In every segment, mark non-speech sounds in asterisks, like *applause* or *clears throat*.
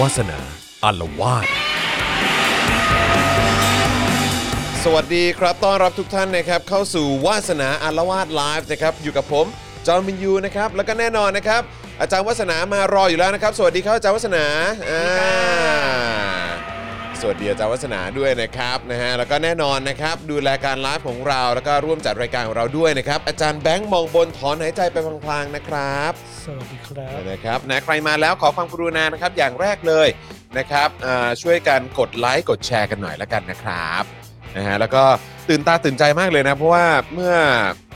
วาสนาอารวาส สวัสดีครับต้อนรับทุกท่านนะครับเข้าสู่วาสนาอารวาสไลฟ์นะครับอยู่กับผมจอห์นวินยูนะครับแล้วก็แน่นอนนะครับอาจารย์วัฒนามารออยู่แล้วนะครับ สวัสดีครับอาจารย์วัฒนาอ่าสวัสดีอาจารย์วัฒนาด้วยนะครับนะฮะแล้วก็แน่นอนนะครับดูแลการไลฟ์ของเราแล้วก็ร่วมจัดรายการของเราด้วยนะครับอาจารย์แบงค์มองบนถอนหายใจไปพลางๆนะครับ สวัสดีครับ นะครับนะใครมาแล้วขอความกรุณานะครับอย่างแรกเลยนะครับอ่าช่วยกันกดไลค์กดแชร์กันหน่อยละกันนะครับนะฮะแล้วก็ตื่นตาตื่นใจมากเลยนะ เพราะว่าเมื่อ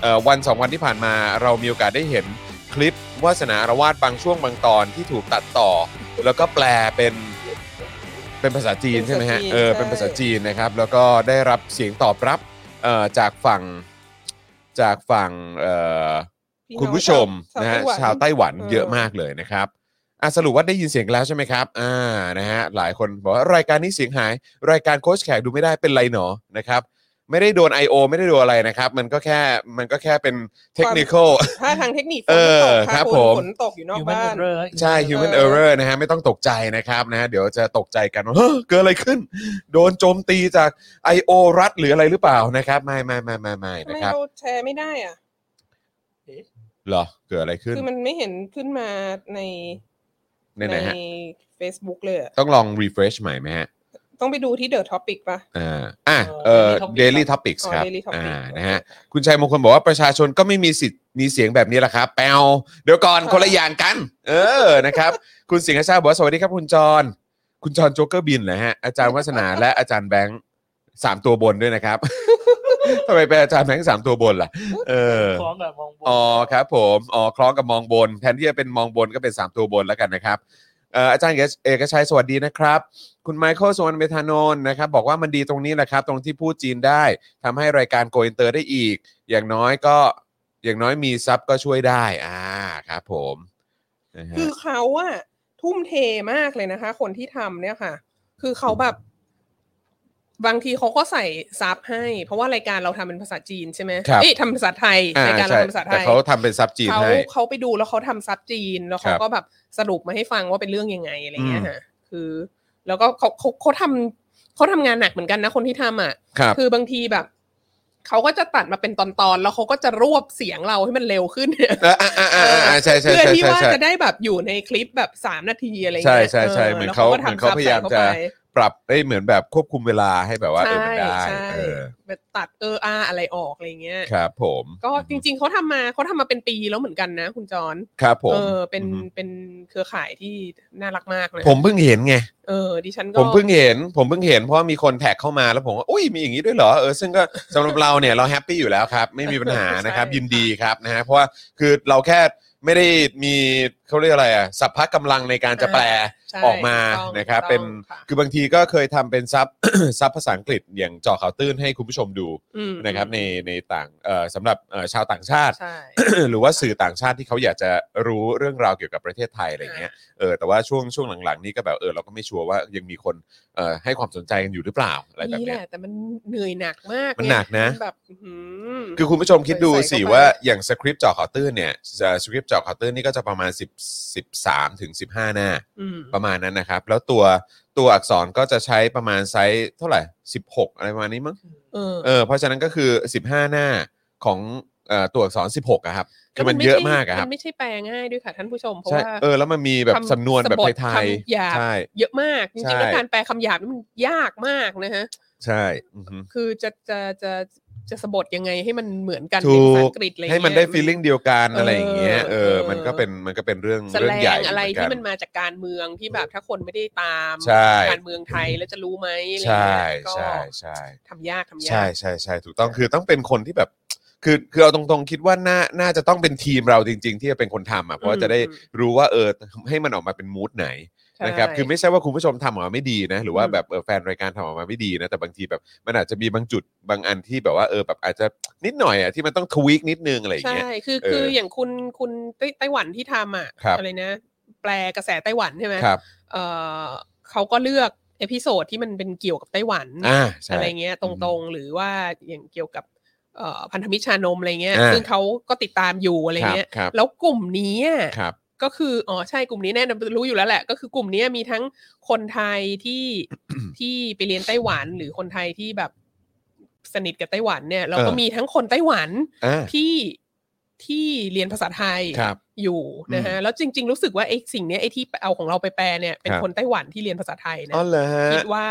เอ่อวันสองวันที่ผ่านมาเรามีโอกาสได้เห็นคลิปวาสนาอารวาสบางช่วงบางตอนที่ถูกตัดต่อ แล้วก็แปลเป็นเป็นภาษาจีนใช่ไหมฮะเออเป็นภาษาจีนใช่ เป็นภาษาจีนนะครับ แล้วก็ได้รับเสียงตอบรับเอ่อจากฝั่งจากฝั่งเอ่อ พี่น้อง คุณผู้ชม ชาว นะฮะ ไต้หวัน ชาวไต้หวัน เออ เยอะมากเลยนะครับอ่ะสรุปว่าได้ยินเสียงกันแล้วใช่ไหมครับอ่านะฮะหลายคนบอกว่ารายการนี้เสียงหาย รายการโค้ชแขกดูไม่ได้เป็นไรหนอนะครับ ไม่ได้โดน I.O. ไม่ได้โดนอะไรนะครับ มันก็แค่มันก็แค่เป็นเทคนิค ถ้าทางเทคนิคฝน เออ ตกะ ครับ ณ ผม ฝนตกอยู่นอกบ้าน error ใช่ human error นะฮะไม่ต้องตกใจนะครับนะฮะเดี๋ยวจะตกใจกันว่าเฮ้อเกิดอะไรขึ้น โดนโจมตีจาก I.O. รัฐหรืออะไรหรือเปล่านะครับไม่ไม่ไม่ไม่ไม่ ทำ นะ ไม ครับ เราแชร์ไม่ได้อ่ะ เหรอเกิดอะไรขึ้น คือมันไม่เห็นขึ้นมาใน ไหนๆฮะ Facebook เลยอะ ต้องลอง refresh ใหม่ไหมฮะ ต้องไปดูที่ The Topic ป่ะ อ่าอ่ะเอ เอ่ อ อ daily Daily topics อ๋อ ครับ Daily Topic อ่านะฮะคุณชัยมงคลบอกว่าประชาชนก็ไม่มีสิทธิ์มีเสียงแบบนี้แหละครับ แปวเดี๋ยวก่อน เออ คนละอย่างกัน เออนะครับ คุณสิงห์ชาติบอกว่าสวัสดีครับคุณจร คุณจรโจ๊กเกอร์บินนะฮะอาจารย์วัฒนาและอาจารย์แบงค์สามตัวบนด้วยนะครับ *laughs* ทำไมเป็นอาจารย์แบงค์สามตัวบนล่ะเออ คล้องกับมองบน อ๋อครับผมอ๋อคล้องกับมองบน แทนที่จะเป็นมองบนก็เป็น 3 ตัวบนแล้วกันนะครับเอ่ออาจารย์เอกเอกชัยสวัสดีนะครับ คุณไมเคิลสวนเมธานนท์นะครับ บอกว่ามันดีตรงนี้แหละครับ ตรงที่พูดจีนได้ทำให้รายการโกอินเตอร์ได้อีก อย่างน้อยก็อย่างน้อยมีซับก็ช่วยได้อ่าครับผมนะฮะ คือเขาอะทุ่มเทมากเลยนะคะ คนที่ทำเนี่ยค่ะ คือเขาแบบ บางทีเขาก็ใส่ซับให้ เพราะว่ารายการเราทำเป็นภาษาจีนใช่ไหมเอ้ยทำภาษาไทย อ่าร ายการเรา ใช่ ทำภาษาไท แต่ ย เขาทำเป็นซับจีน เขา ให้ เขาไปดูแล้วเขาทำซับจีนแล้วเขา ครับ ก็แบบสรุปมาให้ฟังว่าเป็นเรื่องยังไงอะไรเงี้ อื ย ม ฮะคือ แล้วก็เขาเขาเขาทำเขาทำงานหนักเหมือนกันนะคนที่ทำอ่ะ ครับ คือบางทีแบบเขาก็จะตัดมาเป็นตอนๆแล้วเขาก็จะรวบเสียงเราให้มันเร็วขึ้นเนี่ย เอ่าอ่าอ่าใช่ใช่ *laughs* เพื่อ ใช่ ที่ ใช่ ว่า ใช่ จะได้แบบอยู่ในคลิปแบบสามนาทีอะไรเงี้ย ใช่ใช่ใช่เหมือนเขา แล้วก็ เหมือนเขา ทำซับ พยายามจะ ใส่เข้ไป ปรับเอ้ยเหมือนแบบควบคุมเวลาให้แบบว่าเออ ใช่ มันได้ ใช่ เออ แบบตัดเอออาอะไรออกอะไรเงี้ย ครับผม ก็จริง ๆเขาทำมาเขาทำมาเป็นปีแล้วเหมือนกันนะ คุณจอน ครับผม เออเป็น อือฮึ เป็นเครือข่ายที่น่ารักมากเลย ผมเพิ่งเห็นไง เออดิฉันก็ ผมเพิ่งเห็น ผมเพิ่งเห็นเพราะว่ามีคนแท็กเข้ามาแล้วผมว่าอุ้ยมีอย่างนี้ด้วยเหรอเออซึ่งก็สำหรับเราเนี่ยเราแฮปปี้อยู่แล้วครับไม่มีปัญหานะครับ ยินดีครับนะฮะเพราะว่าคือเราแค่ไม่ได้มีเขาเรียกอะไรอ่ะสัพพะกำลังในการจะแปล ใช่ ออกมา ต้อง นะครับ ต้อง เป็น ค่ะ คือบางทีก็เคยทำเป็นซับ *coughs* ซับภาษาอังกฤษอย่างเจาะข่าวตื้นให้คุณผู้ชมดู อืม นะครับในในต่างเอ่อสำหรับเอ่อชาวต่างชาติ ใช่ *coughs* หรือว่าสื่อต่างชาติที่เขาอยากจะรู้เรื่องราวเกี่ยวกับประเทศไทยอะไรเงี้ย เออ แต่ว่าช่วงช่วงหลังๆ นี่ก็แบบเออเราก็ไม่ชัวร์ว่ายังมีคนเอ่อให้ความสนใจกันอยู่หรือเปล่าอะไรแบบ นี่แห เนี้ย ละแต่มันเหนื่อยหนักมาก มันหนักนะ มัแบบอื้อหือ คือคุณผู้ชมคิดดู ใส่เข้า สิ ไป ว่าอย่างสคริปต์เจอข่าวตื้นเนี่ยเอ่อสคริปต์เจอข่าวตื้นนี่ก็จะประมาณ10 13ถึง15 หน้า ม ประมาณนั้นนะครับ แล้วตัวตัวอักษรก็จะใช้ประมาณไซส์เท่าไหร่ 16 อะไรประมาณนี้มั้ง เออ เออเพราะฉะนั้นก็คือ 15 หน้าของเอ่อตัวอักษร 16อะครับคือมัน แล้ว เยอะ ไใช่ มากอะครับ มันไม่ใช่แปลง่ายด้วยค่ะท่านผู้ชม เพราะ ใช่ ว่า เออแล้วมันมีแบบ คำ สำนวนแบบ สะบัด ไทย คำหยาบ ๆใช่ เยอะมากจ ใช่ ริงๆแล้วการแปลคำหยาบนี่มันยากมากนะฮะ ใช่อือฮึ คือจะจะจะจะสะบดยังไงให้มันเหมือนกัน ถูกเป็นภาษาอังกฤษอะไรเงี้ย ให้มันได้ฟีลลิ่งเดียวกันอะไรอย่างเงี้ยเอ เอ อ อ มันก็เป็นมันก็เป็นเรื่อง แส เรื่ ล องใหญ่ งอะไร เห ที่ กั มันมาจากการเมืองที่แบบถ้าคนไม่ได้ตาม ใช่ การเมืองไทยแล้วจะรู้ไหมอะไร ใช่ เงี้ยก็ ใช่ใช่ ทำยากทำยา ใช่ ก ใช่ใช่ถูกต้องคือต้องเป็นคนที่แบบ คือคือเอาตรงๆคิดว่าน่าน่าจะต้องเป็นทีมเราจริง ๆ ที่จะเป็นคนทำอ่ะเพราะว่าจะได้ อืม รู้ว่าเออให้มันออกมาเป็นมูดไหน ใช่ นะครับคือไม่ใช่ว่าคุณผู้ชมทำออกมาไม่ดีนะ หรือว่า อืม แบบเออแฟนรายการทำออกมาไม่ดีนะแต่บางทีแบบมันอาจจะมีบางจุดบางอันที่แบบว่าเออแบบอาจจะนิดหน่อยอ่ะที่มันต้องทวีกนิดนึงอะไรอย่าง ใช่ เงี้ย คือ เออ คืออย่างคุณคุณไต้ไต้หวันที่ทำอ่ะ ครับ อะไรนะ แปลกระแสไต้หวันใช่ไหม ครับ เออเขาก็เลือกเอพิโซดที่มันเป็นเกี่ยวกับไต้หวัน อ่าใช่ อะไรเงี้ยตรงๆ หรือว่าอย่างเกี่ยวกับเอ่อพันธมิตรชานมอะไรเงี้ย อ่า ซึ่งเขาก็ติดตามอยู่อะไรเงี้ย ครับ แล้วกลุ่มนี้อะ ครับ ก็คืออ๋อใช่กลุ่มนี้แน่นอนรู้อยู่แล้วแหละ ก็คือกลุ่มเนี้ยมีทั้งคนไทย *coughs* ที่ ที่ไปเรียนไต้หวันหรือคนไทยที่แบบสนิทกับไต้หวันเนี่ยแล้วก็ เออ มีทั้งคนไต้หวัน อ่า ที่ที่เรียนภาษาไทย ครับ อยู่นะฮะแล้วจริง ๆ รู้สึกว่าไอ้สิ่งเนี้ยไอ้ที่เอาของเราไปแปลเนี่ยเป็น ครับ คนไต้หวันที่เรียนภาษาไทยนะ อ๋อเหรอฮะ คิดว่า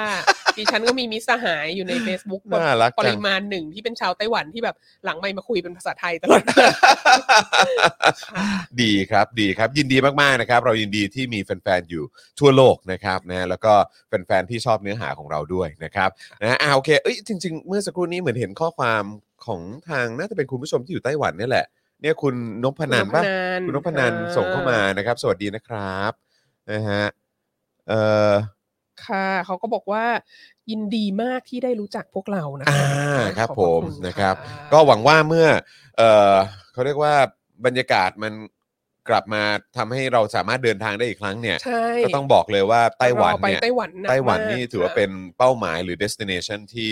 ดิฉันก็มีมิตรสหายอยู่ใน Facebook แบบ น่ารัก ป จั ริ ง มาณหนึ่งที่เป็นชาวไต้หวันที่แบบหลังไม่มาคุยเป็นภาษาไทยตลอด *laughs* ดีครับดีครับยินดีมากๆนะครับ เรายินดีที่มีแฟนๆอยู่ทั่วโลกนะครับนะแล้วก็แฟนๆที่ชอบเนื้อหาของเราด้วยนะครับนะอ่าโอเคเอ้ยจริง ๆ เมื่อสักครู่นี้เหมือนเห็นข้อความของทางน่าจะเป็นคุณผู้ชมที่อยู่ไต้หวันเนี่ยแหละเนี่ยคุณนพนันป่ะ คุณนพนันส่งเข้ามานะครับ สวัสดีนะครับนะฮะเอ่อ ค่ะเขาก็บอกว่า ยินดีมากที่ได้รู้จักพวกเรานะ อ่ คะ าครับ ขอ ผม ณ นะครับ ะ ก็หวังว่าเมื่อเออเขาเรียกว่าบรรยากาศมันกลับมาทำให้เราสามารถเดินทางได้อีกครั้งเนี่ย ใช่ ก็ต้องบอกเลยว่าไต้หวัน เราไป เนี่ย ไต้หวันหก ไต้หวัน มก นี่ถือว่า ค่ะ เป็นเป้าหมายหรือ destination ที่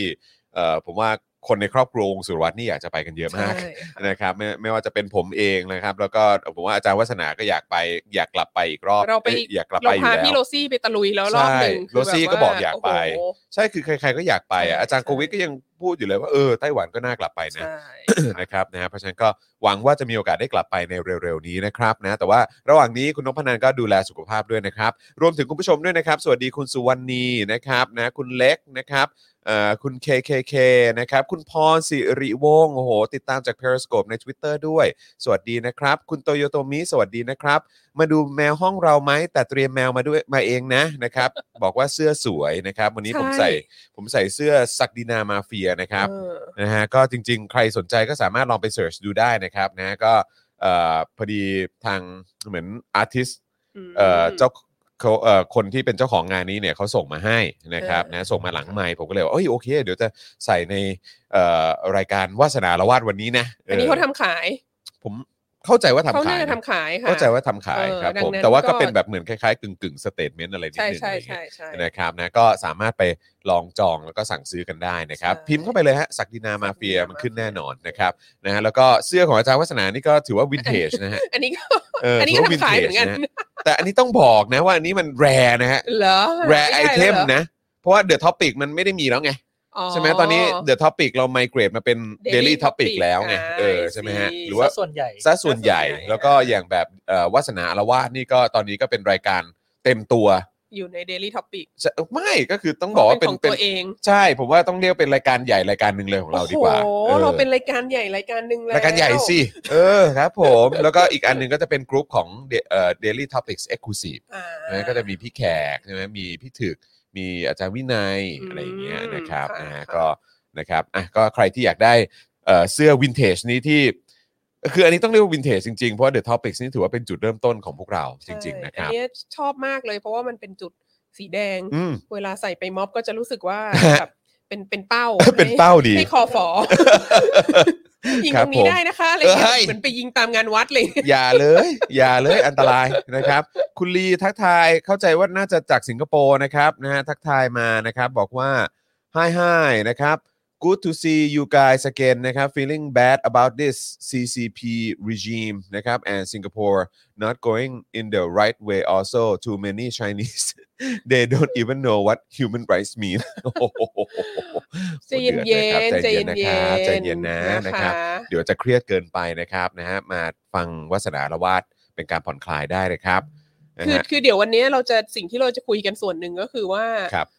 เอ่อผมว่าคนในครอบครัววงสุรวัตรนี่อยากจะไปกันเยอะมาก ใช่ค่ะ นะครับไม่ไม่ว่าจะเป็นผมเองนะครับ แล้วก็ผมว่าอาจารย์วัฒนาก็อยากไป อยากกลับไปอีกรอบ เราไป เอ้ยอยากกลับ เรา ไปอยู่ พา แล้ พี่โร ว ซี่ไปตะลุยแล้วรอบหนึ่ง ใช่ คืแบบ โรซี่ก็บอกอยากไป โอ้โห ใช่คือใคร ๆ ก็อยากไป ใช่ อ่ะอาจารย์ ใช่ โควิดก็ยังพูดอยู่เลยว่าเออไต้หวันก็น่ากลับไปนะ ใช่ *coughs* นะครับนะฮะเพราะฉะนั้นก็หวังว่าจะมีโอกาสได้กลับไปในเร็วๆนี้นะครับนะแต่ว่าระหว่างนี้คุณนพนันก็ดูแลสุขภาพด้วยนะครับ รวมถึงคุณผู้ชมด้วยนะครับ สวัสดีคุณสุวรรณีนะครับนะคุณเล็กนะครับเอ่อคุณ KKK นะครับ คุณพรสิริวงศ์โอ้โห ติดตามจาก Periscope ใน Twitter ด้วย สวัสดีนะครับ คุณโตโยโตมิสวัสดีนะครับ มาดูแมวห้องเราไหมแต่เตรียมแมวมาด้วยมาเองนะนะครับ บอกว่าเสื้อสวยนะครับ วันนี้ผม ใช่ ใส่ผมใส่เสื้อศักดินามาเฟียนะครับ เออ นะฮะก็จริงๆ ใครสนใจก็สามารถลองไปเสิร์ชดูได้นะครับนะก็เอ่อพอดีทางเหมือนอาร์ติสเอ่อเจ้าเขาเอ่อคนที่เป็นเจ้าของงานนี้เนี่ยเขาส่งมาให้นะครับ เออ นะส่งมาหลังไมค์ผมก็เลยว่าเอ้ยโอเค เดี๋ยวจะใส่ในเอ่อรายการวาสนาละวาดวันนี้นะ อันนี้เขาทำขาย ผมเข้าใจว่าทำ เขา ขา น่าย จะทำขายค่ะ เข้าใจว่าทำขาย เออ ครับ ดัง ผม นั้น แต่ว่าก็ ก็ เป็นแบบเหมือนคล้ายๆกึ่งกึ่งสเตทเมนต์อะไรนิด ใช่ นึง ใช่ อะไรอย่างเงี้ย ใช่ใช่ นะครับนะก็สามารถไปลองจองแล้วก็สั่งซื้อกันได้นะครับ ใช่ พิมพ์เข้าไปเลยฮะศักดินามาเฟีย ศักดินามั มันขึ้นแน่นอนนะครับนะฮะแล้วก็เสื้อของอาจารย์วัฒนานี่ก็ถือว่าวินเทจนะฮะ อันนี้ก็ เออ อันนี้ ถือก็ว่าวิน ทำ เท ขาย จ เหมือนกัน นะฮะแต่อันนี้ต้องบอกนะว่าอันนี้มันแรนะฮะ เหรอ แรไอ ม่ด้ เทม หร นะ เพราะว่าเดอะท็อปิกมันไม่ได้มีแล้วไง อ๋อ ใช่ไหมตอนนี้เดอะท็อปิกเราไมเกรดมาเป็น Daily เดลี่ท็อปิก Topic แล้วไง อ่า เออใช่ไหมฮะ I see หรือว่า ซะส่วนใหญ่ ซะส่วนใหญ่ ส่วนใหญ่ แล้วก็อย่างแบบเอ่อวาสนาอารวาสนี่ก็ตอนนี้ก็เป็นรายการเต็มตัว อยู่ใน Daily Topic ใช่ไม่ก็คือต้องบอกว่าเป็น ของ เป็น ตัวเอง ใช่ผมว่าต้องเรียกเป็นรายการใหญ่รายการหนึ่งเลยของเราดีกว่า โอ้โห ออ เราเป็นรายการใหญ่รายการหนึ่งแล้ว รายการใหญ่สิ เออครับผม แล้วก็อีกอันหนึ่งก็จะเป็นกรุ๊ปของเดเอ่อ daily topics exclusive อ่า นะก็จะมีพี่แขกใช่ไหมมีพี่ถึก มีอาจารย์วินัย อืม อะไรอย่างเงี้ยนะครับ ค่ะ อ่า ค่ะ ก็นะครับอ่ะก็ใครที่อยากได้เอ่อเสื้อวินเทจนี้ที่ คืออันนี้ต้องเรียกว่าวินเทจจริงๆ เพราะว่า The Topics นี่ถือว่าเป็นจุดเริ่มต้นของพวกเราจ ใช่ ริง ๆ นะค อั รับ นเนี้ยชอบมากเลยเพราะว่ามันเป็นจุดสีแดง อืม เวลาใส่ไปม็อบก็จะรู้สึก *laughs* ว่า ฮะ แบบเป็นเป็นเป้า เป็นเป้าดี ให้คอฝอ ยิง ครั ต บ รงนี้ได้นะคะอะไรเงี้ เอ้ย ยเหมือนไปยิงตามงานวัดเลย *laughs* อย่าเลย อย่าเลยอันตรายนะครับ คุณลีทักทายเข้าใจว่าน่าจะจากสิงคโปร์นะครับนะฮะทักทายมานะครับ บอกว่า hi hi นะครับ good to see you guys again นะครับ feeling bad about this CCP regime นะครับ and Singapore not going in the right way also too many Chinese *laughs* they don't even know what human rights mean *laughs* โอ้โห ใจเย็นเย็น ดือดะครับ ใจ ใจ เย็ เย็ น น เย็ นะครับ น ใจเย็นนะนะครับ เดี๋ยวจะเครียดเกินไปนะครับนะฮะมาฟังวัสนาละวาดเป็นการผ่อนคลายได้นะครับนะ คือ ฮะ คือเดี๋ยววันนี้เราจะสิ่งที่เราจะคุยกันส่วนหนึ่งก็คือว่า ครับ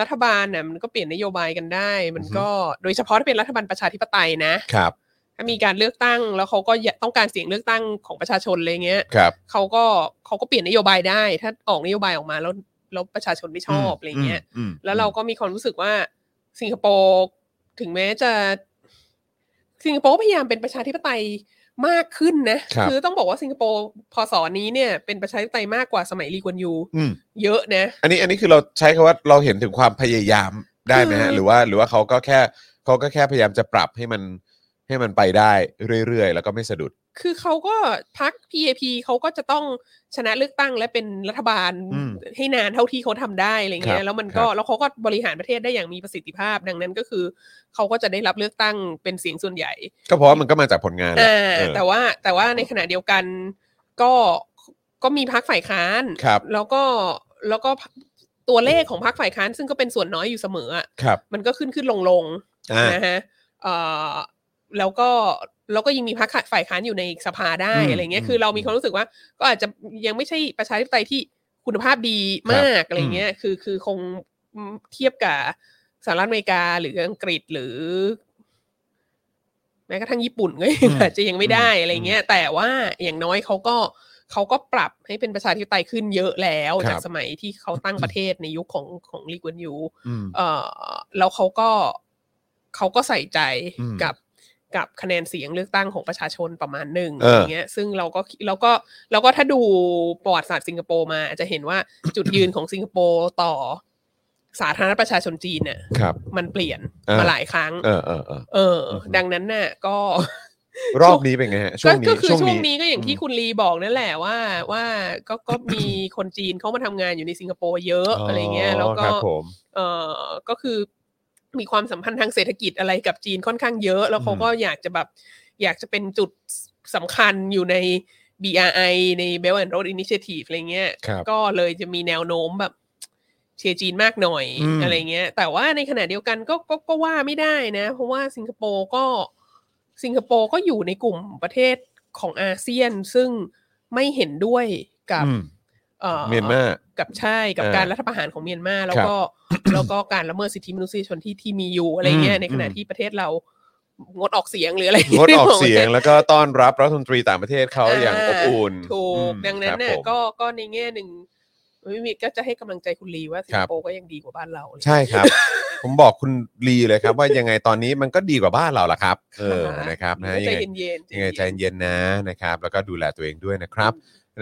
รัฐบาลเนี่ยมันก็เปลี่ยนนโยบายกันได้ มัน อือฮึ ก็โดยเฉพาะถ้าเป็นรัฐบาลประชาธิปไตยนะ ครับ ถ้ามีการเลือกตั้งแล้วเขาก็อยากต้องการเสียงเลือกตั้งของประชาชนอะไรเงี้ย ครับ เขาก็เขาก็เปลี่ยนนโยบายได้ ถ้าออกนโยบายออกมาแล้วแล้วประชาชนไม่ชอบอะไรเงี้ย อืม แล้วเราก็มีความรู้สึกว่าสิงคโปร์ถึงแม้จะสิงคโปร์พยายามเป็นประชาธิปไตยมากขึ้นนะอต้องบอกว่าสิงคโปร์พศนี้เนี่ยเป็นประชาธิปไตยมากกว่าสมัยลีกวนยู อืม เยอะนะ อันนี้อันนี้คือเราใช้คำว่าเราเห็นถึงความพยายามได้ไหมฮะ คือ หรือว่าหรือว่าเขาก็แค่เขาก็แค่พยายามจะปรับให้มันให้มันไปได้เรื่อยๆ แล้วก็ไม่สะดุด คือเขาก็พัก PAP เขาก็จะต้องชนะเลือกตั้งและเป็นรัฐบาล อืม ให้นานเท่าที่เขาทำได้อะไรคเงี้รั ย บ แล้วมันก็ ครับ แล้วเขาก็บริหารประเทศได้อย่างมีประสิทธิภาพ ดังนั้นก็คือเขาก็จะได้รับเลือกตั้งเป็นเสียงส่วนใหญ่ ก็เพราะว่ามันก็มาจากผลงานแหละ อ่า เออ แต่ว่าแต่ว่าในขณะเดียวกันก็ ก็มีพักฝ่ายค้าน ครับ แล้วก็แล้วก็ตัวเลขของพักฝ่ายค้าน ซึ่งก็เป็นส่วนน้อยอยู่เสมออะ ครับ มันก็ขึ้นขึ้นลงลง อ่า นะฮะเอ่อแล้วก็แล้วก็ยังมีพักฝ่ายค้านอยู่ในสภาได้ อืม อะไรเงี้ย อืม คือเรามีความรู้สึกว่า ก็อาจจะยังไม่ใช่ประชาธิปไตยที่คุณภาพดีมากอะไรเงี้ยคือคือคงเทียบกับสหรัฐอเมริกาหรืออังกฤษหรือ แม้กระทั่งญี่ปุ่นก็ยัง อืม อาจจะยังไม่ได้อะไรเงี้ย แต่ว่าอย่างน้อยเขาก็เขาก็ปรับให้เป็นประชาธิปไตยขึ้นเยอะแล้ว ครับ จากสมัยที่เขาตั้งประเทศในยุคของของลีกวนยู อืม เออแล้วเขาก็เขาก็ใส่ใจ อืม กับกับคะแนนเสียงเลือกตั้งของประชาชนประมาณหนึ่ง เอออ ย่างเงี้ย ซึ่งเราก็เราก็เราก็ถ้าดูประวัติศาสตร์สิงคโปร์มาอาจจะเห็ *coughs* นว่า จุดยืนของสิงคโปร์ต่อสาธารณรัฐประชาชนจีนเนี่ย ครับ มันเปลี่ยน เออ มาหลายครั้ง เออเออเออ เออ อือฮึ ดังนั้นน่ะก็ รอบนี้เป็นไงฮะช่ว ก็ งนี้ ก็คือช่วงนี้ นี้ ก็อย่างที่คุณลีบอกนั่นแหละว่าว่าก็ก็มีคนจีนเข้ามาทำงานอยู่ในสิงคโปร์เยอะอะไรเงี้ยแล้วก็ ครับผม เอ่อก็คือมีความสัมพันธ์ทางเศรษฐกิจอะไรกับจีนค่อนข้างเยอะ แล้วเขาก็อยากจะแบบอยากจะเป็นจุดสำคัญอยู่ใน BRI ใน Belt and Road Initiative อะไรเงี้ย ครับ ก็เลยจะมีแนวโน้มแบบเชียร์จีนมากหน่อย อืม อะไรเงี้ย แต่ว่าในขณะเดียวกันก็ก็ก็ว่าไม่ได้นะ เพราะว่าสิงคโปร์ก็สิงคโปร์ก็อยู่ในกลุ่มประเทศของอาเซียนซึ่งไม่เห็นด้วยกับ อืม อ่อ เมียนมา กับใช่กับ อ่า การรัฐประหารของเมียนมาแล้ว ครับ ก็แล้วก็การละเมิดสิทธิมนุษยชนที่ที่มีอยู่อะไรเงี้ อื ย ม ในขณะ อืม ที่ประเทศเรางดออกเสียงหรืออะไร งดออกเสียง ขอ แล้วก็ต้อนรับรัฐมนตรีต่างประเทศเขา ประเทศ อย่างอบอุ่น ถูก อืม ดังนั้น ค เนี่ รั ย บผม ก็ก็ในแง่หนึ่งไม่มีก็จะให้กำลังใจคุณลีว่าสิ ค ง รั ค บ โปร์ก็ยังดีกว่าบ้านเราเลย ใช่ครับ *laughs* ผมบอกคุณลีเลยครับ ว่ายังไงตอนนี้มันก็ดีกว่าบ้านเราล่ะครับ เออ ค่ะ นะครับนะฮะ ใจ ยังไง เย็นๆ ยังไงใจ เย็น เย็นนะนะครับ แล้วก็ดูแลตัวเองด้วยนะครับ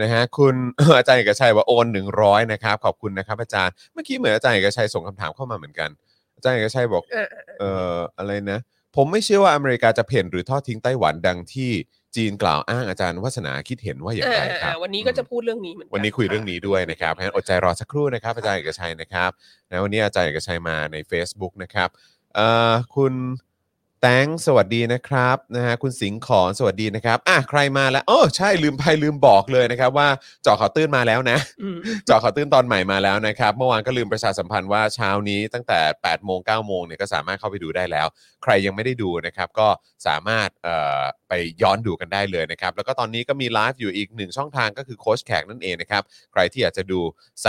นะฮะคุณ *coughs* อาจารย์เอกชัยว่าโอน100นะครับขอบคุณนะครับอาจารย์เมื่อกี้เหมือนอาจารย์เอกชัยส่งคำถามเข้ามาเหมือนกัน อาจารย์เอกชัยบอก เออ เอ่ออะไรนะ ผมไม่เชื่อว่าอเมริกาจะเพ่นหรือทอดทิ้งไต้หวันดังที่จีนกล่าวอ้างอาจารย์วัฒนาคิดเห็นว่าอย่างไร อ่า ครับ อ่าวันนี้ก็จะพูดเรื่องนี้เหมือนกั วันนี้คุยเรื่องนี้ด้วยนะครับงั้นอดใจรอสักครู่นะครับ อาจารย์เอกชัยนะครับนะวันนี้อาจารย์เอกชัยมาใน Facebook นะครับเอ่อคุณแตงสวัสดีนะครับนะฮะคุณสิงห์ขอนสวัสดีนะครับอ่ะใครมาแล้วโอ้อใช่ลืมไปลืมบอกเลยนะครับ ว่าเจาะข่าวตื้นมาแล้วนะ อืม เจาะข่าวตื้นตอนใหม่มาแล้วนะครับ เมื่อวานก็ลืมประชาสัมพันธ์ว่าเช้านี้ตั้งแต่ 8 โมง 9 โมงเนี่ยก็สามารถเข้าไปดูได้แล้ว ใครยังไม่ได้ดูนะครับ ก็สามารถเอ่อไปย้อนดูกันได้เลยนะครับ แล้วก็ตอนนี้ก็มีไลฟ์อยู่อีกหนึ่งช่องทางก็คือโค้ชแขกนั่นเองนะครับ ใครที่อยากจะดู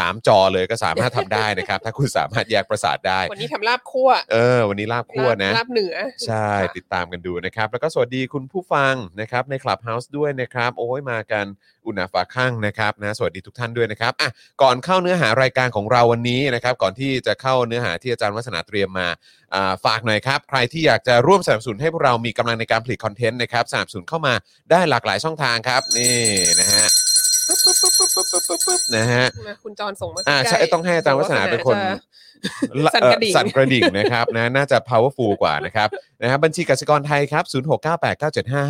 3 จอเลยก็สามารถทำได้นะครับ ถ้าคุณสามารถแยกประสาทได้ วันนี้ทำลาบคั่ว เออ วันนี้ลาบคั่วนะ ลาบเหนือ ใช่ ค่ะ ติดตามกันดูนะครับ แล้วก็สวัสดีคุณผู้ฟังนะครับใน Clubhouse ด้วยนะครับ โอ้ยมากันอุณาฝาข้างนะครับนะสวัสดีทุกท่านด้วยนะครับอ่ะก่อนเข้าเนื้อหารายการของเราวันนี้นะครับ ก่อนที่จะเข้าเนื้อหาที่อาจารย์วัฒนาเตรียมมาอ่าฝากหน่อยครับ ใครที่อยากจะร่วมสนับสนุนให้พวกเรามีกำลังในการผลิตคอนเทนต์นะครับสนับสนุนเข้ามาได้หลากหลายช่องทางครับนี่นะฮะปึ๊บปึ๊บปึ๊บปึ๊บปึ๊บปึ๊บปึ๊บนะฮะ นะคุณจรส่งมา อ่า ใกล้ ใช่ต้องให้อาจารย์วัฒนาเป็นคน จะ สั่ สั่ นกระดิ่ง สั่นกระดิ่งนะครับนะน่าจะ powerful กว่านะครับนะฮะบัญชีกสิกรไทยครับ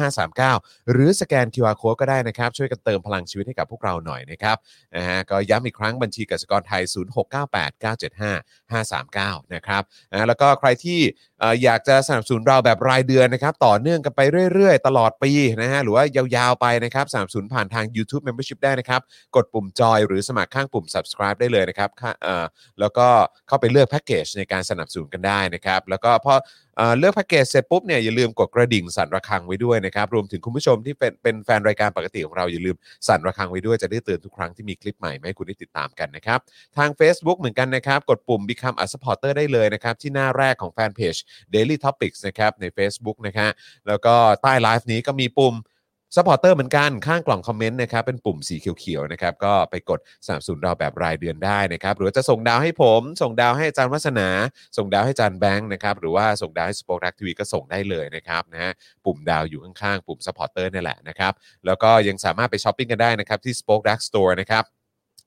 0698975539 หรือสแกน QR code ก็ได้นะครับ ช่วยกันเติมพลังชีวิตให้กับพวกเราหน่อยนะครับนะฮะก็ย้ำอีกครั้งบัญชีกสิกรไทย 0698975539 นะครับนะแล้วก็ใครที่ เอ่ออยากจะสนับสนุนเราแบบรายเดือนนะครับ ต่อเนื่องกันไปเรื่อยๆ ตลอดปีนะฮะหรือว่ายาวๆไปนะครับสนับสนุนผ่านทาง YouTube Membership ได้นะครับ กดปุ่มจอยหรือสมัครข้างปุ่ม subscribe ได้เลยนะครับค่ะเอ่อแล้วก็เข้าไปเลือกแพ็กเกจในการสนับสนุนกันได้นะครับ แล้วก็พอเอ่อเลือกแพ็กเกจเสร็จปุ๊บเนี่ยอย่าลืมกดกระดิ่งสั่นระฆังไว้ด้วยนะครับ รวมถึงคุณผู้ชมที่เป็นเป็นแฟนรายการปกติของเราอย่าลืมสั่นระฆังไว้ด้วยจะได้เตือนทุกครั้งที่มีคลิปใหม่มาให้คุณได้ติดตามกันนะครับ ทาง Facebook เหมือนกันนะครับ กดปุ่ม Become a supporter ได้เลยนะครับ ที่หน้าแรกของแฟนเพจ Daily Topics นะครับใน Facebook นะฮะแล้วก็ใต้ไลฟ์นี้ก็มีปุ่ม s u p p อร์เตอร์เหมือนกันข้างกล่องคอมเมนต์นะครับ เป็นปุ่มสีเขียวๆนะครับ ก็ไปกดสนับสนุนเราแบบรายเดือนได้นะครับ หรือว่าจะส่งดาวให้ผม ส่งดาวให้อาจารย์วัฒนา ส่งดาวให้อาจารย์แบงค์นะครับ หรือว่าส่งดาวให้สปอคดักทีวีก็ส่งได้เลยนะครับนะฮะปุ่มดาวอยู่ข้างๆปุ่ม s u p p อร์เตอร์นี่ยแหละนะครับ แล้วก็ยังสามารถไปช้อปปิ้งกันได้นะครับ ที่ Spoke Dark Store นะครับ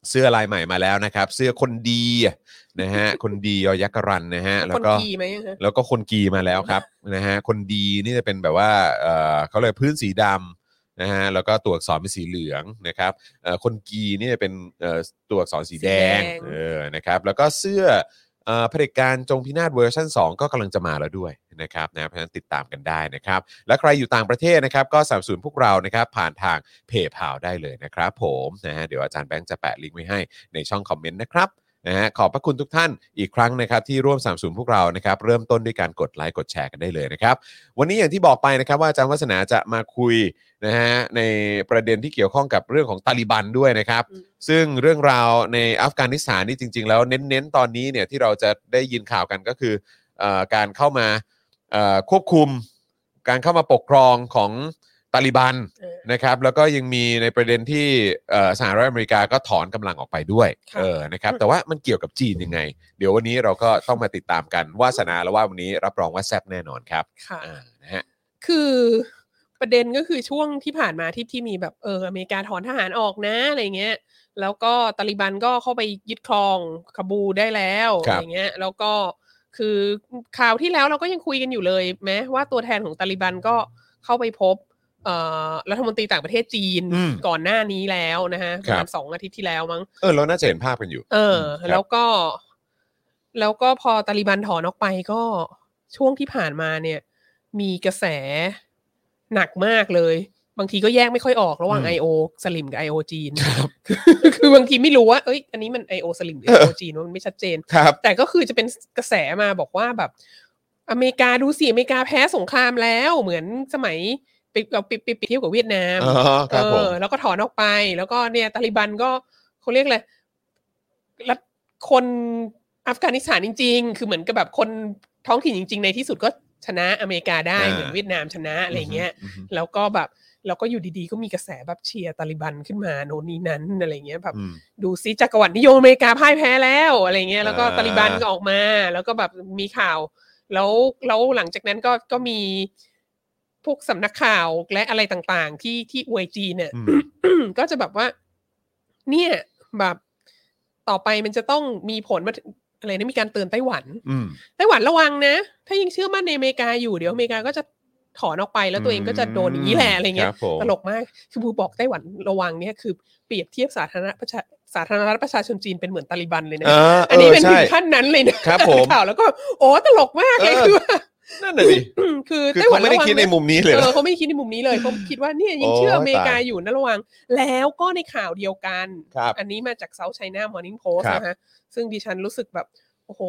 เสื้อลายใหม่มาแล้วนะครับ เสื้อคนดีนะฮะคนดียอยักษ์กรันนะฮะแล้ว คน ก็ กีไหมคะ แล้วก็คนกีมาแล้วครับ นะฮะคนดีนี่จะเป็นแบบว่าเอ่อเขาเลยกพื้นสีดำนะฮะแล้วก็ตัวอักษรเป็นสีเหลืองนะครับเอ่อคนกีนี่จะเป็นเอ่อตัวอักษรสีแดง สีแดง เออนะครับแล้วก็เสื้อ เอ่อเผด็จการจงพินาศเวอร์ชัน2 ก็กำลังจะมาแล้วด้วยนะครับนะเพราะฉะนั้นติดตามกันได้นะครับ และใครอยู่ต่างประเทศนะครับ ก็สนับสนุนพวกเรานะครับ ผ่านทางเพจพาวได้เลยนะครับผมนะฮะเดี๋ยวอาจารย์แบงค์จะแปะลิงก์ไว้ให้ในช่องคอมเมนต์นะครับนะฮะขอบพระคุณทุกท่านอีกครั้งนะครับ ที่ร่วมสนับสนุนพวกเรานะครับ เริ่มต้นด้วยการกดไลค์กดแชร์กันได้เลยนะครับ วันนี้อย่างที่บอกไปนะครับ ว่าอาจารย์วัฒนาจะมาคุยนะฮะในประเด็นที่เกี่ยวข้องกับเรื่องของตาลิบันด้วยนะครับ อืม ซึ่งเรื่องราวในอัฟกานิสถานนี่จริง ๆ แล้วเน้นๆ ตอนนี้เนี่ยที่เราจะได้ยินข่าวกันก็คือเออการเข้ามาเอ่อควบคุม การเข้ามาปกครองของตาลิบัน เออ นะครับ แล้วก็ยังมีในประเด็นที่เอ่อสหรัฐอเมริกาก็ถอนกำลังออกไปด้วย ค่ะ เออนะครับแต่ว่ามันเกี่ยวกับจีนยังไง เดี๋ยววันนี้เราก็ต้องมาติดตามกันวาสนาและว่าวันนี้รับรองว่าแซ่บแน่นอนครับ ค่ะ อ่านะฮะ คือประเด็นก็คือช่วงที่ผ่านมาที่ที่มีแบบเอออเมริกาถอนทหารออกนะอะไรเงี้ย แล้วก็ตาลิบันก็เข้าไปยึดครองคาบูได้แล้ว ครั อะ บ ไรเงี้ย แล้วก็คือข่าวที่แล้วเราก็ยังคุยกันอยู่เลยแม้ว่าตัวแทนของตาลิบันก็เข้าไปพบเอ่อรัฐมนตรีต่างประเทศจีน อืม ก่อนหน้านี้แล้วนะฮะประมาณสองอาทิตย์ที่แล้วมั้ง เออเราน่าจะเห็นภาพกันอยู่ เออ ครับ แล้วก็แล้วก็พอตาลิบันถอนออกไปก็ช่วงที่ผ่านมาเนี่ย มีกระแสหนักมากเลย บางทีก็แยกไม่ค่อยออกระหว่าง I.O. สลิมกับ I.O. จีน *laughs* ครับ คือบาง *laughs* ทีไม่รู้ว่าเอ้ยอันนี้มัน I.O. สลิมหรือ เอ I.O. อ จีนวะมันไม่ชัดเจน ครับ แต่ก็คือจะเป็นกระแสมาบอกว่าแบบ อเมริกาดูสิอเมริกาแพ้สงครามแล้วเหมือนสมัยปิดเราปิดปิดปิดเที่ยวกับเวียดนาม อ๋อครับผ เอ ม อแล้วก็ถอนออกไปแล้วก็เนี่ยตาลิบันก็เขาเรียกอะไรรัฐคนอัฟกานิสถานจริง ๆ คือเหมือนกับแบบคนท้องถิ่นจริง ๆ ในที่สุดก็ชนะอเมริกาได้ อ่า เหมือนเวียดนามชนะอะไรเงี้ย อือฮึ แล้วก็แบบแล้วก็อยู่ดีๆ ก็มีกระแสแบบเชียร์ตาลิบันขึ้นมาโน่นนี่นั้นอะไรเงี้ยแบบ อืม ดูซิจักรวรรดินิยมอเมริกาพ่ายแพ้แล้วอะไรเงี้ยแล้วก็ อ่า ตาลิบันก็ออกมา แล้วก็แบบมีข่าว แล้วแล้วหลังจากนั้นก็ก็มีพวกสำนักข่าวและอะไรต่างๆ ที่ที่อวยจีนเนี่ย อืม *clears throat* ก็จะแบบว่า เนี่ยแบบต่อไปมันจะต้องมีผลมาถึงอะไรนะมีการเตือนไต้หวัน อืม ไต้หวันระวังนะ ถ้ายังเชื่อมั่นในอเมริกาอยู่เดี๋ยวอเมริกาก็จะถอนออกไปแล้วตัวเองก็จะโดนอย่างนี้แหละอะไรคเงี้ย รับผม ตลกมาก คือบูบอกไต้หวันระวังเนี่ยคือเปรียบเทียบสาธารณประชาสาธารณรัฐประชาชนจีนเป็นเหมือนตาลิบันเลยนะ เออ อันนี้เป็น ใช่ ถึงขั้นนั้นเลยนะครับ ผม ข่าวแล้วก็โอ้ตลกมากเลยคือว่า นั่นน่ะดิ คือ คือ ไต้หวั เขา น ไม่ ระ ได้ วัง คิดใน นะ มุมนี้เลย เอ นะ อเขาไม่คิดในมุมนี้เลยเขาคิดว่าเนี่ยยังเชื่อ โอ้ย อเมริกา ตาย อยู่นะระวัง แล้วก็ในข่าวเดียวกัน ครับ อันนี้มาจาก South China Morning Post ครับ นะฮะซึ่งดิฉันรู้สึกแบบ โอ้โห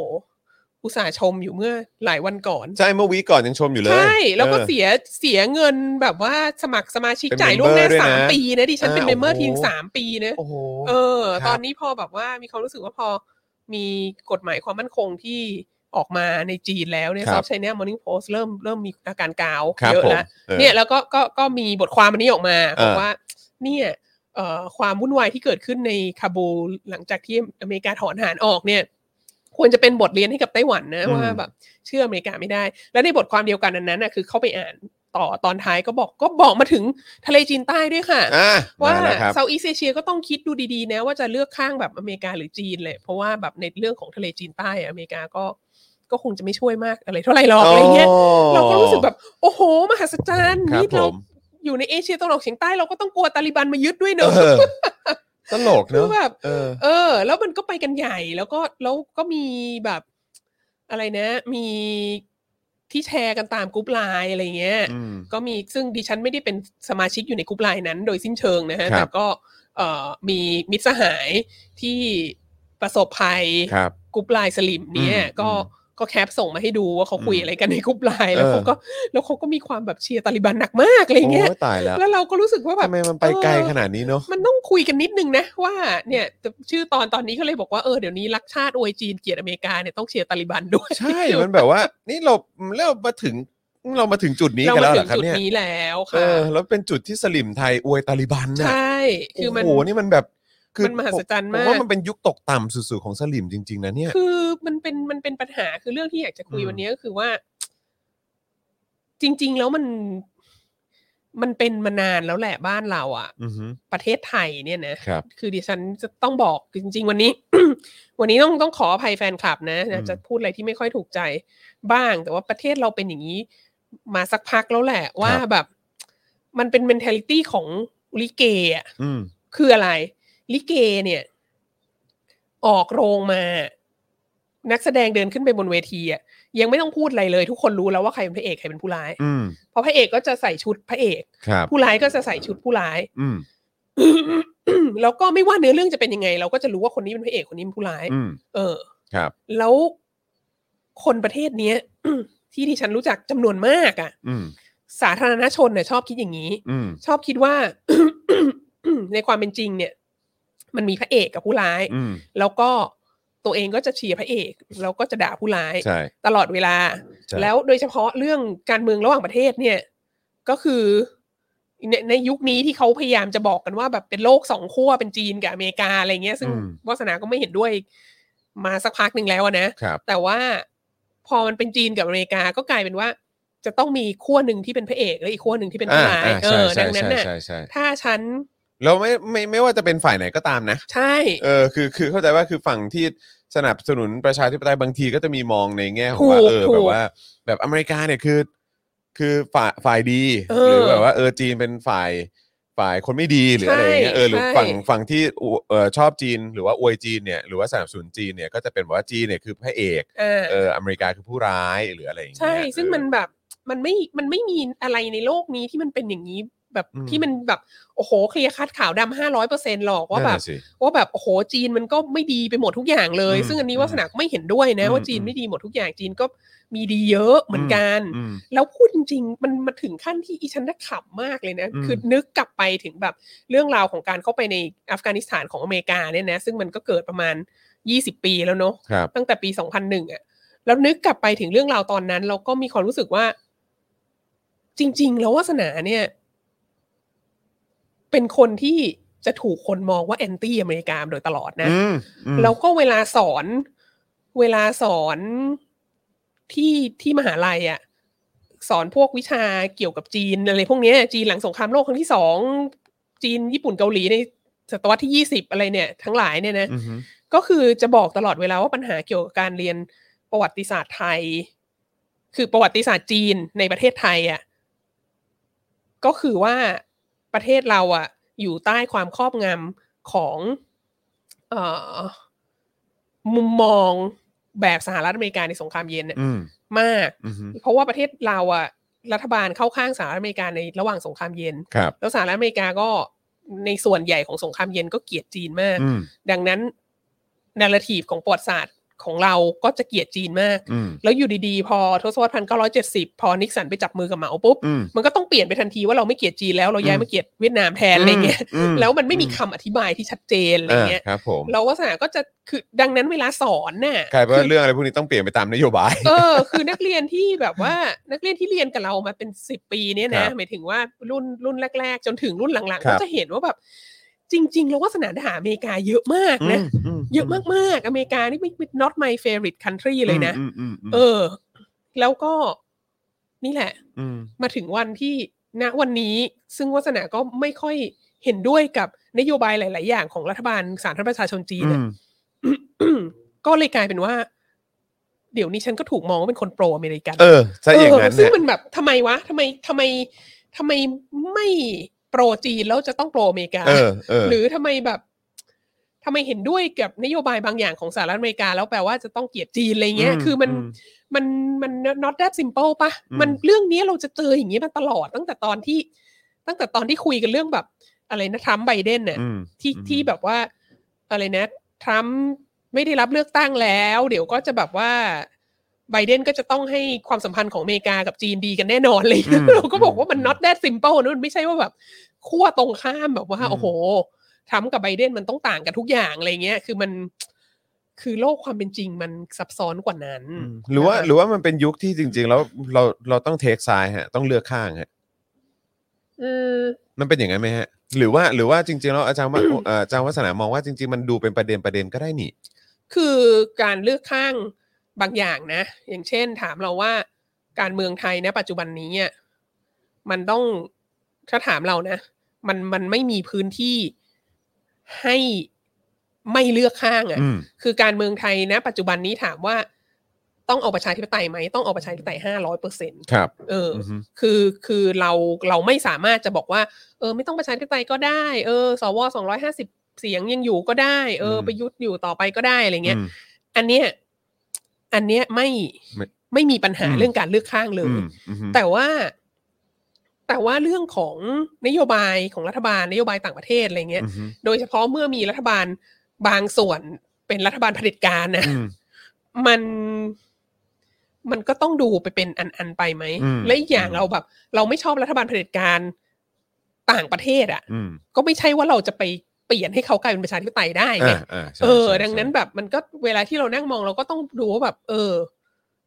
อุตส่าห์ชมอยู่เมื่อหลายวันก่อน ใช่เมื่อวีคก่อนยังชมอยู่เลย ใช่ แล้วก็ ออ เสียเสียเงินแบบว่าสมัครสมาชิก เป็น จ่ายล่วงหน้า member ด้วยนะ สามปีนะดิฉันเป็น อ่า เมมเบอร์ โอ้โห ทีมสามปีนะ โอ้โห เออ ครับ ตอนนี้พอแบบว่ามีความรู้สึกว่าพอมีกฎหมายความมั่นคงที่ออกมาในจีนแล้วเนี่ย South China Morning Post เริ่มเริ่มมีอาการกาว ครับ เยอะ ผม แล้ว ออ เนี่ยแล้วก็ก็ก็มีบทความอันนี้ออกมา เออ บอกว่าเนี่ยเอ่อความวุ่นวายที่เกิดขึ้นในคาบูลหลังจากที่อเมริกาถอนทหารออกเนี่ย ควรจะเป็นบทเรียนให้กับไต้หวันนะว่าแบบเชื่ออเมริกาไม่ได้ และในบทความเดียวกันนั้นน่ะคือเข้าไปอ่านต่อตอนท้ายก็บอกก็บอกมาถึงทะเลจีนใต้ด้วยค่ะ อ่ะ ว่า มาแล้วครับ เซาท์อีสเอเชียก็ต้องคิดดูดีๆนะว่าจะเลือกข้างแบบอเมริกาหรือจีนเลย เพราะว่าแบบในเรื่องของทะเลจีนใต้อะอเมริกาก็ก็คงจะไม่ช่วยมากอะไรเท่าไหร่หรอกอะไรเงี้ย เราก็รู้สึกแบบ โอ้โห มหัศจรรย์ ครับ นี่ ผ เรา ม อยู่ในเอเชียตะวันออกเฉียงใต้เราก็ต้องกลัวตาลิบันมายึดด้วยเนอะ เออตลก คื เน อ อะ แบบ เออ เออ แล้วมันก็ไปกันใหญ่แล้วก็แล้วก็มีแบบ อะไรนะ มีที่แชร์กันตามกรุ๊ปไลน์อะไรเงี้ย อืม ก็มีซึ่งดิฉันไม่ได้เป็นสมาชิกอยู่ในกลุ่มไลน์นั้น โดยสิ้นเชิงนะฮะ ครับ แต่ก็เอ่อมีมิตรสหายที่ประสบภัย ครับ กรุ๊ปไลน์สลิมเนี่ย อืม ก็ อืม ก็แคปส่งมาให้ดูว่าเขา อืม คุยอะไรกันในกรุ๊ปไลน์แล้ว เออ เขาก็แล้วเขาก็มีความแบบเชียร์ตาลิบันหนักมากอะไรเงี้ย โอ้ตายแล้ว แล้วเราก็รู้สึกว่าแบบ ทำไมมันไปไกลขนาดนี้เนอะ มันต้องคุยกันนิดนึงนะว่าเนี่ยแต่ชื่อตอนตอนนี้ก็เลยบอกว่าเออเดี๋ยวนี้รักชาติอวยจีนเกลียดอเมริกาเนี่ยต้องเชียร์ตาลิบันด้วย ใช่ มันแบบว่า นี่เราเรามาถึงเรามาถึงจุดนี้ เรา กัน มา แล้วเห ถึ รอง ครับ จุด เนี่ย นี้แล้ว เอ ค่ะ อแล้วเป็นจุดที่สลิมไทยอวยตาลิบันน่ะ ใช่คือมัน โอ้โหนี่มันแบบคือ มันมหัศจรรย์มาก ผว่ามันเป็นยุคตกต่ำสุดๆของสลิมจริง ๆ นะเนี่ย คือมันเป็นมันเป็นปัญหาคือเรื่องที่อยากจะคุย อืม วันนี้ก็คือว่า จริง ๆ แล้วมันมันเป็นมานานแล้วแหละบ้านเราอะ อือฮึ ประเทศไทยเนี่ยนะครับ คือดิฉันจะต้องบอกจริง ๆ วันนี้ *coughs* วันนี้ต้องต้องขออภัยแฟนคลับนะ อืม จะพูดอะไรที่ไม่ค่อยถูกใจบ้าง แต่ว่าประเทศเราเป็นอย่างนี้ มาสักพักแล้วแหละ ว่าแบบ มันเป็น mentality ของลิเกอะ อืม คืออะไร ลิเกเนี่ย ออกโรงมา นักแสดงเดินขึ้นไปบนเวทีอ่ะยังไม่ต้องพูดอะไรเลย ทุกคนรู้แล้วว่าใครเป็นพระเอกใครเป็นผู้ร้าย อืม เพราะพระเอกก็จะใส่ชุดพระเอก ครับ ผู้ร้ายก็จะใส่ชุดผู้ร้าย อืม *coughs* แล้วก็ไม่ว่าเนื้อเรื่องจะเป็นยังไง เราก็จะรู้ว่าคนนี้เป็นพระเอกคนนี้เป็นผู้ร้าย อืม เออ ครับ แล้วคนประเทศเนี้ย *coughs* ที่ที่ฉันรู้จักจำนวนมากอ่ะ อืม สาธารณชนเนี่ยชอบคิดอย่างนี้ อืม ชอบคิดว่า *coughs* ในความเป็นจริงเนี่ย มันมีพระเอกกับผู้ร้าย อืม แล้วก็ตัวเองก็จะเชียร์พระเอกแล้วก็จะด่าผู้ร้าย ใช่ ตลอดเวลา ใช่ แล้วโดยเฉพาะเรื่องการเมืองระหว่างประเทศเนี่ย ก็คือในในยุคนี้ที่เขาพยายามจะบอกกันว่าแบบเป็นโลกสองขั้วเป็นจีนกับอเมริกาอะไรเงี้ย ซึ่งวาสนาก็ไม่เห็นด้วยมาสักพักหนึ่งแล้วอะนะ ครับ แต่ว่าพอมันเป็นจีนกับอเมริกาก็กลายเป็นว่า จะต้องมีขั้วหนึ่งที่เป็นพระเอกและอีกขั้วหนึ่งที่เป็นผู้ร้าย อ่า เอ ใช่ อ ใช่ ดังนั้น ใช่ น่ะ ใช่ใช่ ถ้าฉัน แล้วไม่ไม่ไม่ว่าจะเป็นฝ่ายไหนก็ตามนะ ใช่ เออคือคือเข้าใจว่าคือฝั่งที่สนับสนุนประชาธิปไตยบางทีก็จะมีมองในแง่ของว่าเออแบบว่า แบบอเมริกาเนี่ยคือ คือฝ่ายฝ่ายดีหรือแบบว่าเออจีนเป็นฝ่ายฝ่ายคนไม่ดีหรืออะไรอย่างเงี้ยเออหรือฝั่งฝั่งที่อวเออชอบจีนหรือว่าอวยจีนเนี่ยหรือว่าสนับสนุนจีนเนี่ยก็จะเป็นแบบว่าจีนเนี่ยคือพระเอก อ่า เอออเมริกาคือผู้ร้ายหรืออะไรอย่างเงี้ย ใช่ ซึ่งมัน เออ แบบมันไม่มันไม่มีอะไรในโลกนี้ที่มันเป็นอย่างนี้แบบ อืม ที่มันแบบโอ้โหเคลียร์คัดขาวดำห้าร้อยเปอร์เซ็นหรอกว่า นั่น แบบ น่ะสิ ว่าแบบโอ้โหจีนมันก็ไม่ดีไปหมดทุกอย่างเลย อืม ซึ่งอันนี้ อืม วาสนาก็ไม่เห็นด้วยนะ อืม ว่าจีนไม่ดีหมดทุกอย่างจีนก็มีดีเยอะเหมือนกัน อืม แล้วพูดจริงๆ มันมาถึงขั้นที่อีฉันน่ะขำมากเลยนะ อืม คือนึกกลับไปถึงแบบเรื่องราวของการเข้าไปในอัฟกานิสถานของอเมริกาเนี่ยนะ ซึ่งมันก็เกิดประมาณ 20 ปีแล้วเนาะ ครับ ตั้งแต่ปี 2001อ่ะแล้วนึกกลับไปถึงเรื่องราวตอนนั้นเราก็มีความรู้สึกว่า จริง ๆ แล้ววาสนาเนี่ย เป็นคนที่จะถูกคนมองว่าแอนตี้อเมริกามาโดยตลอดนะ อืมอืม แล้วก็เวลาสอนเวลาสอนที่ที่มหาลัยอะ่ะสอนพวกวิชาเกี่ยวกับจีนอะไรพวกเนี้ยจีนหลังสงครามโลกครั้งที่สองจีนญี่ปุ่นเกาหลีในศตวรรษที่ยี่สิบอะไรเนี่ย ทั้งหลายเนี่ยนะ อือฮึ ก็คือจะบอกตลอดเวลาว่าปัญหาเกี่ยวกับการเรียนประวัติศาสตร์ไทย คือประวัติศาสตร์จีนในประเทศไทยอะ่ะก็คือว่าประเทศเราอะ่ะ อยู่ใต้ความครอบงำของ เอ่อมุมมองแบบสหรัฐอเมริกาในสงครามเย็นเนี่ย อืม มาก อือฮึ เพราะว่าประเทศเราอะรัฐบาลเข้าข้างสหรัฐอเมริกาในระหว่างสงครามเย็น ครับ แล้วสหรัฐอเมริกาก็ในส่วนใหญ่ของสงครามเย็นก็เกลียดจีนมาก อืม ดังนั้นนาราทีฟของประวัติศาสตร์ของเราก็จะเกลียดจีนมาก อืม แล้วอยู่ดีๆ พอทศวรรษพันเก้าร้อยเจ็ดสิบพอนิกสันไปจับมือกับเหมาปุ๊บ อืม มันก็ต้องเปลี่ยนไปทันทีว่าเราไม่เกลียดจีนแล้วเราย้ายมาเกลียดเวียดนามแทนอะไรเงี้ย อือื แล้วมันไม่มี อื คำอธิบายที่ชัดเจนอะไรเงี้ย าครับผม เราวาสนาก็จะคือดังนั้นเวลาสอนน่ะ กลายเป็นว่าเรื่องอะไรพวกนี้ต้องเปลี่ยนไปตามนโยบาย เออ คือนักเรียนที่แบบว่า นักเรียนที่เรียนกับเรามาเป็นสิบปีเนี่ย ค นะ รับ หมายถึงว่ารุ่นรุ่นแรก ๆ จนถึงรุ่นหลัง ค ๆ รับ ก็จะเห็นว่าแบบ จริง ๆ แล้ววาสนาด่าอเมริกาเยอะมากนะเยอะมากๆ อเมริกานี่ไม่ not my favorite country เลยนะ อืมอืมม เออ แล้วก็นี่แหละ ม มาถึงวันที่ณวันนี้ซึ่งวาสนาก็ไม่ค่อยเห็นด้วยกับนโยบายหลาย ๆ อย่างของรัฐบาลสาธารณประชาชนจีน อื น่ะ ม ก็เลยกลายเป็นว่า เดี๋ยวนี้ฉันก็ถูกมองว่าเป็นคนโปรอเมริกัน เออซะอย่าง เอ นั้น อซึ่ง เนี่ย มันแบบทำไมวะทำไมทำไมทำไมไม่โปรจีนแล้วจะต้องโปรอเมริกา เออเออ หรือทำไมแบบทำไมเห็นด้วยกับนโยบายบางอย่างของสหรัฐอเมริกา แล้วแปลว่าจะต้องเกลียดจีนอะไรเงี้ย คือมัน ม มันมัน not that simple ปะ อืม มันเรื่องนี้เราจะเจออย่างเงี้ยมาตลอดตั้งแต่ตอนที่ ตั้งแต่ตอนที่คุยกันเรื่องแบบ อะไรนะทรัมป์ไบเดนเนี่ย อืม ที่ อืม ที่แบบว่าอะไรนะทรัมป์ไม่ได้รับเลือกตั้งแล้ว เดี๋ยวก็จะแบบว่าไบเดนก็จะต้องให้ความสัมพันธ์ของอเมริกากับจีนดีกันแน่นอนเลย อืม เราก็บอกว่ามัน not that simple นะมันไม่ใช่ว่าแบบขั้วตรงข้ามแบบว่าโอ้โหทรัมป์กับไบเดนมันต้องต่างกันทุกอย่างอะไรเงี้ย คือมันคือโลกความเป็นจริงมันซับซ้อนกว่านั้น อืมหรือว่าหรือว่ามันเป็นยุคที่จริง ๆ แล้วเราเราต้องเทคซ้ายฮะ ต้องเลือกข้างฮะ อืม มันเป็นอย่างนั้นไหมฮะ หรือว่าหรือว่าจริง ๆ แล้วอาจารย์ว่าเอ่ออาจารย์วัฒนามองว่าจริง ๆ มันดูเป็นประเด็นประเด็นก็ได้นี่ คือการเลือกข้างบางอย่างนะ อย่างเช่นถามเราว่าการเมืองไทยนะปัจจุบันนี้อ่ะมันต้องถ้าถามเรานะ มันมันไม่มีพื้นที่ให้ไม่เลือกข้างอ่ะ อืม คือการเมืองไทยนะ ปัจจุบันนี้ถามว่าต้องเอาประชาธิปไตยไหมต้องเอาประชาธิปไตยห้าร้อยเปอร์เซ็นต์ ครับ เอออ อือฮึ คือคือเราเราไม่สามารถจะบอกว่า เออ ไม่ต้องประชาธิปไตยก็ได้ เออสวสองร้อยห้าสิบเสียงยังอยู่ก็ได้ เอออประยุทธ์อยู่ต่อไปก็ได้อะไรเงี้ย อืม อันเนี้ย อันเนี้ยไม่ ไม่ ไม่มีปัญหา อืม เรื่องการเลือกข้างเลย อืมอืมฮึ แต่ว่า แต่ว่าเรื่องของนโยบายของรัฐบาลนโยบายต่างประเทศอะไรเงี้ย อืมฮึ โดยเฉพาะเมื่อมีรัฐบาลบางส่วนเป็นรัฐบาลเผด็จการนะ อืม มันมันก็ต้องดูไปเป็นอันๆไปไหม อืม และอีกอย่าง อืม เราแบบ เราไม่ชอบรัฐบาลเผด็จการต่างประเทศ อ่ะ อืม ก็ไม่ใช่ว่าเราจะไปเปลี่ยนให้เขากลายเป็นประชาธิปไตยได้ไง อ่าอ่าใช่ เออ ใช่ ดังนั้น ใช่ แบบ มันก็เวลาที่เรานั่งมองเราก็ต้องดูว่าแบบ เออ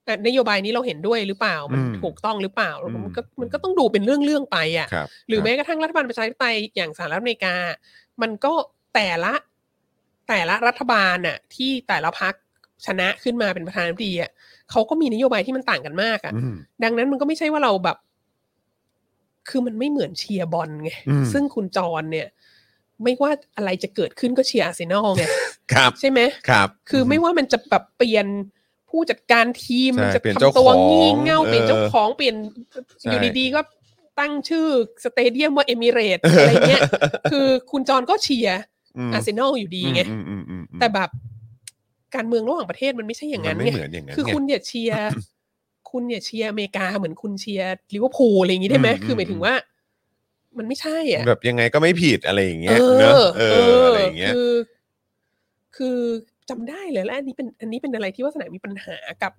อ่ะนโยบายนี้เราเห็นด้วยหรือเปล่า มันถูกต้องหรือเปล่ามันก็มันก็ต้องดูเป็นเรื่องๆไปอ่ะ ครับ หรือ ค แม้ บ กระทั่งรัฐบาลประชาธิปไตยอย่างสหรัฐอเมริกา มันก็แต่ละแต่ละรัฐบาลน่ะที่แต่ละพักชนะขึ้นมาเป็นประธานาธิบดีอ่ะเขาก็มีนโยบายที่มันต่างกันมากอ่ะ อืม ดังนั้นมันก็ไม่ใช่ว่าเราแบบ คือมันไม่เหมือนเชียร์บอลไง อืม ซึ่งคุณจรเนี่ย ไม่ว่าอะไรจะเกิดขึ้นก็เชียร์อาร์เซนอลไง ครับ ใช่ไหม ครับ คือไม่ว่ามันจะแบบเปลี่ยนผู้จัดการทีม ใช่ มันจะ เปลี่ยนเจ้า ทำตัว ของ งี่เง่าเปลี่ยนเจ้า เออ ของเปลี่ยน ใช่ อยู่ดีๆก็ตั้งชื่อสเตเดียมว่าเอมิเรตอะไรเงี้ย คือคุณจรก็เชียร์ ม อาร์เซนอลอยู่ดีไง อืมอืมอืมอืม แต่แบบการเมืองระหว่างประเทศมันไม่ใช่อย่างนั้น มัไม่ ไง เหมือนอย่างนั้น คือคุณอย่าเชียร์ *laughs* คุณอย่าเชียร์อเมริกาเหมือนคุณเชียร์ลิเวอร์พูลอะไรอย่างนี้ได้ไหม อืมอืม คือหมายถึงว่า มันไม่ใช่อ่ะ แบบยังไงก็ไม่ผิดอะไรอย่างเงี้ย เอ เนอะ อ เอออะไรอย่างเงี้ย คือ คือจำได้เลยและอันนี้เป็นอันนี้เป็นอะไรที่วาสนามีปัญหากับ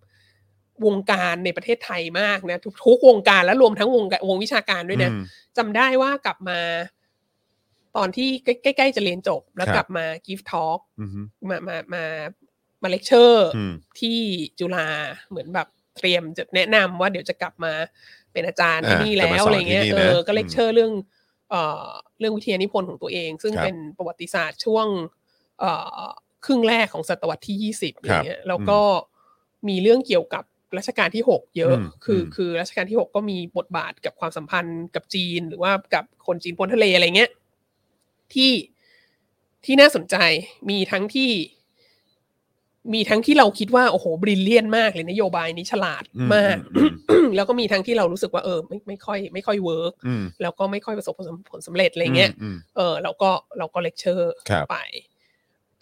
วงการในประเทศไทยมากนะทุกทุกวงการและรวมทั้งวงการวงวิชาการด้วยนะ อืม จำได้ว่ากลับมา ตอนที่ใกล้ใกล้ๆจะเรียนจบ แล้ว ครับ กลับมากิฟทอล์ก อืมฮึ มามามามาเลคเชอร์ อืม ที่จุฬาเหมือนแบบเตรียมจะแนะนำว่าเดี๋ยวจะกลับมาเป็นอาจารย์ที่ อ่า นี่ จะมา แล้ว สอน อะไรเงี้ย ที่นี่ เอ นะ อก็เลค อืม เชอร์เรื่อง เอ่อเรื่องวิทยานิพนธ์ของตัวเอง ซึ่ง ครับ เป็นประวัติศาสตร์ช่วงเอ่อครึ่งแรกของศตวรรษที่ 20อะไรเงี้ยแล้วก็มีเรื่องเกี่ยวกับรัชกาลที่ 6 เยอะ อืม คือ ม คือรัชกาลที่ 6 ก็มีบทบาทกับความสัมพันธ์กับจีน หรือว่ากับคนจีนพ้นทะเลอะไรเงี้ยที่ที่น่าสนใจมีทั้งที่ มีทั้งที่เราคิดว่าโอ้โหบริเลียนมากเลยนโยบายนี้ฉลาด อืม มาก อืม แล้วก็มีทั้งที่เรารู้สึกว่าเออไม่ไม่ค่อยไม่ค่อยเวิร์ก อืม แล้วก็ไม่ค่อยประสบผลสำผลสำเร็จอะไรเงี้ย มม เออเราก็เราก็เลคเชอร์ ครับ ไป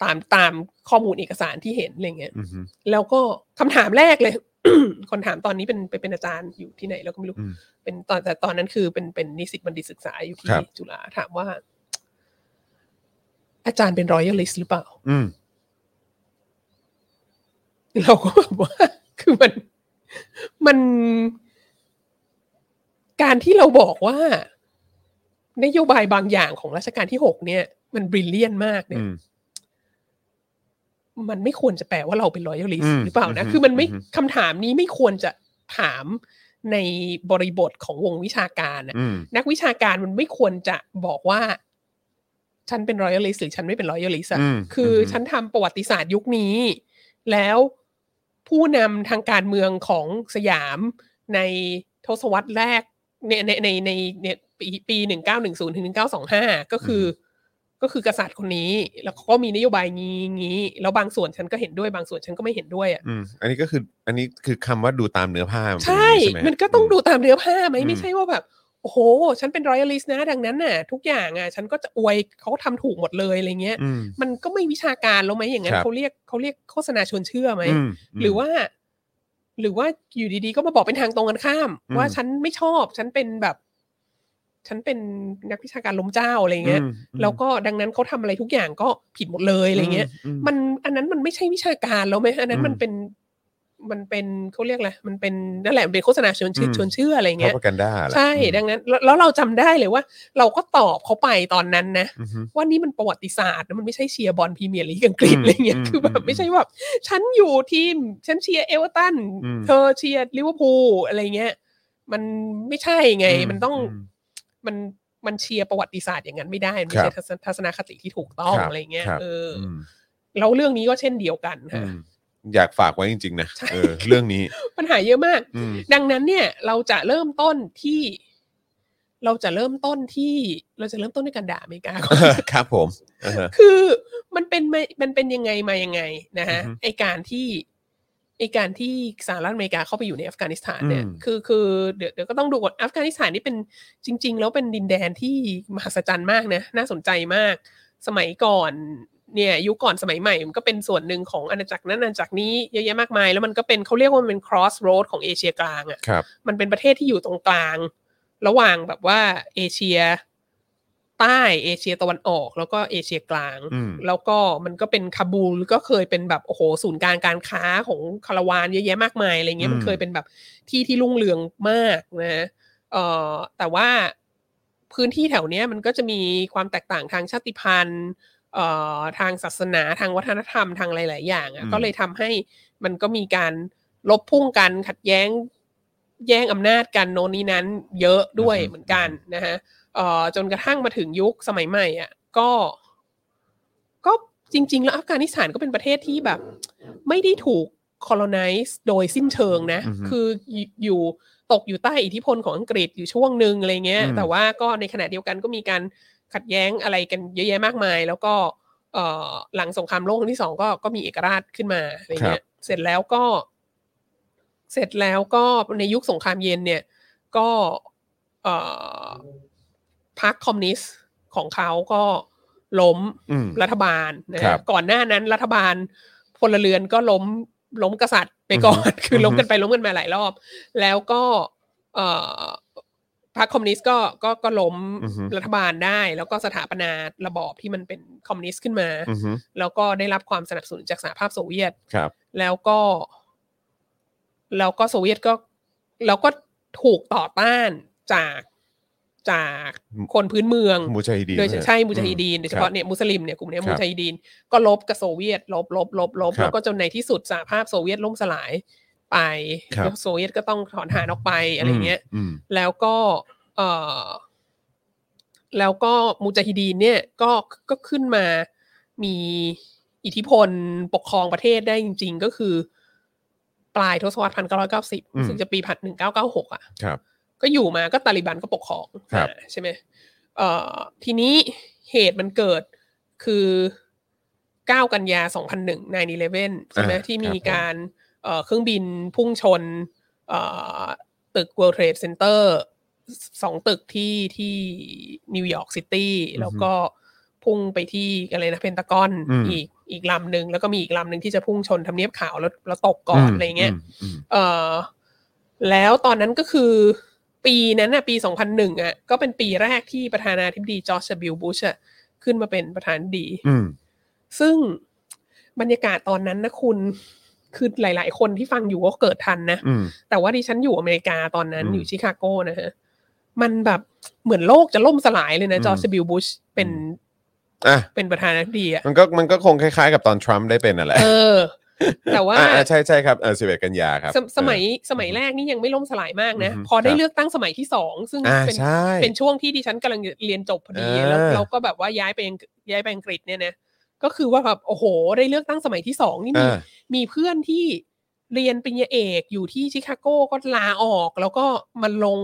ตามตามข้อมูลเอกสารที่เห็นอะไรเงี้ย อืมฮึ แล้วก็คำถามแรกเลย *coughs* คนถามตอนนี้เป็นเป็นเป็นอาจารย์อยู่ที่ไหนเราก็ไม่รู้ อืม เป็นตอนแต่ตอนนั้นคือเป็นเป็นนิสิตบัณฑิตศึกษาอยู่ที่ ครับ จุฬาถามว่า อาจารย์เป็นรอยัลลิสหรือเปล่า *laughs* อืม เราก็แบบว่า คือมันมัน การที่เราบอกว่า นโยบายบางอย่างของรัชกาลที่หกเนี่ย มันบริเลียนมากเนี่ย อืม มันไม่ควรจะแปลว่าเราเป็นรอยัลลิส อืม หรือเปล่านะ อืม คือมันไม่ อืม คำถามนี้ไม่ควรจะถามในบริบทของวงวิชาการน่ะ อืม นักวิชาการมันไม่ควรจะบอกว่า ฉันเป็นรอยัลลิสหรือฉันไม่เป็นรอยัลลิสอะ ม คือ ม ฉันทำประวัติศาสตร์ยุคนี้ แล้วผู้นำทางการเมืองของสยามในทศวรรษแรกในในในในในปีปีหนึ่งเก้าหนึ่งศูนย์ถึงหนึ่งเก้าสองห้าก็คืออก็คือกษัตริย์คนนี้ แล้วเขาก็มีนโยบายงี้งี้แล้วบางส่วนฉันก็เห็นด้วยบางส่วนฉันก็ไม่เห็นด้วยอ่ะ อืมอันนี้ก็คืออันนี้คือคำว่าดูตามเนื้อผ้ามันเป็น ใช่ อย่างไห มันก็ต้อง ม ดูตามเนื้อผ้าไหม อืม ไม่ใช่ว่าแบบ โอ้โห ฉันเป็นรอยัลลิสนะดังนั้นน่ะ ทุกอย่างอ่ะ ฉันก็จะอวยเขาทำถูกหมดเลยอะไรเงี้ย อืม มันก็ไม่วิชาการแล้วไหมอย่างนั้ คน รับ เขาเรียกเขาเรียกโฆษณาชวนเชื่อไหม อืม หรือว่า หรือว่าอยู่ดีๆก็มาบอกเป็นทางตรงกันข้าม อืม ว่าฉันไม่ชอบ ฉันเป็นแบบ ฉันเป็นนักวิชาการล้มเจ้าอะไรเงี้ย อืม แล้วก็ดังนั้นเขาทำอะไรทุกอย่างก็ผิดหมดเลยอะไรเงี้ย อื มันอันนั้นมันไม่ใช่วิชาการแล้วไหมอันนั้นมันเป็นมันเป็นเขาเรียกอะไรมันเป็นนั่นแหละมันเป็นโฆษณาชวนเชื่อชวนเชื่ออะไร เข้า เงี้ย ประกันได้ ใช่ดังนั้นแล้วแล้วเราจำได้เลยว่า เราก็ตอบเขาไปตอนนั้นนะ ว่านี่มันประวัติศาสตร์นะมันไม่ใช่เชียร์บอลพรีเมียร์ลีกอังกฤษ อืม อะไรเงี้ย อืม คือแบบไม่ใช่แบบฉันอยู่ทีม ฉันเชียร์เอเวอร์ตัน อืม เธอเชียร์ลิเวอร์พูลอะไรเงี้ย มันไม่ใช่ไง อืม มันต้อง อืม มันมันเชียร์ประวัติศาสตร์อย่างนั้นไม่ได้มันไม่ ครั ใช่ บ ทัศนทัศนคติที่ถูกต้อง ครับ อะไรเงี้ย ครับ เอออ อืม แล้วเรื่องนี้ก็เช่นเดียวกัน อื ค่ะ มอยากฝากไว้จริง ๆ นะเออเรื่อง *laughs* นี้ ปัญหาเยอะมาก อืม ดังนั้นเนี่ยเราจะเริ่มต้นที่ เราจะเริ่มต้นที่ เราจะเริ่มต้นด้วยการด่าอเมริกาก่อน ครับผมอ่าฮะ คือมันเป็นมามันเป็นยังไงมายังไงนะฮะ อือฮึ ไอการที่ไอการที่สหรัฐอเมริกาเข้าไปอยู่ในอัฟกานิสถานเนี่ย อืม คือคือเดี๋ยวเดี๋ยวก็ต้องดูก่อนอัฟกานิสถานนี่เป็นจริง ๆ แล้วเป็นดินแดนที่มหัศจรรย์มากนะน่าสนใจมาก สมัยก่อน เนี่ยยุคก่อนสมัยใหม่มันก็เป็นส่วนหนึ่งของอาณาจักรนั้นอาณาจักรนี้เยอะแยะมากมาย แล้วมันก็เป็นเขาเรียกว่ามันเป็น cross road ของเอเชียกลางอะ ครับ มันเป็นประเทศที่อยู่ตรงกลาง ระหว่างแบบว่าเอเชียใต้เอเชียตะวันออก แล้วก็เอเชียกลาง อืม แล้วก็มันก็เป็นคาบูลก็เคยเป็นแบบโอ้โหศูนย์กลางการค้าของคาราวานเยอะแยะมากมายอะไรเงี้ย อืม มันเคยเป็นแบบที่ที่รุ่งเรืองมากนะเอ่อแต่ว่าพื้นที่แถวเนี้ยมันก็จะมีความแตกต่างทางชาติพันธุ์ เอ่อทางศาสนาทางวัฒนธรรมทางหลาย ๆ อย่าง อื อะ ม ก็เลยทำให้มันก็มีการลบพุ่งกันขัดแย้งแย่งอำนาจกันโน่นนี้นั้นเยอะด้วยเหมือนกันนะฮะเอ่อจนกระทั่งมาถึงยุคสมัยใหม่อ่ะก็ ก็จริง ๆ แล้วอัฟกานิสถานก็เป็นประเทศที่แบบ ไม่ได้ถูก colonize โดยสิ้นเชิงนะ อือฮึ คืออยู่อยู่ตกอยู่ใต้อิทธิพลของอังกฤษอยู่ช่วงหนึ่งอะไรเงี้ย อืม แต่ว่าก็ในขณะเดียวกันก็มีการ ขัดแย้งอะไรกันเยอะแยะมากมาย แล้วก็เอ่อหลังสงครามโลกครั้งที่สองก็ก็มีเอกราชขึ้นมาอะไรเงี้ยเสร็จแล้วก็ เสร็จแล้วก็ในยุคสงครามเย็นเนี่ย ก็เอ่อพรรคคอมมิวนิสต์ของเขาก็ล้ม อืม รัฐบาลนะ ครั ฮะ บ ก่อนหน้านั้นรัฐบาลพลเรือนก็ล้มล้มกษัตริย์ไปก่อน *laughs* คือล้มกันไปล้มกันมาหลายรอบ แล้วก็ เอ่อพรรคคอมมิวนิสต์ก็ก็ก็ล้ม อือฮึ รัฐบาลได้ แล้วก็สถาปนาระบอบที่มันเป็นคอมมิวนิสต์ขึ้นมา อือฮึ แล้วก็ได้รับความสนับสนุนจากสหภาพโซเวียต ครับ แล้วก็ แล้วก็โซเวียตก็แล้วก็ถูกต่อต้านจากจากคนพื้นเมือง มูชาฮิดีน โดยเฉ เนี่ย ใช่มุจาฮิดีน อื โดยเฉพาะเนี่ยมุสลิมเนี่ยกลุ่มเนี้ย ครับ มุจาฮิดีนก็ลบกับโซเวียตลบลบลบลบ ครับ แล้วก็จนในที่สุดสหภาพโซเวียตล่มสลายไป ครับ แล้วโซเวียตก็ต้องถอนทหารออกไปอะไรเงี้ย อืม แล้วก็เออแล้วก็มูจาฮิดีนเนี่ยก็ก็ขึ้นมามีอิทธิพลปกครองประเทศได้จริง ๆ ก็คือ ปลายทศวรรษพันเก้าร้อยเก้าสิบซึ่งจะปีพันหนึ่งเก้าเก้าหกอ่ะ ครับ ก็อยู่มาก็ตาลิบันก็ปกครอง ครับ อ่าใช่ไหมเอ่อทีนี้เหตุมันเกิดคือ 9 กันยา 2001 9-11 ใช่ไหม อ่า ที่ ครับ มี ผม การเอ่อเครื่องบินพุ่งชนเอ่อตึก World Trade Center สองตึกที่ที่นิวยอร์กซิตี้ อือฮึ แล้วก็พุ่งไปที่อะไรนะเพนตากอน อืม อีกอีกลำหนึ่งแล้วก็มีอีกลำหนึ่งที่จะพุ่งชนทำเนียบขาวแล้วแล้วตกก่อนอะไรเงี้ย อืม เอ่อแล้วตอนนั้นก็คือปีนั้นน่ะปี 2001อ่ะก็เป็นปีแรกที่ประธานาธิบดีจอร์จบิลบุชอ่ะขึ้นมาเป็นประธานาธิบดี อืม ซึ่งบรรยากาศตอนนั้นนะคุณคือหลาย ๆ คนที่ฟังอยู่ก็เกิดทันนะ อืม แต่ว่าดิฉันอยู่อเมริกาตอนนั้น อืม อยู่ชิคาโกนะฮะมันแบบเหมือนโลกจะล่มสลายเลยนะ อืม จอร์จบิลบุชเป็น อื อ่ะ เป็นประธานาธิบดีอ่ะ มันก็มันก็คงคล้ายๆกับตอนทรัมป์ได้เป็นนั่นแหละ เออ แต่ว่า อ่ะอ่ะใช่ใช่ครับเออสิบเอ็ดกันยาครับ สมสมัย เอ สมัยแรกนี่ยังไม่ล่มสลายมากนะ อือฮึ พอได้ ครับ เลือกตั้งสมัยที่สองซึ่ง ออ่า เป็น ใช่ เป็นช่วงที่ดิฉันกำลังเรียนจบพอดี อ่า แล้วเราก็แบบว่าย้ายไปอังกฤษย้ายไปอังกฤษเนี่ยนะก็คือว่าแบบโอ้โห ได้เลือกตั้งสมัยที่สองนี่มี อ่า มีเพื่อนที่เรียนปริญญาเอกอยู่ที่ชิคาโกก็ลาออก แล้วก็มาลง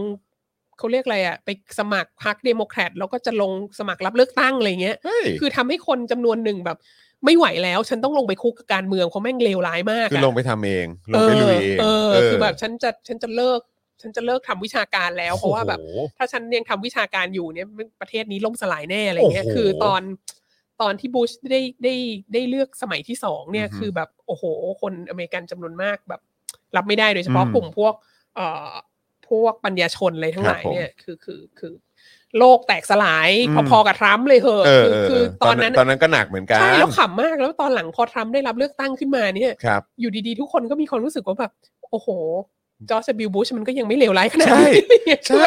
เขาเรียกอะไรอะไปสมัครพรรคเดโมแครตแล้วก็จะลงสมัครรับเลือกตั้งอะไรเงี้ย เฮ้ย คือทำให้คนจำนวนหนึ่งแบบ ไม่ไหวแล้ว ฉันต้องลงไปคุกกับการเมืองเพราะแม่งเลวร้ายมาก คือ อะ ลงไปทำเอง ลงไปลุยเอง เออ เ คือแบบฉันจะฉันจะเลิก ฉันจะเลิกทำวิชาการแล้ว เพราะว่าแบบ โอ้โห ถ้าฉันยังทำวิชาการอยู่เนี่ยประเทศนี้ล่มสลายแน่อะไรเงี้ย โอ้โห คือตอนตอนที่บูชได้ได้ได้เลือกสมัยที่สองเนี่ย อือฮึ คือแบบโอ้โห คนอเมริกันจำนวนมากแบบ รับไม่ได้โดยเฉพาะ อืม กลุ่มพวกเอ่อพวกปัญญาชนอะไรทั้งหลาย ครับผม เนี่ยคือคือคือโลกแตกสลาย อืม พอๆกับทรัมป์เลยเหอะ เออ คือ เออ คือตอนนั้น ตอนนั้นก็หนักเหมือนกัน ใช่แล้วขำมากแล้วตอนหลังพอทรัมป์ได้รับเลือกตั้งขึ้นมาเนี่ย ครับ อยู่ดีๆ ทุกคนก็มีความรู้สึกว่าแบบ โอ้โห จอร์จบิลบุชมันก็ยังไม่เลวร้ายขนาดนี้ ใช่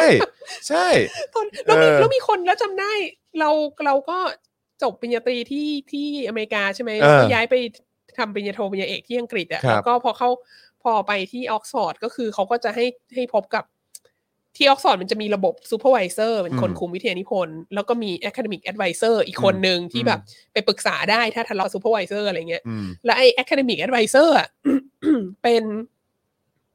ใช่ ตอนแล้วมี เออ แล้วมีคนแล้วจำได้เราเราก็จบปริญญาตรีที่ที่อเมริกาใช่ไหม เออ แล้วก็ย้ายไปทำปริญญาโทปริญญาเอกที่อังกฤษอ่ะ ครับ แล้วก็พอเข้าพอไปที่ออกซฟอร์ดก็คือเขาก็จะให้ให้พบกับที่ออกซฟอร์ดมันจะมีระบบซูเปอร์วิเซอร์เป็นคนคุมวิทยานิพนธ์แล้วก็มีแอคาเดมิกแอดไวเซอร์อีกคนหนึ่งที่แบบไปปรึกษาได้ถ้าทะเลาะซูเปอร์วิเซอร์อะไรเงี้ย อืม และไอ้ academic advisor อ่ะ *coughs* เป็น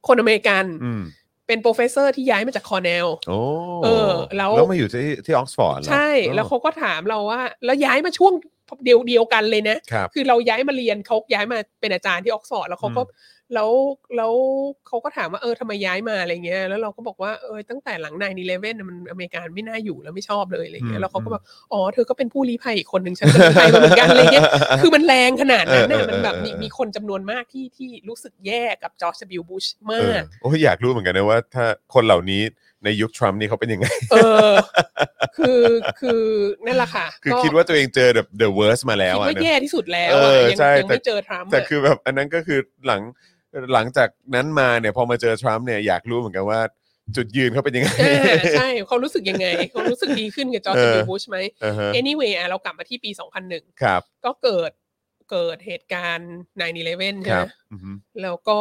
คนอเมริกัน อืม เป็นโปรเฟสเซอร์ที่ย้ายมาจากคอร์เนล โอ้ เออแล้ว แล้วมาอยู่ที่ที่ออกซฟอร์ดเหรอ ใช่ แล้วเขาก็ถามเราว่า แล้วย้ายมาช่วงเดียวเดียวกันเลยนะ ครับ คือเราย้ายมาเรียนเขาย้ายมาเป็นอาจารย์ที่ออกซฟอร์ดแล้วเขาก็ แล้วแล้วเขาก็ถามว่าเออทำไมย้ายมาอะไรเงี้ยแล้วเราก็บอกว่าเออตั้งแต่หลังนายนีเลเว่นะมันอเมริกันไม่น่าอยู่แล้วไม่ชอบเลยอะไรเงี้ อื ย ม แล้วเขาก็แบบอ๋อเธอก็เป็นผู้ลี้ภัยอีกคนหนึ่งฉันก็ลี้ภัยมาเหมือนกันอะไรเงี้ย คือมันแรงขนาดนั้นน่ะ เออเออ มันแบบมี เออเออ มีคนจำนวนมากที่ที่รู้สึกแย่กับจอร์จบิลบูช *laughs* เอ มา อก โอ้ยอยากรู้เหมือนกันนะว่า ถ้าคนเหล่านี้ในยุคทรัมป์นี่เขาเป็นยังไง เออ คือคือนั่นแหละค่ะ คือ ก็ คิดว่าตัวเองเจอแบบ the worst มาแล้ว คิด อะ ว่า นะ แย่ที่สุดแล้ว เอ อะ อ ยัง ใช่ ยังไม่ แต่ เจอทรัมป์ แต่ อะ คือแบบอันนั้นก็คือหลังหลังจากนั้นมาเนี่ยพอมาเจอทรัมป์เนี่ยอยากรู้เหมือนกันว่าจุดยืนเขาเป็นยังไง อ่าใช่เขารู้สึกยังไงเขารู้สึกดีขึ้นกับจอร์จ เออ บิลบูชไหม *laughs* อ่าฮะ anyway อ่ะเรากลับมาที่ปี 2001 ครับ ก็เกิดเกิดเหตุการณ์ค9-11ใช่ รั ไห บ ม อือฮึ แล้วก็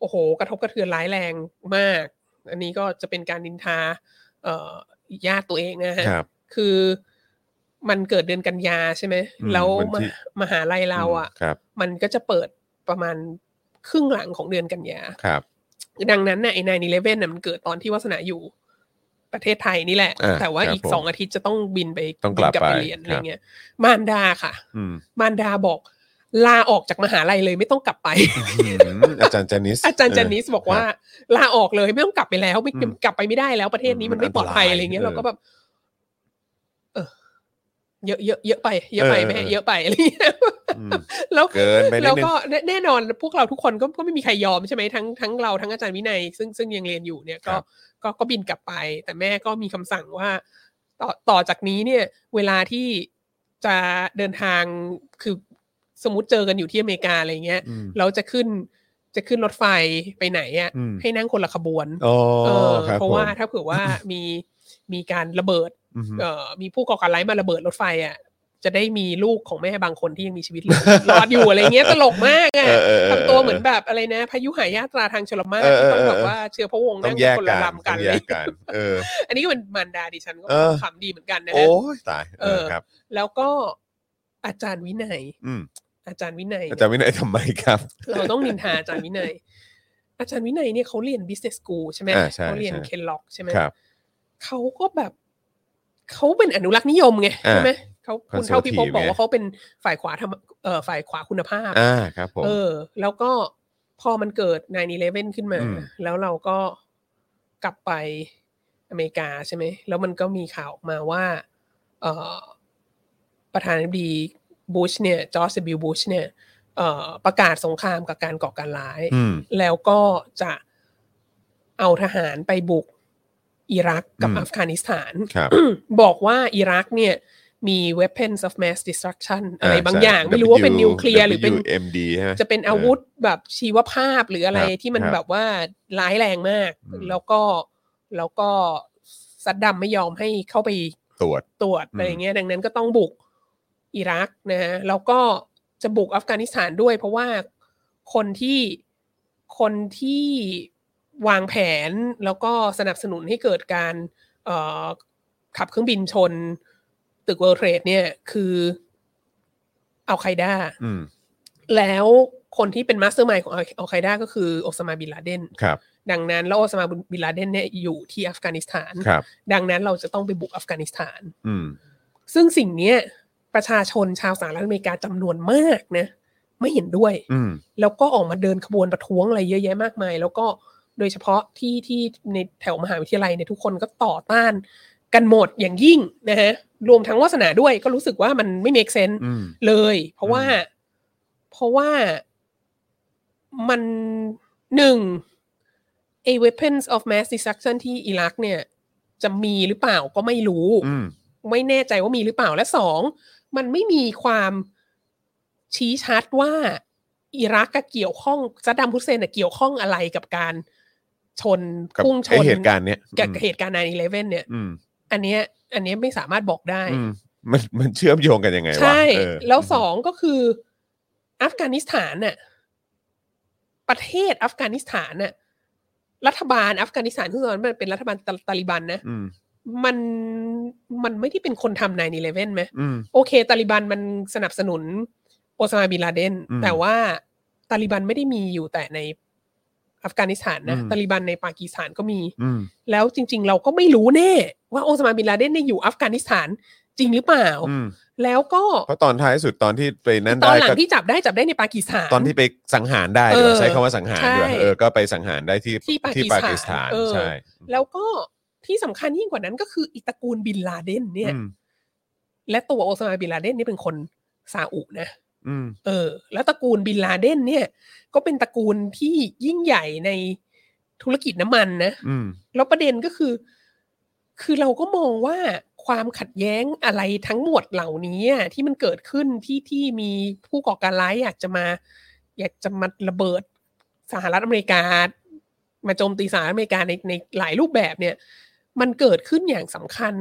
โอ้โห กระทบกระเทือนร้ายแรงมาก อันนี้ก็จะเป็นการนินทา เอ่อญาติตัวเองนะฮะ ครับ คือมันเกิดเดือนกันยาใช่ไหม อืม แล้ว วัน ม ที่ หามหาลัยเราอ่ะ ครับ มันก็จะเปิดประมาณครึ่งหลังของเดือนกันยา ครับ ดังนั้นน่ะไอ้นายนีเลเว่นน่ะมันเกิดตอนที่วัสนาอยู่ประเทศไทยนี่แหละ อ่า แต่ว่า ครับ อีกสองอาทิตย์จะต้องบินไป ต้องกลับ บินไป ไป เรียนอะไร ครับ เงี้ย มารดาค่ะ อื *laughs* ม มารดาบอก ลาออกจากมหาลัยเลยไม่ต้องกลับไป อืมอาจารย์จานิส อาจารย์จานิสบอกว่าลาออกเลยไม่ต้องกลับไปแล้วไม่ อืม กลับไปไม่ได้แล้วประเทศนี้ อืม มันไม่ปลอดภัย มันอันตราย อะไรเงี้ย เออ เราก็แบบ เออเยอะเยอะเยอะไป เยอะไปแม่ เออเออ เยอะไปอะไรเงี้ย *laughs* อืม แล้ว เกินไปนิ แล้ ด ว นึง ก็แน่แน่นอนพวกเราทุกคนก็ก็ไม่มีใครยอมใช่ไหมทั้งทั้งเราทั้งอาจารย์วินัย ซึ่งซึ่งยังเรียนอยู่เนี่ยก็ก็ก็บินกลับไป แต่แม่ก็มีคำสั่งว่า ต่อต่อจากนี้เนี่ย เวลาที่จะเดินทางคือสมมติเจอกันอยู่ที่อเมริกาอะไรเงี้ย อืม แล้วจะขึ้นจะขึ้นรถไฟไปไหนอ่ะ อืม ให้นั่งคนละขบวน อ๋อ เออ ครับ เพราะว่า ผม ถ้าเผื่อว่ามีมีการระเบิด อือฮึ เอ่อมีผู้ก่อการร้ายมาระเบิดรถไฟอ่ะจะได้มีลูกของแม่บางคนที่ยังมีชีวิตเหลือ รอดอยู่อะไรเงี้ยตลกมากอ่ะ เออเออเออ ทำตัวเหมือนแบบอะไรนะพายุหายาตราทางชลมาศ เออเอ ที่ อ ต้องแบบ เออ ว่าเชื้อพระวงศ์ ต้อ นั่ ง ง แยก คน กั ละ น ลำ ต้ กั อน ง เล แย ย กกัน เออ อันนี้ก็เป็นมารดาดิฉันก็ เออ ขำดีเหมือนกันนะ โอ้ ฮะ ยตาย เออ ครับ แล้วก็อาจารย์วินัย อืม อาจารย์วินัยเนี่ย อาจารย์วินัยทำไมครับ *laughs* เราต้องนินทาอาจารย์วินัย อาจารย์วินัยเนี่ยเขาเรียน business school ใช่ไหม อ่าใช่ เขาเรียน ใช่ เคนล็อกใช่ไหม ครับ เขาก็แบบเขาเป็นอนุรักษ์นิยมไง อ่า ใช่ไหมเขาคุณเท่าพิภพ conservative บอก ไง ว่าเขาเป็นฝ่ายขวาทำเอ่อฝ่ายขวาคุณภาพ อ่าครับผม เออ แล้วก็พอมันเกิด9 11ขึ้นมา อืม แล้วเราก็กลับไปอเมริกาใช่ไหม แล้วมันก็มีข่าวออกมาว่า เอ่อ ประธานาธิบดีบูชเนี่ย จอร์จบิลบูชเนี่ย เอ่อ ประกาศสงครามกับการก่อการร้าย อืม แล้วก็จะเอาทหารไปบุกอิรักกับ อืม อัฟกานิสถาน ครับ *coughs* บอกว่าอิรักเนี่ยมี weapons of mass destruction อะไรบาง ใช่ อย่าง ไม่รู้ว่าเป็น W- นิวเคลียร์หรือเป็น WMD ใช่ไหม จะเป็นอาวุธแบบชีวภาพหรืออะไร ครับ ที่มัน ครับ แบบว่าร้ายแรงมาก อืม แล้วก็แล้วก็ซัดดัมไม่ยอมให้เข้าไป ตรวจ ตรวจ อืม อะไรอย่างเงี้ยดังนั้นก็ต้องบุกอิรักนะฮะแล้วก็จะบุกอัฟกานิสถานด้วย เพราะว่าคนที่คนที่วางแผนแล้วก็สนับสนุนให้เกิดการ เอ่อขับเครื่องบินชนตึกเวิลด์เทรดเนี่ยคืออัลไคด้า อืม แล้วคนที่เป็นมาสเตอร์มายของอัลไคด้าก็คือโอซามาบินลาเดน ครับ ดังนั้นแล้วโอซามาบินลาเดนเนี่ยอยู่ที่อัฟกานิสถาน ครับ ดังนั้นเราจะต้องไปบุกอัฟกานิสถาน อืม ซึ่งสิ่งเนี้ยประชาชนชาวสหรัฐอเมริกาจำนวนมากนะ ไม่เห็นด้วย อืม แล้วก็ออกมาเดินขบวนประท้วงอะไรเยอะแยะมากมาย แล้วก็โดยเฉพาะที่ที่ในแถวมหาวิทยาลัยเนี่ยทุกคนก็ต่อต้านกันหมดอย่างยิ่งนะฮะรวมทั้งวาสนาด้วยก็รู้สึกว่ามันไม่ make sense อืม เลย เพราะว่า อืม เพราะว่ามันหนึ่ง a weapons of mass destruction ที่อิรักเนี่ย จะมีหรือเปล่าก็ไม่รู้ อืม ไม่แน่ใจว่ามีหรือเปล่าและสอง มันไม่มีความชี้ชัดว่าอิรักกเกี่ยวข้องซัดดัมฮุสเซนน่ะเกี่ยวข้องอะไรกับการชน กับ พุ่งช ไอ้ น เหตุการณ์เนี้ย กับ อืม เหตุการณ์นายเลเว่นเนี่ย อืม อันเนี้ย อันเนี้ยไม่สามารถบอกได้ อืมมันมันเชื่อมโยงกันยังไงวะ ใช่ เออ แล้วสองก็คืออัฟกานิสถานน่ะประเทศอัฟกานิสถานน่ะรัฐบาลอัฟกานิสถานทุกตอนมันเป็นรัฐบาลตาตาลิบันนะ อืม มันมันไม่ได้เป็นคนทำนายนีเลเว่นไหม อืม โอเค ตาลิบันมันสนับสนุนโอซามาบินลาเดน อืม แต่ว่าตาลิบันไม่ได้มีอยู่แต่ในอัฟกานิสถานนะ อืม ตาลิบันในปากีสถานก็มี อืม แล้วจริง ๆ เราก็ไม่รู้แน่ว่าโอซามาบินลาเดนเนี่ยอยู่อัฟกานิสถาน จริงหรือเปล่า อืม แล้วก็ เพราะตอนท้ายสุดตอนที่ไปนั้น ตอน ได้ หลัง ก็ ที่จับได้จับได้ในปากีสถาน ตอนที่ไปสังหารได้ เออ เดี๋ยวใช้คำว่าสังหาร ใช่ ดีกว่าเออก็ไปสังหารได้ที่ ที่ปากีสถานเออ ใช่ แล้วก็ที่สำคัญยิ่งกว่านั้นก็คืออิตระกูลบินลาเดนเนี่ย อืม และตัวโอซามาบินลาเดนนี่เป็นคนซาอุนะ อืม เออ แล้วตระกูลบินลาเดนเนี่ย ก็เป็นตระกูลที่ยิ่งใหญ่ในธุรกิจน้ำมันนะ อืม แล้วประเด็นก็คือ คือเราก็มองว่าความขัดแย้งอะไรทั้งหมดเหล่านี้อะที่มันเกิดขึ้นที่ที่มีผู้ก่อการร้ายอยากจะมา อยากจะมาระเบิดสหรัฐอเมริกา มาโจมตีสหรัฐอเมริกาในในหลายรูปแบบเนี่ย มันเกิดขึ้นอย่างสำคัญ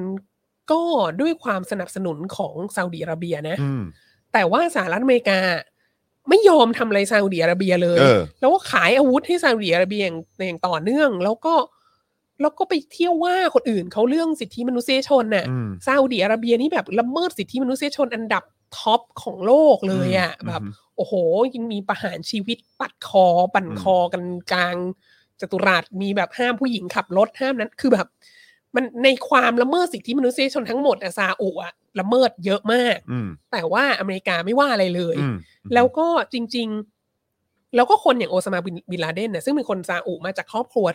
ก็ด้วยความสนับสนุนของซาอุดิอาระเบียนะ อืม แต่ว่าสหรัฐอเมริกาไม่ยอมทำอะไรซาอุดิอาระเบียเลย เออ แล้วก็ขายอาวุธให้ซาอุดิอาระเบียอย่างอย่างต่อเนื่อง แล้วก็แล้วก็ไปเที่ยวว่าคนอื่นเขาเรื่องสิทธิมนุษยชนน่ะ อืม ซาอุดิอาระเบียนี่แบบละเมิดสิทธิมนุษยชนอันดับท็อปของโลกเลยอ่ะ ม แบบ อืม โอ้โห ยังมีประหารชีวิตปัดคอ ปั่น อืม คอกันกลางจตุรัสมีแบบห้ามผู้หญิงขับรถห้ามนั้น คือแบบ มันในความละเมิดสิทธิมนุษยชนทั้งหมดอะซาอุอะละเมิดเยอะมาก อืม แต่ว่าอเมริกาไม่ว่าอะไรเลย อืม แล้วก็จริง ๆ แล้วก็คนอย่างโอซามาบินบินลาเดนเนี่ยซึ่งเป็นคนซาอุมาจากครอบครัว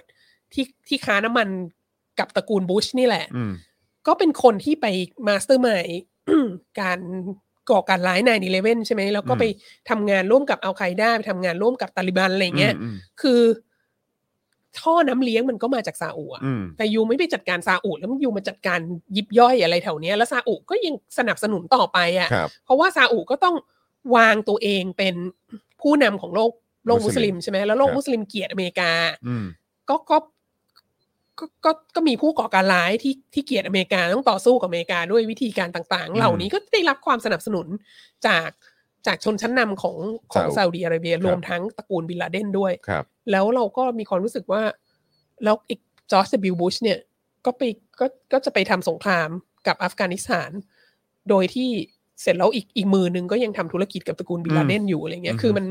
ที่ที่ค้าน้ำมันกับตระกูลบุชนี่แหละ อืม ก็เป็นคนที่ไปมาสเตอร์มาย *clears throat* การก่อการร้ายนายนเลเว่นใช่ไหมแล้วก็ อืม ไปทำงานร่วมกับอัลไคด้าไปทำงานร่วมกับตาลิบันอะไรเงี้ย อืม คือ ท่อน้ำเลี้ยงมันก็มาจากซาอุอะ อืม แต่ยูไม่ไปจัดการซาอุแล้วยูมาจัดการยิบย่อยอะไรแถวเนี้ยแล้วซาอุก็ยังสนับสนุนต่อไปอ่ะ ครับ เพราะว่าซาอุก็ต้องวางตัวเองเป็นผู้นำของโลกโลกมุสลิมใช่ไหมแล้วโลก ครับ มุสลิมเกลียดอเมริกา อืม ก็ก็ก็ก็ก็มีผู้ก่อการร้ายที่ที่เกลียดอเมริกาต้องต่อสู้กับอเมริกาด้วยวิธีการต่าง อื ๆ ม เหล่านี้ก็ได้รับความสนับสนุนจากจากชนชั้นนำของของ ซาอุ ซาอุดีอาระเบีย ครับ รวมทั้งตระกูลบินลาเดนด้วย ครับ แล้วเราก็มีความรู้สึกว่า แล้วอีกจอร์จบิลบุชเนี่ย ก็ไปก็ก็จะไปทำสงครามกับอัฟกานิสถาน โดยที่เสร็จแล้วอีกอีกมือหนึงก็ยังทำธุรกิจกับตระกูลบินลาเดนอยู่อะไรเงี้ย อืม คือมัน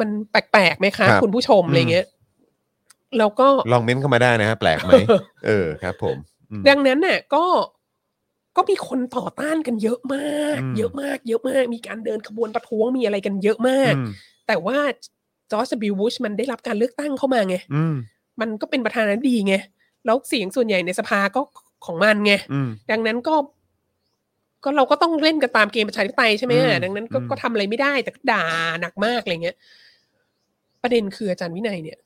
มันแปลกๆไหมคะ ครับ คุณผู้ชม อืม อะไรเงี้ยแล้วก็ ลองเม้นเข้ามาได้นะฮะแปลกไหม เออครับผมอืม ดังนั้นน่ะก็ก็มีคนต่อต้านกันเยอะมาก อืม เยอะมาก เยอะมาก มีการเดินขบวนประท้วงมีอะไรกันเยอะมาก อืม แต่ว่าจอร์จบิลบุชมันได้รับการเลือกตั้งเข้ามาไง อืม มันก็เป็นประธานาธิบดีไง แล้วเสียงส่วนใหญ่ในสภาก็ของมันไง อืม ดังนั้นก็ ก็เราก็ต้องเล่นกันตามเกมประชาธิปไตยใช่ไหม อืม ดังนั้นก็ อืม ก็ทำอะไรไม่ได้แต่ก็ด่าหนักมากอะไรเงี้ย ประเด็นคืออาจารย์วินัยเนี่ย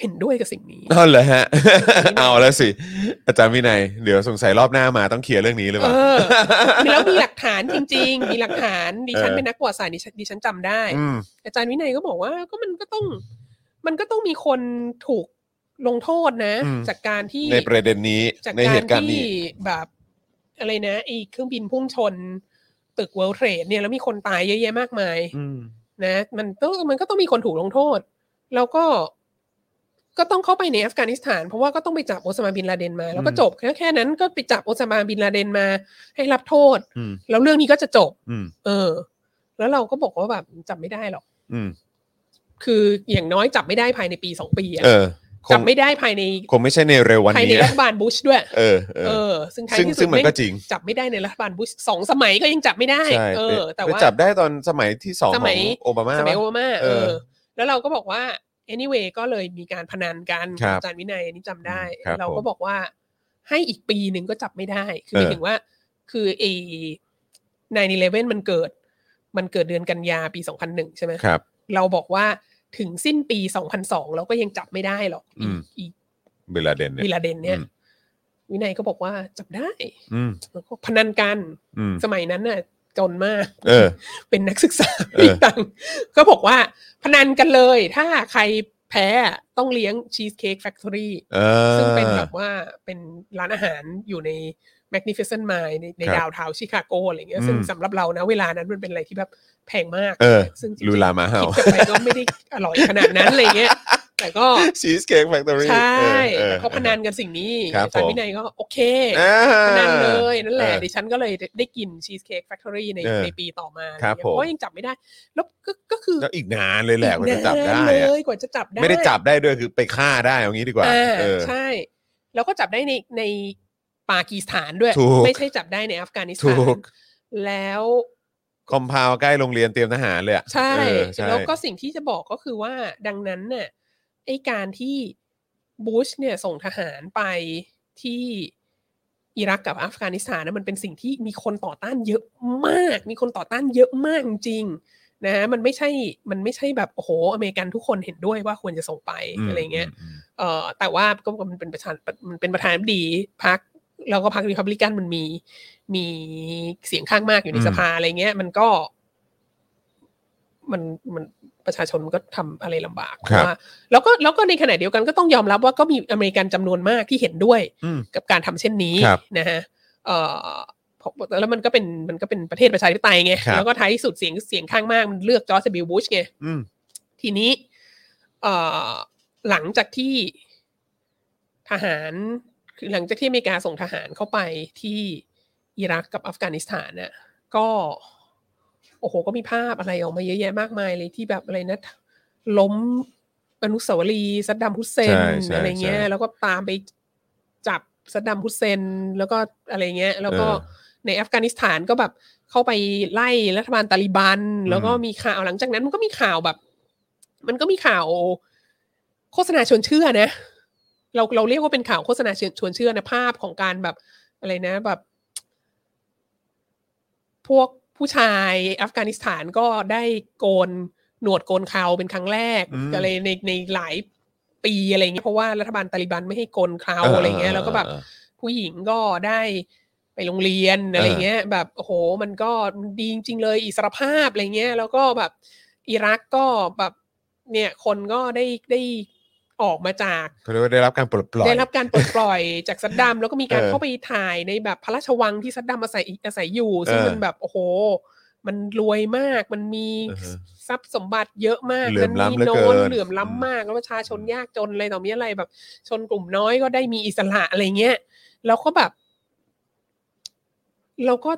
เห็นด้วยกับสิ่งนี้ นั่นเหรอฮะ *laughs* เอาแล้วสิ อาจารย์วินัย เดี๋ยวสงสัยรอบหน้ามาต้องเคลียร์เรื่องนี้หรือเปล่า เออ แล้วมีหลักฐานจริง ๆ มีหลักฐานดิฉัน เออ เป็นนักประวัติศาสตร์ดิฉันดิฉันจำได้ อืม อาจารย์วินัยก็บอกว่าก็มันก็ต้อง มันก็ต้องมีคนถูกลงโทษนะ อืม จากการที่ ในประเด็นนี้ จาก ใน กา เห ร ตุการณ์ ที่ นี้ แบบอะไรนะไอ้เครื่องบินพุ่งชน ตึก World Trade เนี่ยแล้วมีคนตายเยอะแยะมากมาย อืม นะ มันต้องมันก็ต้องมีคนถูกลงโทษ แล้วก็ก็ต้องเข้าไปในอัฟกานิสถาน เพราะว่าก็ต้องไปจับโอซามาบินลาเดนมา แล้วก็ อืม จบแค่แค่นั้นก็ไปจับโอซามาบินลาเดนมา ให้รับโทษ อืม แล้วเรื่องนี้ก็จะจบ อืม เออ แล้วเราก็บอกว่าแบบจับไม่ได้หรอก อืม คืออย่างน้อยจับไม่ได้ภายในปีสองปีอะ เออค จั ง บไม่ได้ภายใน คงไม่ใช่ในเร็ววัน ภายใน นี้ รัฐบาลบุชด้วย เออเอ เอ อ อ ซึ่งท้าย ซึ่ง ที่สุ ซึ่ ด งมันก็ ไม่ จริง จับไม่ได้ในรัฐบาลบุชสองสมัยก็ยังจับไม่ได้ ใช่ เอ ไป อ แต่ ไป ว่า จับได้ตอนสมัยที่สอง ส ข มั อง ย โอบามา สมัยโอ ปะ บามา เอ เอ อ อ แล้วเราก็บอกว่า anyway ก็เลยมีการพนันกัน ครับ อาจารย์วินัยอันนี่จำได้ ครับ เราก็ ผม บอกว่า ให้อีกปีหนึ่งก็จับไม่ได้ คือ เอ ห อ มายถึงว่า คือไอ้นายนเลเว่นมันเกิด มันเกิดเดือนกันยาปีสองพันหนึ่งใช่ไหม ครับ เราบอกว่าถึงสิ้นปีสองพันสองเราก็ยังจับไม่ได้หรอก อืม อีก เบลาเดนเนี่ย วิลาเดนเนี่ย อืม วินัยก็บอกว่าจับได้ อืม แล้วก็พนันกัน อืม สมัยนั้นน่ะ จนมาก เออ เป็นนักศึกษา เออ มีตังค์ก็บอกว่า พนันกันเลย ถ้าใครแพ้อะต้องเลี้ยงชีสเค้กแฟคทอรี่ เออ ซึ่งเป็นแบบว่าเป็นร้านอาหารอยู่ใน Magnificent Mile ในใน ครับ ดาวน์ทาวน์ชิคาโกอะไรเงี้ย อืม ซึ่งสำหรับเรานะเวลานั้นมันเป็นอะไรที่แบบแพงมาก เออ ซึ่งจริงๆ ลูลามาเฮา คิดกันไปก็ไม่ได้อร่อยขนาดนั้นอะไรเงี้ย *laughs* แต่ก็ ชีสเค้กแฟคทอรี่ ใช่แต่เขาพนันกันสิ่งนี้ ครับ อาจาร ผม ย์วินัยก็โอเค พ นั่นเลยนั่นแหละดิฉันก็เลยได้กินชีสเค้กแฟคทอรี่ใน เออ ในปีต่อมา ครับ เนี่ย ผม เพราะยังจับไม่ได้ แล้วก็ก็คือ แล้วอีกนานเลยแหละกว่าจะจับได้ อีกนาน อะ เลยกว่าจะจับได้ ไม่ได้จับได้ด้วยคือไปฆ่าได้เอางี้ดีกว่า อ่า เออ ใช่ แล้วก็จับได้ในใน ปากีสถานด้วย ถูก ไม่ใช่จับได้ในอัฟกานิส ถู ถาน ก แล้ว คอมพาวใกล้โรงเรียนเตรียมทหารเลยอะ ใช่ เออใช่ แล้วก็สิ่งที่จะบอกก็คือว่าดังนั้นเนี่ยไอการที่บูชเนี่ยส่งทหารไปที่อิรักกับอัฟกานิสถานนะมันเป็นสิ่งที่มีคนต่อต้านเยอะมาก มีคนต่อต้านเยอะมากจริงๆนะมันไม่ใช่มันไม่ใช่แบบโอ้โหอเมริกันทุกคนเห็นด้วยว่าควรจะส่งไป ม อะไรเงี้ย ม เอ่อแต่ว่าก็มันเป็นประธานมันเป็นประธานาธิบดีพักแล้วก็พรรครีพับลิกันมันมีมีเสียงข้างมากอยู่ใน อืม สภาอะไรเงี้ย มันก็ มันมันประชาชนมันก็ทำอะไรลำบากเพราะว่าแล้วก็แล้วก็ในขณะเดียวกันก็ต้องยอมรับว่าก็มีอเมริกันจำนวนมากที่เห็นด้วย อืม กับการทำเช่นนี้ ครับ นะฮะเอ่อเพราะแล้วมันก็เป็นมันก็เป็นประเทศประชาธิปไตยไง ครับ แล้วก็ท้ายที่สุดเสียงเสียงข้างมากมันเลือกจอร์จบิลบูชไง อืม ทีนี้เอ่อหลังจากที่ทหารคือหลังจากที่อเมริกาส่งทหารเข้าไปที่อิรักกับอัฟกานิสถานน่ะก็โอ้โหก็มีภาพอะไรออกมาเยอะแยะมากมายเลยที่แบบอะไรนะล้มอนุสาวรีย์ซัดดัมฮุสเซน ใช่ใช่ อะไรเงี้ย ใช่ แล้วก็ตามไปจับซัดดัมฮุสเซนแล้วก็อะไรเงี้ย แล้วก็ เออ ในอัฟกานิสถานก็แบบเข้าไปไล่รัฐบาลตาลิบัน อืม แล้วก็มีข่าวหลังจากนั้นมันก็มีข่าวแบบ มันก็มีข่าว โฆษณาชวนเชื่อนะ เราเราเรียกว่าเป็นข่าวโฆษณาชวนชวนเชื่อนะภาพของการแบบอะไรนะแบบ พวกผู้ชายอัฟกานิสถานก็ได้โกนหนวดโกนเขาเป็นครั้งแรก อืม อะไรในในหลายปีอะไรเงี้ยเพราะว่ารัฐบาลตาลิบันไม่ให้โกนเขา เออ อะไรเงี้ย เออ แล้วก็แบบ เออ ผู้หญิงก็ได้ไปโรงเรียนอะไรเงี้ย แบบโอ้โหมันก็มันดีจริงๆเลยอิสรภาพอะไรเงี้ยแล้วก็แบบอิรักก็แบบเนี่ยคนก็ได้ได้ออกมาจาก เขาเรียกว่าได้รับการปลดปล่อย ได้รับการปลดป *laughs* ล่อยจากซัดดัมแล้วก็มีการ เออ เข้าไปถ่ายในแบบพระราชวังที่ซัดดัมอาศัยอาศัยอยู่ ซึ่ง เออ มันแบบโอ้โห มันรวยมากมันมี อือฮะ ทรัพย์สมบัติเยอะมาก เหลื่อมล้ำ มี เหลือ โน เกิ น น เหลื่อม อืม ล้ำมากแล้วประชาชนยากจนอะไรต่อมีอะไรแบบ ชนกลุ่มน้อยก็ได้มีอิสระอะไรเงี้ยแล้วก็แบบเราก็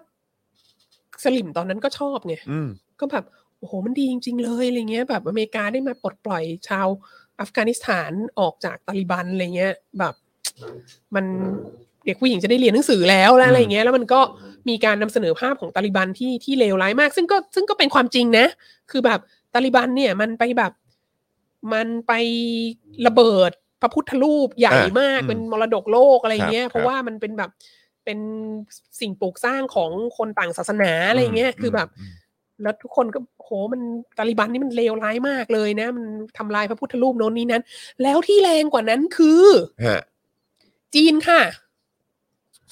สลิมตอนนั้นก็ชอบไง อืม ก็แบบโอ้โหมันดีจริง ๆ เลยอะไรเงี้ย แบบอเมริกาได้มาปลดปล่อยชาวอัฟกานิสถานออกจากตาลิบันอะไรเงี้ย แบบ มันเด็กผู้หญิงจะได้เรียนหนังสือแล้วและอะไรเงี้ย แล้วมันก็มีการนำเสนอภาพของตาลิบันที่ที่เลวร้ายมาก ซึ่งก็ซึ่งก็เป็นความจริงนะ คือแบบตาลิบันเนี่ย มันไปแบบมันไประเบิดพระพุทธรูปใหญ่ อ่าม มาก อืม เป็นมรดกโลกอะไรเงี้ ค ย รับ เพราะว่ามันเป็นแบบเป็นสิ่งปลูกสร้างของคนต่างศาสนาอะไรเงี้ย อืม คือแบบ อืม แล้วทุกคนก็โหมันตาลิบันนี่มันเลวร้ายมากเลยนะ มันทำลายพระพุทธรูปโน้นนี้นั้น แล้วที่แรงกว่านั้นคือ ฮะ จีนค่ะ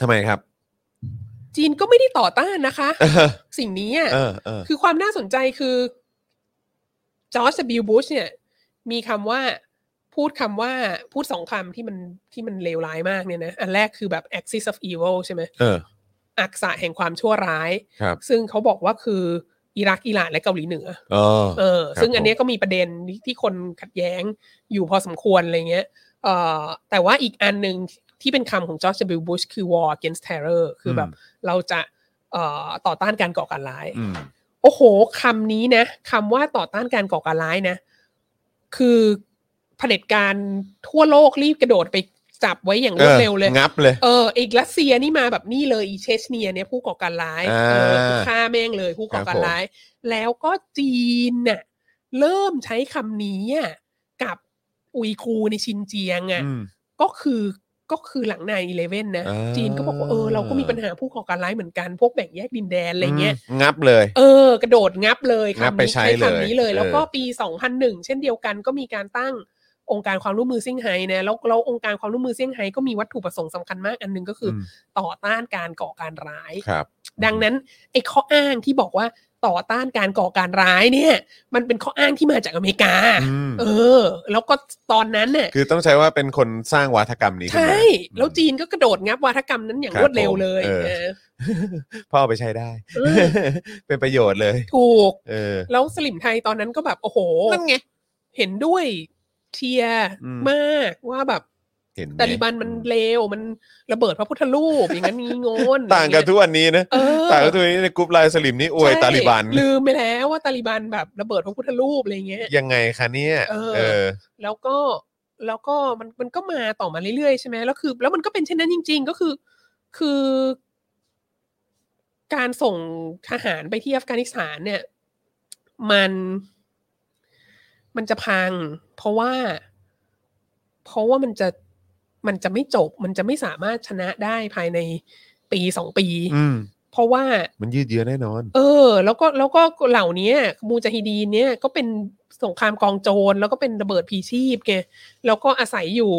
ทำไม *laughs* ครับ จีนก็ไม่ได้ต่อต้าน *laughs* นะคะ เออ สิ่งนี้อะ เออเออ คือความน่าสนใจคือจอร์จบิลบูชเนี่ย มีคำว่าพูดคำว่าพูดสองคำที่มันที่มันเลวร้ายมากเนี่ยนะ อันแรกคือแบบ axis of evil ใช่ไหม เออ อักษะแห่งความชั่วร้าย ครับ ซึ่งเขาบอกว่าคืออิรักอิหร่านและเกาหลีเหนือ เออ เออ ครับ ซึ่งอันเนี้ยก็มีประเด็นที่ที่คนขัดแย้งอยู่พอสมควรอะไรเงี้ยเอ่อแต่ว่าอีกอันหนึ่งที่เป็นคำของจอร์จ W. Bush คือ war against terror คือแบบ อืม เราจะเอ่อต่อต้านการก่อการร้าย อืม โอ้โหคำนี้นะคำว่าต่อต้านการก่อการร้ายนะ คือเผด็จการทั่วโลกรีบกระโดดไปจับไว้อย่างรวดเร็วเลย งับเลย เอออีกรัสเซียนี่มาแบบนี่เลยอีเชชเนียเนี่ยผู้ก่อการร้าย อ่า เออคือฆ่าแม่งเลยผู้ก่อการร้าย แล้วก็จีนน่ะเริ่มใช้คำนี้อ่ะกับอุยกูร์ในชินเจียงอ่ะก็คือก็คือหลังนายอีเลเว่นนะ อ่า จีนก็บอกว่าเออเราก็มีปัญหาผู้ก่อการร้ายเหมือนกัน พวกแบ่งแยกดินแดนอะไรเงี้ย มงับเลย เออกระโดดงับเลย งับ คำ ไป นี้ ใช้ ใช้คำนี้ เล เลย ย เออ แล้วก็ปี 2001 เช่นเดียวกันก็มีการตั้งองค์การความร่วมมือเซี่ยงไฮ้นะแล้วแล้วองค์การความร่วมมือเซี่ยงไฮ้ก็มีวัตถุประสงค์สำคัญมากอันหนึงก็คืออ ม ต่อต้านการก่อการร้าย ครับ ดังนั้นไอ้ข้ออ้างที่บอกว่าต่อต้านการก่อการร้ายเนี่ย มันเป็นข้ออ้างที่มาจากอเมริกา อืม เออ แล้วก็ตอนนั้นเนี่ย คือต้องใช้ว่าเป็นคนสร้างวาทกรรมนี้ขึ้นมา ใช่ แล้วจีนก็กระโดดงับวาทกรรมนั้นอย่าง ครับ รวดเร็ว ผม เลย เออ เออ พ่อเอาไปใช้ได้ เออ *laughs* เป็นประโยชน์เลย ถูก เออ แล้วสลิมไทยตอนนั้นก็แบบโอ้โหนั่นไง เห็นด้วยเชียร์ อืม มากว่าแบบ เห็นไหม ตาลิบันมันเลวมันระเบิดพระพุทธรูปอย่างนั้นงี้โงน ต่างกับทุกวันนี้นะ เออ ต่างกับทุกวันนี้ในกรุ๊ปไลน์สลิมนี่อวย ใช่ ตาลิบัน ลืมไปแล้วว่าตาลิบันแบบระเบิดพระพุทธรูปอะไรเงี้ย ยังไงคะเนี่ย เออ เออ แล้วก็แล้วก็มันมันก็มาต่อมาเรื่อยๆใช่ไหมแล้วคือ แล้วมันก็เป็นเช่นนั้นจริง ๆ ก็คือ คือ การส่งทหารไปที่อัฟกานิสถานเนี่ย มัน มันจะพัง เพราะว่า เพราะว่ามันจะมันจะไม่จบ มันจะไม่สามารถชนะได้ภายในปีสองปี อืม เพราะว่า มันยืดเยื้อแน่นอน เออ แล้วก็แล้วก็เหล่านี้มูจาฮิดีนเนี่ยก็เป็นสงครามกองโจรแล้วก็เป็นระเบิดพีชีพไงแล้วก็อาศัยอยู่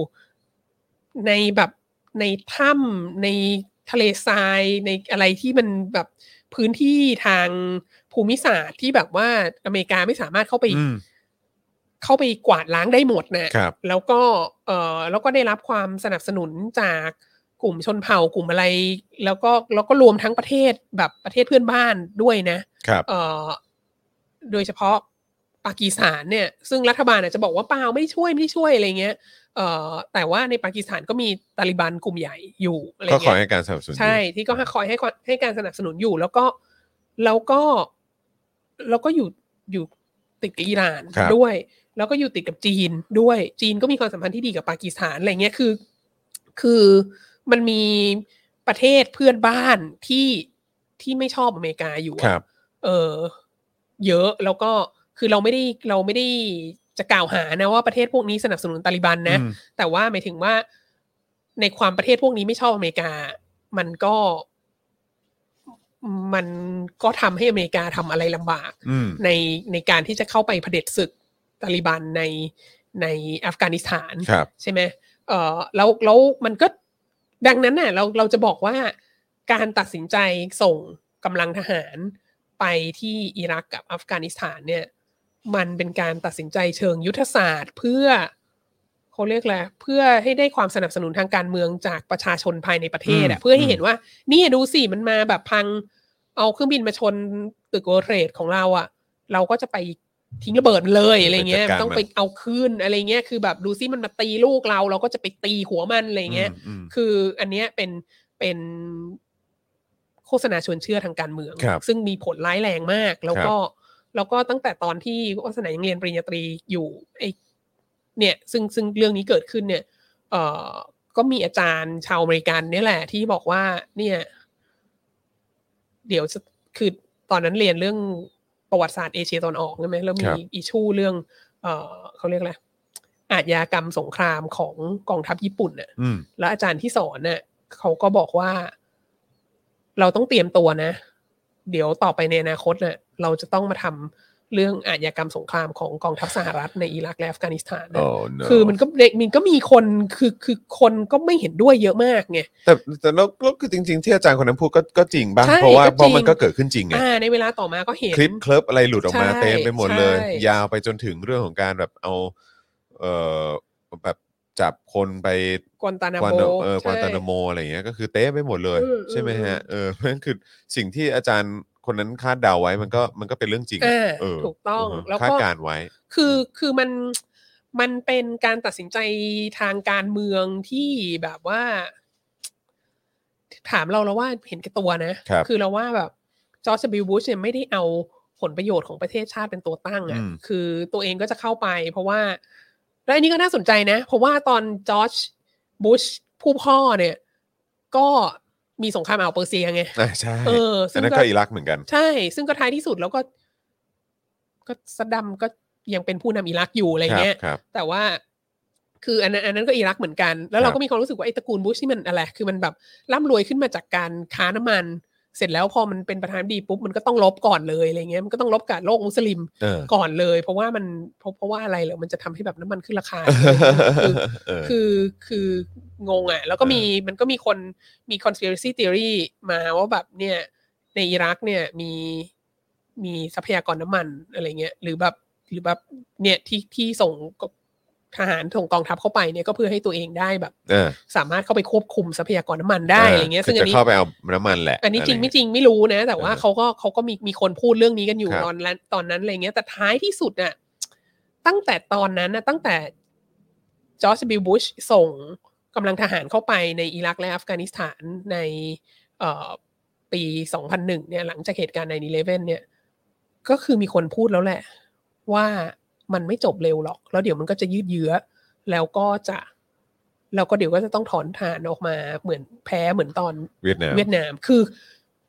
ในแบบในถ้ำในทะเลทรายในอะไรที่มันแบบพื้นที่ทางภูมิศาสตร์ที่แบบว่าอเมริกาไม่สามารถเข้าไป อืม เข้าไปกวาดล้างได้หมดนะครับ แล้วก็เออแล้วก็ได้รับความสนับสนุนจากกลุ่มชนเผ่ากลุ่มอะไร แล้วก็แล้วก็รวมทั้งประเทศแบบประเทศเพื่อนบ้านด้วยนะ ครับ เอ่อโดยเฉพาะปากีสถานเนี่ย ซึ่งรัฐบาลอาจจะบอกว่าเปล่าไม่ช่วยไม่ช่วยอะไรเงี้ยเอ่อแต่ว่าในปากีสถานก็มีตาลิบันกลุ่มใหญ่อยู่อะไร ก็ขอ เงี้ย ให้การสนับสนุน ใช่ที่ก็คอยให้ความให้การสนับสนุนอยู่ แล้วก็แล้วก็แล้วก็อยู่อยู่ติดกับอิหร่านด้วย แล้วก็อยู่ติดกับจีนด้วย จีนก็มีความสัมพันธ์ที่ดีกับปากีสถานอะไรเงี้ยคือ คือมันมีประเทศเพื่อนบ้านที่ที่ไม่ชอบอเมริกาอยู่อะ ครับ เออเยอะแล้วก็คือเราไม่ได้เราไม่ได้จะกล่าวหานะว่าประเทศพวกนี้สนับสนุนตาลิบันนะ อืม แต่ว่าหมายถึงว่าในความประเทศพวกนี้ไม่ชอบอเมริกา มันก็มันก็ทำให้อเมริกาทำอะไรลำบาก อืม ในในการที่จะเข้าไปเผด็จศึกตาลิบันในในอัฟกานิสถาน ครับ ใช่ไหมเออแล้วแล้วมันก็ดังนั้นน่ะเราเราจะบอกว่าการตัดสินใจส่งกำลังทหารไปที่อิรักกับอัฟกานิสถานเนี่ย มันเป็นการตัดสินใจเชิงยุทธศาสตร์ เพื่อเขาเรียกอะไรเพื่อให้ได้ความสนับสนุนทางการเมืองจากประชาชนภายในประเทศ อื อะ ม เพื่อให้ อืม เห็นว่า นี่ดูสิมันมาแบบพังเอาเครื่องบินมาชนตึกโอเทรดของเราอะเราก็จะไปทิ้งระเบิดมันเลยอะไรเงี้ย ไปจัดการมัน ต้องไป เอาคืนอะไรเงี้ยคือแบบดูซิมันมาตีลูกเราเราก็จะไปตีหัวมันอะไรเงี้ย มอืม คืออันเนี้ยเป็นเป็นโฆษณาชวนเชื่อทางการเมือง ครับ ซึ่งมีผลร้ายแรงมาก แล้วก็แล้วก็ตั้งแต่ตอนที่โฆษณายังเรียนปริญญาตรีอยู่ไอเนี่ยซึ่งซึ่งเรื่องนี้เกิดขึ้นเนี่ย เอ่อก็มีอาจารย์ชาวอเมริกันเนี่ยแหละที่บอกว่า เนี่ย เดี๋ยวจะคือตอนนั้นเรียนเรื่องประวัติศาสตร์เอเชียตอนออกใช่ไหมแล้ว ค มี รับ อิชูเรื่อง เอ่อเขาเรียกอะไรอาชญากรรมสงครามของกองทัพญี่ปุ่นน่ะ อืม แล้วอาจารย์ที่สอนเนี่ยเขาก็บอกว่า เราต้องเตรียมตัวนะ เดี๋ยวต่อไปในอนาคตเนี่ยเราจะต้องมาทำเรื่องอาชญากรรมสงครามของกองทัพสหรัฐในอิรักและอัฟกานิสถานนะ Oh no คือมันก็เด็กมันก็มีคนคือคือคนก็ไม่เห็นด้วยเยอะมากไง แต่แต่แล้วแล้วคือจริง ๆ ที่อาจารย์คนนั้นพูดก็ก็จริงบ้าง ใช่ เพราะว่า ก็จริง เพราะมันก็เกิดขึ้นจริงไง อ่า ในเวลาต่อมาก็เห็น คลิปคลิปอะไรหลุดออกมา ใช่ เต็มไปหมดเลย ใช่ ยาวไปจนถึงเรื่องของการแบบเอาเอ่อแบบจับคนไป กวนตานาก วาน โบ เออกวานตานาโมอะไรอย่างเงี้ยก็คือเต้ไปหมดเลย อืม ใช่ไหมฮะ อืม เออเพราะฉะนั่นคือสิ่งที่อาจารย์คนนั้นคาดเดาไว้มันก็มันก็เป็นเรื่องจริง อ่า เออ ถูกต้อง อือฮึ แล้ว คาด ก็ การณ์ไว้ *laughs* คือคือมันมันเป็นการตัดสินใจทางการเมืองที่แบบว่า ถามเราแล้วว่าเห็นแก่ตัวนะครับ อเราว่าแบบจอร์จบิลบูชเนี่ยไม่ได้เอาผลประโยชน์ของประเทศชาติเป็นตัวตั้ง อื อะ่ะ ม คือตัวเองก็จะเข้าไป เพราะว่าแล้วอันนี้ก็น่าสนใจนะ เพราะว่าตอนจอร์จบุชผู้พ่อเนี่ย ก็มีสงครามอ่าวเปอร์เซียไง อ่าใช่ เออ อั ซึ่ น ง นั้น ก็ ก็อิรักเหมือนกัน ใช่ ซึ่งก็ท้ายที่สุดแล้วก็ ก็ซัดดัมก็ยังเป็นผู้นำอิรักอยู่อะไรเงี้ย ครับ แต่ว่า คืออันนั้นอันนั้นก็อิรักเหมือนกัน แล้ว ค เรา รับ ก็มีความรู้สึกว่าไอ้ตระกูลบุชนี่มันอะไร คือมันแบบร่ำรวยขึ้นมาจากการค้าน้ำมัน เสร็จแล้วพอมันเป็นประธานาธิบดีปุ๊บมันก็ต้องลบก่อนเลยอะไรเงี้ย มันก็ต้องลบกับโลกมุสลิม เออ ก่อนเลย เพราะว่ามันเพราะเพราะว่าอะไรเหรอ มันจะทำให้แบบน้ำมันขึ้นรา *laughs* คา คือ เออ คือคืองงอ่ะ แล้วก็มีมันก็มีคนมี conspiracy theory มาว่าแบบเนี่ยในอิรักเนี่ยมีมีทรัพยากรน้ำมันอะไรเงี้ยหรือแบบหรือแบบเนี่ยที่ที่ส่งทหารส่งกองทัพเข้าไปเนี่ยก็เพื่อให้ตัวเองได้แบบ เออ สามารถเข้าไปควบคุมทรัพยากรน้ำมันได้อะไรเงี้ย คื ซึ่งอัน จะ นี้ เข้าไปเอาน้ำมันแหละ อันนี้จริง ะ ไม่ เย จริงไม่รู้นะ แต่ว่า เออ เขาก็เขาก็มีมีคนพูดเรื่องนี้กันอยู่ ครับ ตอนนั้นตอนนั้นอะไรเงี้ยแต่ท้ายที่สุดน่ะตั้งแต่ตอนนั้นน่ะตั้งแต่จอร์จบิลบุชส่งกำลังทหารเข้าไปในอิรักและอัฟกานิสถานในเอ่อปี 2001 เนี่ย หลังจากเหตุการณ์ใน11เนี่ย ก็คือมีคนพูดแล้วแหละ ว่ามันไม่จบเร็วหรอก แล้วเดี๋ยวมันก็จะยืดเยื้อ แล้วก็จะ แล้วก็เดี๋ยวก็จะต้องถอนฐานออกมาเหมือนแพ้เหมือนตอน เวียดนาม เวียดนามคือ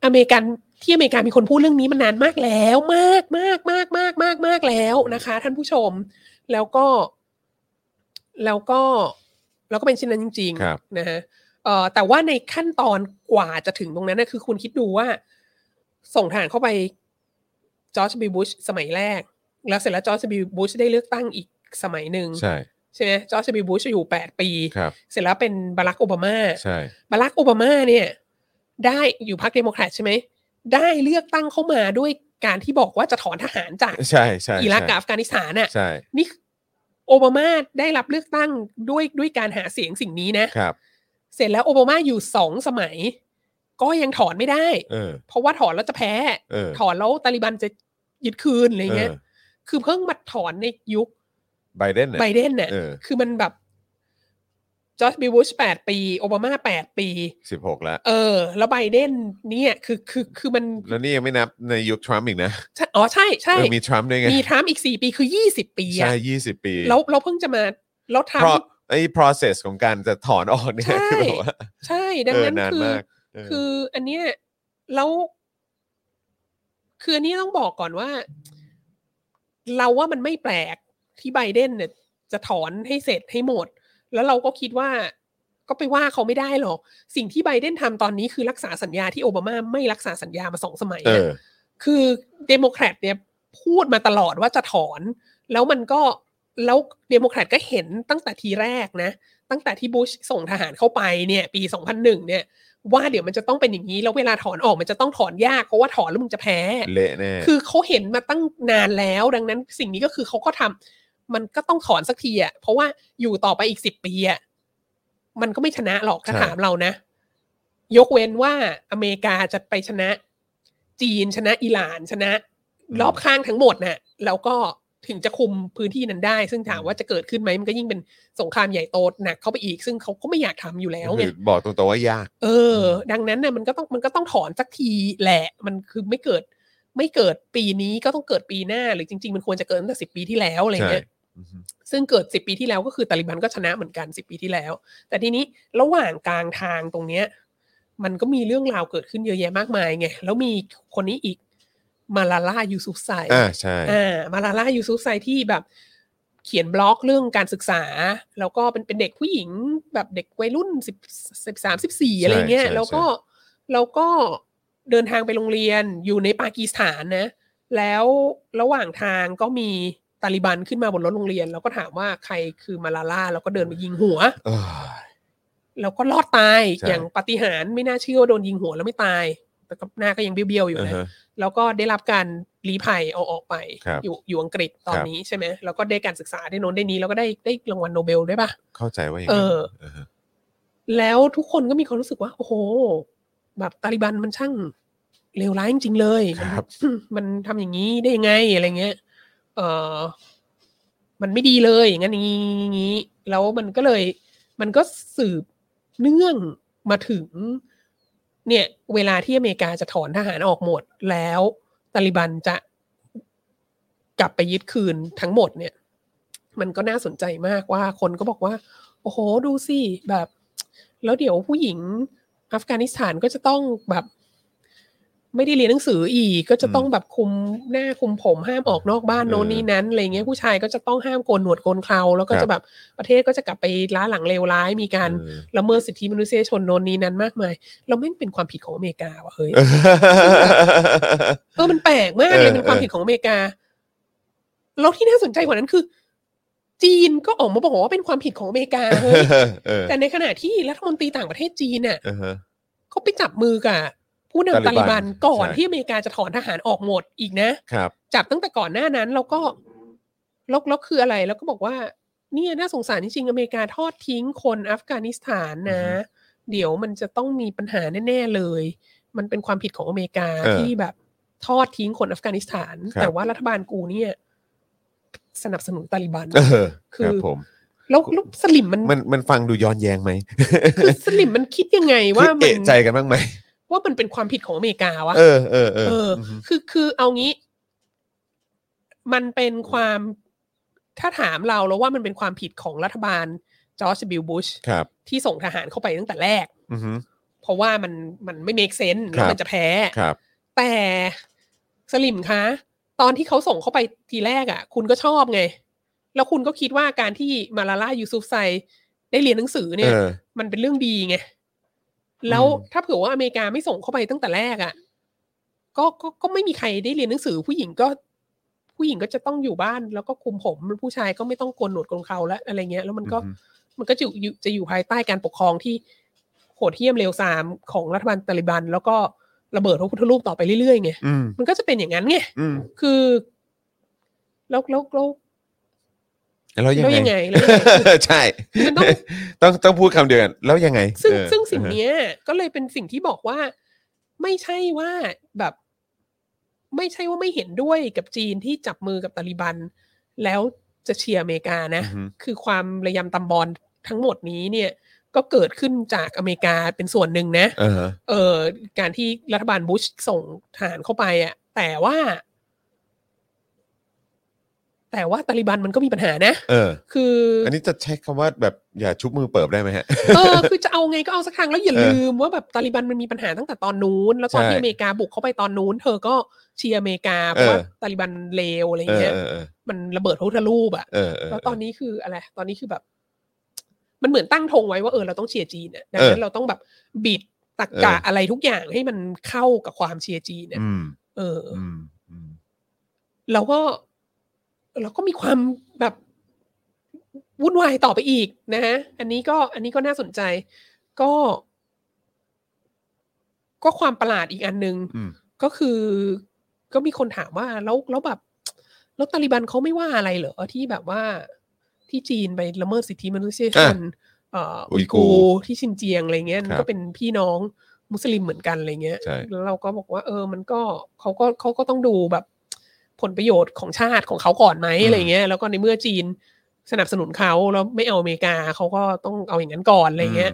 อเมริกันที่อเมริกามีคนพูดเรื่องนี้มานานมากแล้วมากมากมากมากมากมากแล้วนะคะ ท่านผู้ชม แล้วก็ แล้วก็แล้วก็เป็นเช่นนั้นจริง ครับ ๆนะฮะเอ่อแต่ว่าในขั้นตอนกว่าจะถึงตรงนั้นนะคือคุณคิดดูว่า ส่งทหารเข้าไปจอร์จบีบุชสมัยแรก แล้วเสร็จแล้วจอร์จบีบุชได้เลือกตั้งอีกสมัยหนึ่ง ใช่ ใช่ไหมจอร์จบีบุชอยู่แปดปี ครับ เสร็จแล้วเป็นบารักโอบามา ใช่ บารักโอบามาเนี่ยได้อยู่พรรคเดโมแครตใช่ไหมได้เลือกตั้งเข้ามาด้วยการที่บอกว่าจะถอนทหารจาก ใช่ใช่ อิรักกัใช่บอัฟกานิสถานน่ะ ใช่ นี่โอบามาได้รับเลือกตั้งด้วยด้วยการหาเสียงสิ่งนี้นะ ครับ เสร็จแล้วโอบามาอยู่สองสมัย ก็ยังถอนไม่ได้ เออ เพราะว่าถอนแล้วจะแพ้ เออ ถอนแล้วตาลิบันจะยึดคืนอะไรเงี้ย ออ คือเพิ่งมาถอนในยุค ไบเดนเนี่ย ไบเดนน่ะ เออ คือมันแบบจอร์จบิบุชแปดปีโอบามาแปดปี สิบหกแล้ว เออ แล้วไบเดนเนี่ยคือคือคือมัน แล้วนี่ยังไม่นับในยุคทรัมป์อีกนะ ใช่อ๋อใช่ใช่ เออมีทรัมป์ด้วยไง มีทรัมป์อีกสี่ปีคือยี่สิบปี ใช่ อะ ยี่สิบปี แล้วเราเพิ่งจะมาแล้วทรัม เพราะ ป์ ไอ้ process ของการจะถอนอ *laughs* อกเนี่ย ใช่ คือแบบว่า ใช่ดังนั้น เออนาน คือ มากเออ คืออันเนี้ยแล้วคืออันนี้ต้องบอกก่อนว่า เราว่ามันไม่แปลกที่ไบเดนเนี่ย จะถอนให้เสร็จให้หมด แล้วเราก็คิดว่า ก็ไปว่าเขาไม่ได้หรอก สิ่งที่ไบเดนทำตอนนี้คือรักษาสัญญาที่โอบามาไม่รักษาสัญญามาสองสมัย เอ อะ อ คือเดโมแครตเนี่ยพูดมาตลอดว่าจะถอน แล้วมันก็แล้วเดโมแครตก็เห็นตั้งแต่ทีแรกนะ ตั้งแต่ที่บุชส่งทหารเข้าไปเนี่ยปี 2001 เนี่ย ว่าเดี๋ยวมันจะต้องเป็นอย่างนี้ แล้วเวลาถอนออกมันจะต้องถอนยากเพราะว่าถอนแล้วมึงจะแพ้ เละแน่ คือเขาเห็นมาตั้งนานแล้ว ดังนั้นสิ่งนี้ก็คือเขาก็ทำมันก็ต้องถอนสักทีอะเพราะว่าอยู่ต่อไปอีกสิบปีอะมันก็ไม่ชนะหรอกถ้าถามเรานะ ยกเว้นว่าอเมริกาจะไปชนะ จีนชนะอิหร่านชนะ รอบข้างทั้งหมดน่ะ แล้วก็ถึงจะคุมพื้นที่นั้นได้ ซึ่งถามว่าจะเกิดขึ้นไหมมันก็ยิ่งเป็นสงครามใหญ่โตหนักเข้าไปอีก ซึ่งเขาก็ไม่อยากทำอยู่แล้วไง คือบอกตรงๆว่ายาก เออ ดังนั้นน่ะมันก็ต้องมันก็ต้องถอนสักทีแหละ มันคือไม่เกิด ไม่เกิดปีนี้ก็ต้องเกิดปีหน้า หรือจริง ๆ มันควรจะเกิดตั้งแต่สิบปีที่แล้วอะไรเงี้ย อือฮึ ซึ่งเกิดสิบปีที่แล้วก็คือตาลิบันก็ชนะเหมือนกันสิบปีที่แล้ว แต่ทีนี้ระหว่างกลางทางตรงเนี้ย มันก็มีเรื่องราวเกิดขึ้นเยอะแยะมากมายไงแล้วมีคนนี้อีกมาลาลายูซุฟไซ อ่าใช่ อ่ามาลาลายูซุฟไซที่แบบ เขียนบล็อกเรื่องการศึกษา แล้วก็เป็นเป็นเด็กผู้หญิงแบบเด็กวัยรุ่นสิบสิบสามสิบสี่อะไรเงี้ย แล้วก็แล้วก็เดินทางไปโรงเรียนอยู่ในปากีสถานนะ แล้วระหว่างทางก็มีตาลิบันขึ้นมาบนรถโรงเรียน แล้วก็ถามว่าใครคือมาลาลาแล้วก็เดินไปยิงหัว เออ แล้วก็รอดตาย ใช่ อย่างปาฏิหาริย์ไม่น่าเชื่อว่าโดนยิงหัวแล้วไม่ตาย แต่ก็หน้าก็ยังเบี้ยวๆอยู่ อ่า นะ ฮะ แล้วก็ได้รับการรีภัยเอาออกไป ครับ อยู่อยู่อังกฤษตอน ครับ นี้ใช่ไหมแล้วก็ได้การศึกษาได้โน้นได้นี้ แล้วก็ได้ได้รางวัลโนเบลด้วยป่ะ เข้าใจว่าอย่าง เอ นั้น อ าฮะ แล้วทุกคนก็มีความรู้สึกว่า โอ้โห แบบตาลิบันมันช่างเลวร้ายจริงๆเลย ครับ มันทำอย่างนี้ได้ยังไงอะไรเงี้ย เออมันไม่ดีเลย อย่างนั้นอย่างนี้อย่างนี้ แล้วมันก็เลย มันก็สืบเนื่องมาถึง เนี่ย เวลาที่อเมริกาจะถอนทหารออกหมด แล้วตาลิบันจะกลับไปยึดคืนทั้งหมดเนี่ย มันก็น่าสนใจมากว่าคนก็บอกว่า โอ้โห ดูสิแบบ แล้วเดี๋ยวผู้หญิงอัฟกานิสถานก็จะต้องแบบ ไม่ได้เรียนหนังสืออีก ก็จะต้องแบบคุมหน้าคุมผมห้ามออกนอกบ้านโน่นนี่นั้นอะไรเงี้ยผู้ชายก็จะต้องห้ามโกนหนวดโกนเคราแล้วก็ ครั จะ บ แบบประเทศก็จะกลับไปล้าหลังเลวร้ายมีการ เออ ละเมิดสิทธิมนุษยชนโนนนี้นั้นมากมาย เราไม่งเป็นความผิดของอเมริกาว่ะเฮ้ย เออมันแปลกมาก เออ เลยเป็นความ เออ ผิดของอเมริกาแล้วที่น่าสนใจกว่านั้นคือ จีนก็ออกมาบอกว่าเป็นความผิดของอเมริกาเฮ้ *laughs* ย เออ แต่ในขณะที่รัฐมนตรีต่างประเทศจีนน่ะ อ่าฮะ เขาไปจับมือกับผู้นำ ตา ตา ลิ ลิ บั บั น นก่อน ใช่ ที่อเมริกาจะถอนทหารออกหมดอีกนะ ครับ จับตั้งแต่ก่อนหน้านั้นแล้วก็แล้วแล้วคืออะไร แล้วก็บอกว่า เนี่ยน่าสงสารจริงๆอเมริกาทอดทิ้งคนอัฟกานิสถานนะ เดี๋ยวมันจะต้องมีปัญหาแน่ๆเลย มันเป็นความผิดของอเมริกาที่แบบทอดทิ้งคนอัฟกานิสถาน แต่ว่ารัฐบาลกูเนี่ย สนับสนุนตาลิบัน เออ คื ค อ รับผม แล้วแล้วสลิมมัน มันมันฟังดูย้อนแย้งไหม คือสลิมมันคิดยังไงว่า คือ มั *laughs* นเอะใจกันบ้างไหม ว่ามันเป็นความผิดของอเมริกาวะ เออเออเออ เออ ม คือคือเอางี้ มันเป็นความถ้าถามเราแล้วว่ามันเป็นความผิดของรัฐบาล จอร์จบิลบุช ครับ ที่ส่งทหารเข้าไปตั้งแต่แรก อือฮึ เพราะว่ามันมันไม่ make sense แล้ควรับ มันจะแพ้ ครับ แต่สลิมคะ ตอนที่เขาส่งเข้าไปทีแรกอะ่ะ คุณก็ชอบไง แล้วคุณก็คิดว่าการที่มาลาลายูซุฟไซได้เรียนหนังสือเนี่ย เออ มันเป็นเรื่องดีไง แล้ว อืม ถ้าเผื่อว่าอเมริกาไม่ส่งเข้าไปตั้งแต่แรกอะ่ะก็ก็ก็ไม่มีใครได้เรียนหนังสือ ผู้หญิงก็ ผู้หญิงก็จะต้องอยู่บ้าน แล้วก็คุมผมผู้ชายก็ไม่ต้องโกนหนวดโกนเขาแล้วอะไรเงี้ย แล้วมันก็ อือฮึ มันก็จะอยู่จะอยู่ภายใต้การปกครองที่โหดเหี้ยมเลวทรามของรัฐบาลตาลิบัน แล้วก็ระเบิดพระพุทธรูปต่อไปเรื่อยๆไง อืม มันก็จะเป็นอย่างนั้นไง อืม คือแล้วแล้วแล้ว แล้วยัง แล้ว ไง ยังไงแล้วยังไง *laughs* ใช่ มันต้อง *laughs* ต้องต้องพูดคำเดียวกันแล้วยังไง ซึ่ง เออ ซึ่งสิ่งเนี้ย ก็เลยเป็นสิ่งที่บอกว่า ไม่ใช่ว่าแบบ ไม่ใช่ว่าไม่เห็นด้วยกับจีนที่จับมือกับตาลิบัน แล้วจะเชียร์อเมริกา อื นะ อฮึ คือความระยำตำบอลทั้งหมดนี้เนี่ย ก็เกิดขึ้นจากอเมริกาเป็นส่วนหนึ่งนะ เออ เอ่อการที่รัฐบาลบุชส่งทหารเข้าไปอะแต่ว่า แต่ว่าตาลิบันมันก็มีปัญหานะ เออ คืออ อันนี้จะใช้คำว่าแบบอย่าชุบมือเปิบได้ไหมฮะ เออคือจะเอาไงก็เอาสักครั้งแล้วอย่า เออ ลืมว่าแบบตาลิบันมันมีปัญหาตั้งแต่ตอนนู้น แล้วตอน ใช่ ที่อเมริกาบุกเข้าไปตอนนู้น เธอก็เชียร์อเมริกาเพราะ เออ ว่าตาลิบันเลวอะไร เออ เงี้ย เออเออ มันระเบิดพระพุทธรูปอะ เออเออ แล้วตอนนี้คืออะไร ตอนนี้คือแบบ มันเหมือนตั้งธงไว้ว่าเออเราต้องเชียร์จีนอะดังนั้ เอน อ เราต้องแบบบิดตักกะ เอออ อะไรทุกอย่างให้มันเข้ากับความเชียร์จีนเนี่ย อืม เอออ อืมอืม เราก็เราก็มีความแบบวุ่นวายต่อไปอีกนะฮะ อันนี้ก็ อันนี้ก็น่าสนใจ ก็ ก็ความประหลาดอีกอันหนึง อืม ก็คือ ก็มีคนถามว่า แล้วแล้วแบบแล้วตาลิบันเขาไม่ว่าอะไรเหรอที่แบบว่า ที่จีนไปละเมิดสิทธิมนุษยชนเอ่ออุยกูร์ที่ชินเจียงอะไรเงี้ยมัน ครั ก็ บ เป็นพี่น้องมุสลิมเหมือนกันอะไรเงี้ย ใช่ แล้วเราก็บอกว่า เออ มันก็เขาก็เขาก็ต้องดูแบบ ผลประโยชน์ของชาติของเขาก่อนไหม อืม อะไรเงี้ย แล้วก็ในเมื่อจีนสนับสนุนเขาแล้วไม่เอาอเมริกาเขาก็ต้องเอาอย่างนั้นก่อนอะไรเงี้ย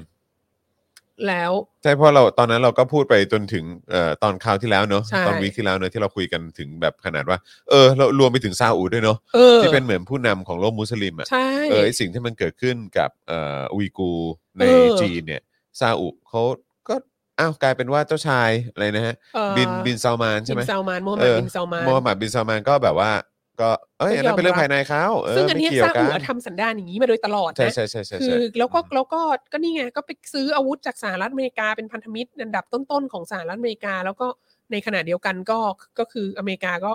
แล้ว ใช่เพราะเราตอนนั้นเราก็พูดไปจนถึงเอ่อตอนคราวที่แล้วเนอะ ใช่ ตอนวีคที่แล้วเนอะที่เราคุยกันถึงแบบขนาดว่า เออเรารวมไปถึงซาอุด้วยเนอะ เออ ที่เป็นเหมือนผู้นำของโลกมุสลิมอ่ะ ใช่ เออไอสิ่งที่มันเกิดขึ้นกับเอ่ออุยกูร์ใน เออ จีนเนี่ยซาอุเขาก็อ้าวกลายเป็นว่าเจ้าชายอะไรนะฮะ เออ บินบินซาวมานใช่ไหม บินซาวมานโมฮัมห เอ มัด อ บินซาวมาน โมฮัมหมัดบินซาวมานก็แบบว่า ก็เอ้ย ก็อันยอมนั้นเป็นเรื่อง รับ ภายในเขาเออ ซึ่งอัน ไม่ เนี้ย เกี่ยว ซา กั อุ น ทำสันดานอย่างนี้มาโดยตลอด ใช่ นะ ใช่ใช่ใช่ คื ใช่ อแล้วก็ ม แล้วก็ก็นี่ไงก็ไปซื้ออาวุธจากสหรัฐอเมริกาเป็นพันธมิตรอันดับต้นๆของสหรัฐอเมริกา แล้วก็ในขณะเดียวกันก็ก็คืออเมริกาก็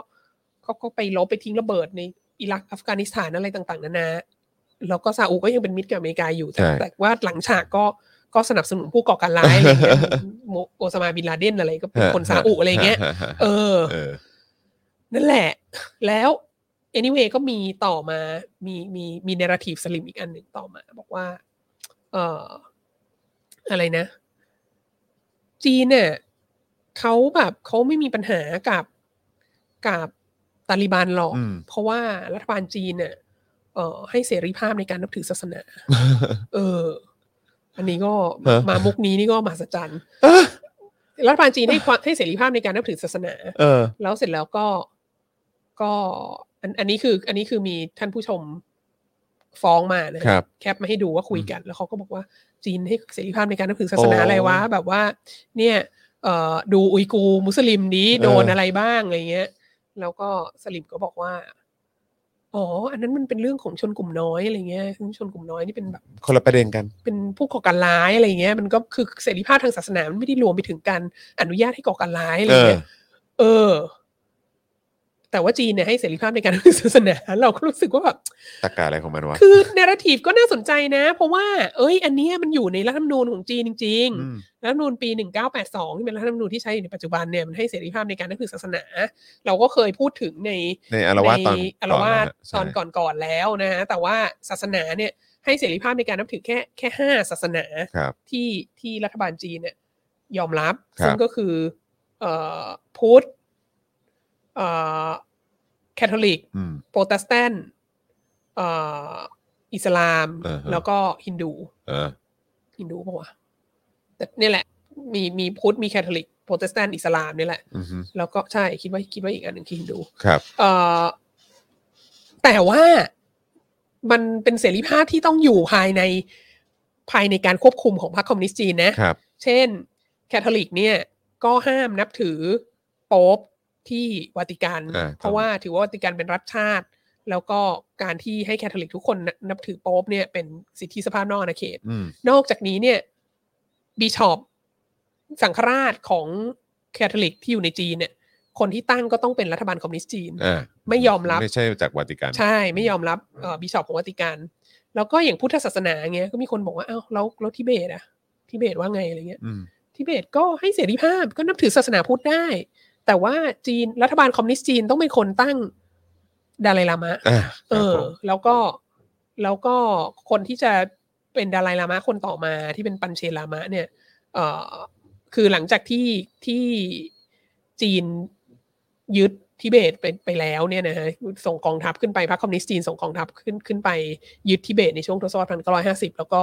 เขาก็ไปลบไปทิ้งระเบิดในอิรักอัฟกานิสถานอะไรต่างๆนานาแล้วก็ซาอุก็ยังเป็นมิตรกับอเมริกาอยู่แต่ ใช่ แต่ว่าหลังฉากก็ก็สนับสนุนผู้ก่อการร้ายอะไรอย่างเงี้ย *laughs* โมโอซามาบินลาเดนอะไรก็เป็นคนซาอุอะไรอย่างเงี้ย ฮะฮะ เอ ฮะ อ เออ นั่นแหละ แล้ว anyway ก็มีต่อมา มีมีมีเนราทีฟสลิมอีกอันหนึ่งต่อมา บอกว่า เอ่อ อะไรนะ จีนเนี่ยเขาแบบเขาไม่มีปัญหากับกับตาลิบันหรอก อืม เพราะว่ารัฐบาลจีนเนี่ยเอ่อ ให้เสรีภาพในการนับถือศาสนา เออ อันนี้ก็ ฮะ มามุกนี้นี่ก็มหัศจรรย์รัฐบาลจีนให้ความให้เสรีภาพในการนับถือศาสนา เออ แล้วเสร็จแล้วก็ก็อันอันนี้คือ อันนี้คือมีท่านผู้ชมฟ้องมานะครับ แคปมาให้ดูว่าคุยกัน แล้วเขาก็บอกว่าจีนให้เสรีภาพในการนับถือศาสนา โอ้ อะไรวะ แบบว่า เนี่ยเอ่อดูอุยกูร์มุสลิมนี้โดน เอออ อะไรบ้างอะไรเงี้ย แล้วก็สลิมก็บอกว่าอ๋ออันนั้นมันเป็นเรื่องของชนกลุ่มน้อยอะไรเงี้ยซึ่งชนกลุ่มน้อยนี่เป็นแบบ คนละประเด็นกัน เป็นผู้ก่อการร้ายอะไรเงี้ย มันก็คือเสรีภาพทางศาสนามันไม่ได้รวมไปถึงการอนุญาตให้ก่อการร้ายอะไรเงี้ย เออ แต่ว่าจีนเนี่ยให้เสรีภาพในการถือศาสนา เราก็รู้สึกว่าแบบ ตะกาอะไรของมันวะ คือเนราทีฟก็น่าสนใจนะ เพราะว่า เอ้ย อันเนี้ยมันอยู่ในรัฐธรรมนูญของจีนจริง ๆ อืม รัฐธรรมนูญปี 1982 ที่เป็นรัฐธรรมนูญที่ใช้อยู่ในปัจจุบันเนี่ยมันให้เสรีภาพในการนับถือศาสนา เราก็เคยพูดถึงใน ในอารวาสตอน อารวาสต ก่อ อนนะฮะนก่อนๆแล้วนะฮะแต่ว่าศาสนาเนี่ยให้เสรีภาพในการนับถือแค่แค่ห้าศาสนา ครับ ที่ที่รัฐบาลจีนเนี่ยยอมรับ ครับ ซึ่งก็คือเอ่อพุทธเอ่อคทอลิก อืม โปรเตสแตนต์เอ่ออิสลาม อ่าฮะ แล้วก็ฮินดู เออ ฮินดูป่าวะแต่เนี่ยแหละ มีมีพุทธมีแคทอลิกโปรเตสแตนต์อิสลามเนี่ยแหละ อือฮึ แล้วก็ใช่ คิดว่าคิดว่าอีกอันหนึ่งคือฮินดู ครับ เอ่อแต่ว่า มันเป็นเสรีภาพที่ต้องอยู่ภายในภายในการควบคุมของพรรคคอมมิวนิสต์จีนนะ ครับ เช่น แคทอลิกเนี่ยก็ห้ามนับถือโป๊ปที่วาติกัน อ่าครับ เพราะว่าถือว่าวาติกันเป็นรัฐชาติ แล้วก็การที่ให้แคทอลิกทุกคนนนับถือโป๊ปเนี่ยเป็นสิทธิสภาพนอกอาณาเขต อืม นอกจากนี้เนี่ยบิชอปสังฆราชของแคทอลิกที่อยู่ในจีนเนี่ย คนที่ตั้งก็ต้องเป็นรัฐบาลคอมมิวนิสต์จีน อ่า ไม่ยอมรับ ไม่ใช่จากวาติกัน ใช่ไม่ยอมรับเอ่อบิชอปของวัติกันแล้วก็อย่างพุทธศาสนาเงี้ยก็มีคนบอกว่าอ้าวแล้วแล้วทิเบตอะทิเบตว่าไงอะไรเงี้ย อืม ทิเบตก็ให้เสรีภาพก็นับถือศาสนาพุทธได้ แต่ว่าจีนรัฐบาลคอมมิวนิสต์จีนต้องเป็นคนตั้งดาไลลามะ อ่า เอ ครับ อ ผม แล้วก็แล้วก็คนที่จะเป็นดาไลลามะคนต่อมาที่เป็นปัญเชลามะเนี่ยเออคือหลังจากที่ที่จีนยึดทิเบตไปไปแล้วเนี่ยนะฮะส่งกองทัพขึ้นไปพรรคคอมมิวนิสต์จีนส่งกองทัพขึ้นขึ้นไปยึดทิเบตในช่วงทศวรรษพันเก้าร้อยห้าสิบแล้วก็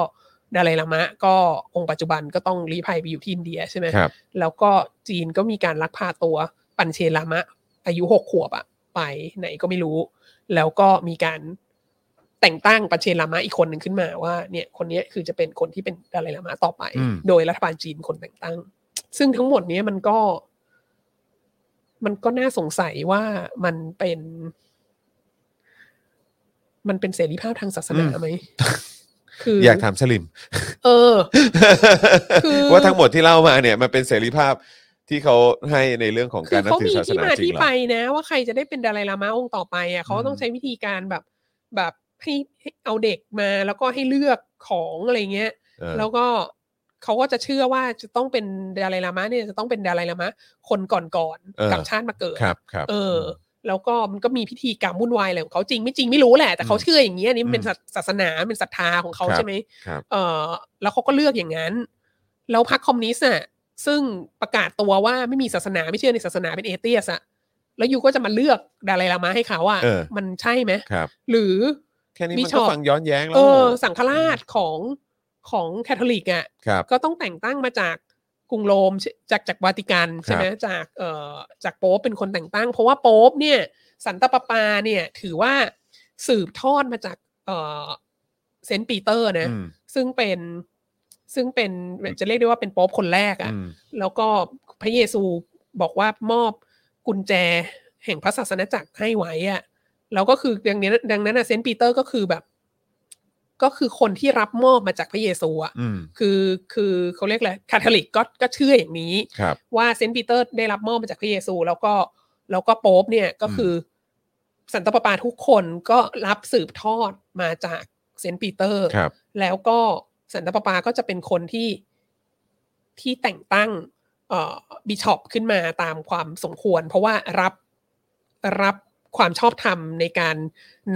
ดาไลลามะ ก็องค์ปัจจุบันก็ต้องลี้ภัยไปอยู่ที่อินเดียใช่ไหม ครับ แล้วก็จีนก็มีการลักพาตัวปันเชลามะ อายุหกขวบอะไปไหนก็ไม่รู้ แล้วก็มีการแต่งตั้งปันเชลามะอีกคนหนึ่งขึ้นมาว่าเนี่ยคนเนี้ยคือจะเป็นคนที่เป็นดาไลลามะต่อไป อืม โดยรัฐบาลจีนคนแต่งตั้ง ซึ่งทั้งหมดเนี้ยมันก็ มันก็น่าสงสัยว่ามันเป็น มันเป็นเสรีภาพทางศาสนา *laughs* ไหมคืออยอากถามสลิม เออ คือ *laughs* ว่าทั้งหมดที่เล่ามาเนี่ยมันเป็นเสรีภาพที่เขาให้ในเรื่องของ คื การ อ นับ เขา ถือ มี ศาส ที่ นา มา จริ ที่ งเหร ไป อ นะ ว่าใครจะได้เป็นดาไลลามะองค์ต่อไปอ่ะเขาก็ต้อ อื ง ม ใช้วิธีการแบบแบบให้ให้เอาเด็กมาแล้วก็ให้เลือกของอะไรเงี้ย เออ แล้วก็เขาก็จะเชื่อว่าจะต้องเป็นดาไลลามะเนี่ยจะต้องเป็นดาไลลามะคนก่อนๆกับชาติมาเกิด ครับครับ เออ แล้วก็มันก็มีพิธีกรรมวุ่นวายอะไรของเขาจริงไม่จริงไม่รู้แหละ แต่เขา อืม เชื่ออย่างเงี้ยอันนี่มันเป็น อืม ศาสนาเป็นศรัทธาของเขา ครับ ใช่ไหม ครับ เออแล้วเขาก็เลือกอย่างนั้น แล้วพรรคคอมมิวนิสต์อ่ะซึ่งประกาศตัวว่าไม่มีศาสนาไม่เชื่อในศาสนาเป็นเอเตียสอ่ะแล้วยูก็จะมาเลือกดาไลลามาให้เขาอ่ะ เออ มันใช่ไหม ครับ หรือ แค่นี้ มี มัน ช็ ก็ อป ฟังย้อนแย้งแล้ เอ ว อสังฆราชของของแคทอลิกอ่ะ ครับ ก็ต้องแต่งตั้งมาจากกรุงโรมใช่จากจากวาติกันใช่ไหมจากเอ่อจากโป๊ปเป็นคนแต่งตั้ง เพราะว่าโป๊ปเนี่ย สันตะปาปาเนี่ย ถือว่าสืบทอดมาจากเอ่อเซนต์ปีเตอร์นะ อืม ซึ่งเป็นซึ่งเป็นจะเรียกได้ว่าเป็นโป๊ปคนแรกอะ่ะ อืม แล้วก็พระเยซูบอกว่ามอบกุญแจแห่งพระศาสนาจักรให้ไว้อะแล้วก็คือดังนี้นดังนั้นอะเซนต์ปีเตอร์ก็คือแบบ ก็คือคนที่รับมอบมาจากพระเยซูอ่ะ อืม คือคือเขาเรียกอะไรคาทอลิกก็ก็เชื่ออย่างนี้ ครับ ว่าเซนต์ปีเตอร์ได้รับมอบมาจากพระเยซู แล้วก็แล้วก็โป๊ปเนี่ยก็คืออสันตะปาปาทุกคนก็รับสืบทอดมาจากเซนต์ปีเตอร์ ครับ แล้วก็สันตะปาปาก็จะเป็นคนที่ที่แต่งตั้งเอ่อบิชอปขึ้นมาตามความสมควร เพราะว่ารับรับความชอบธรรมในการ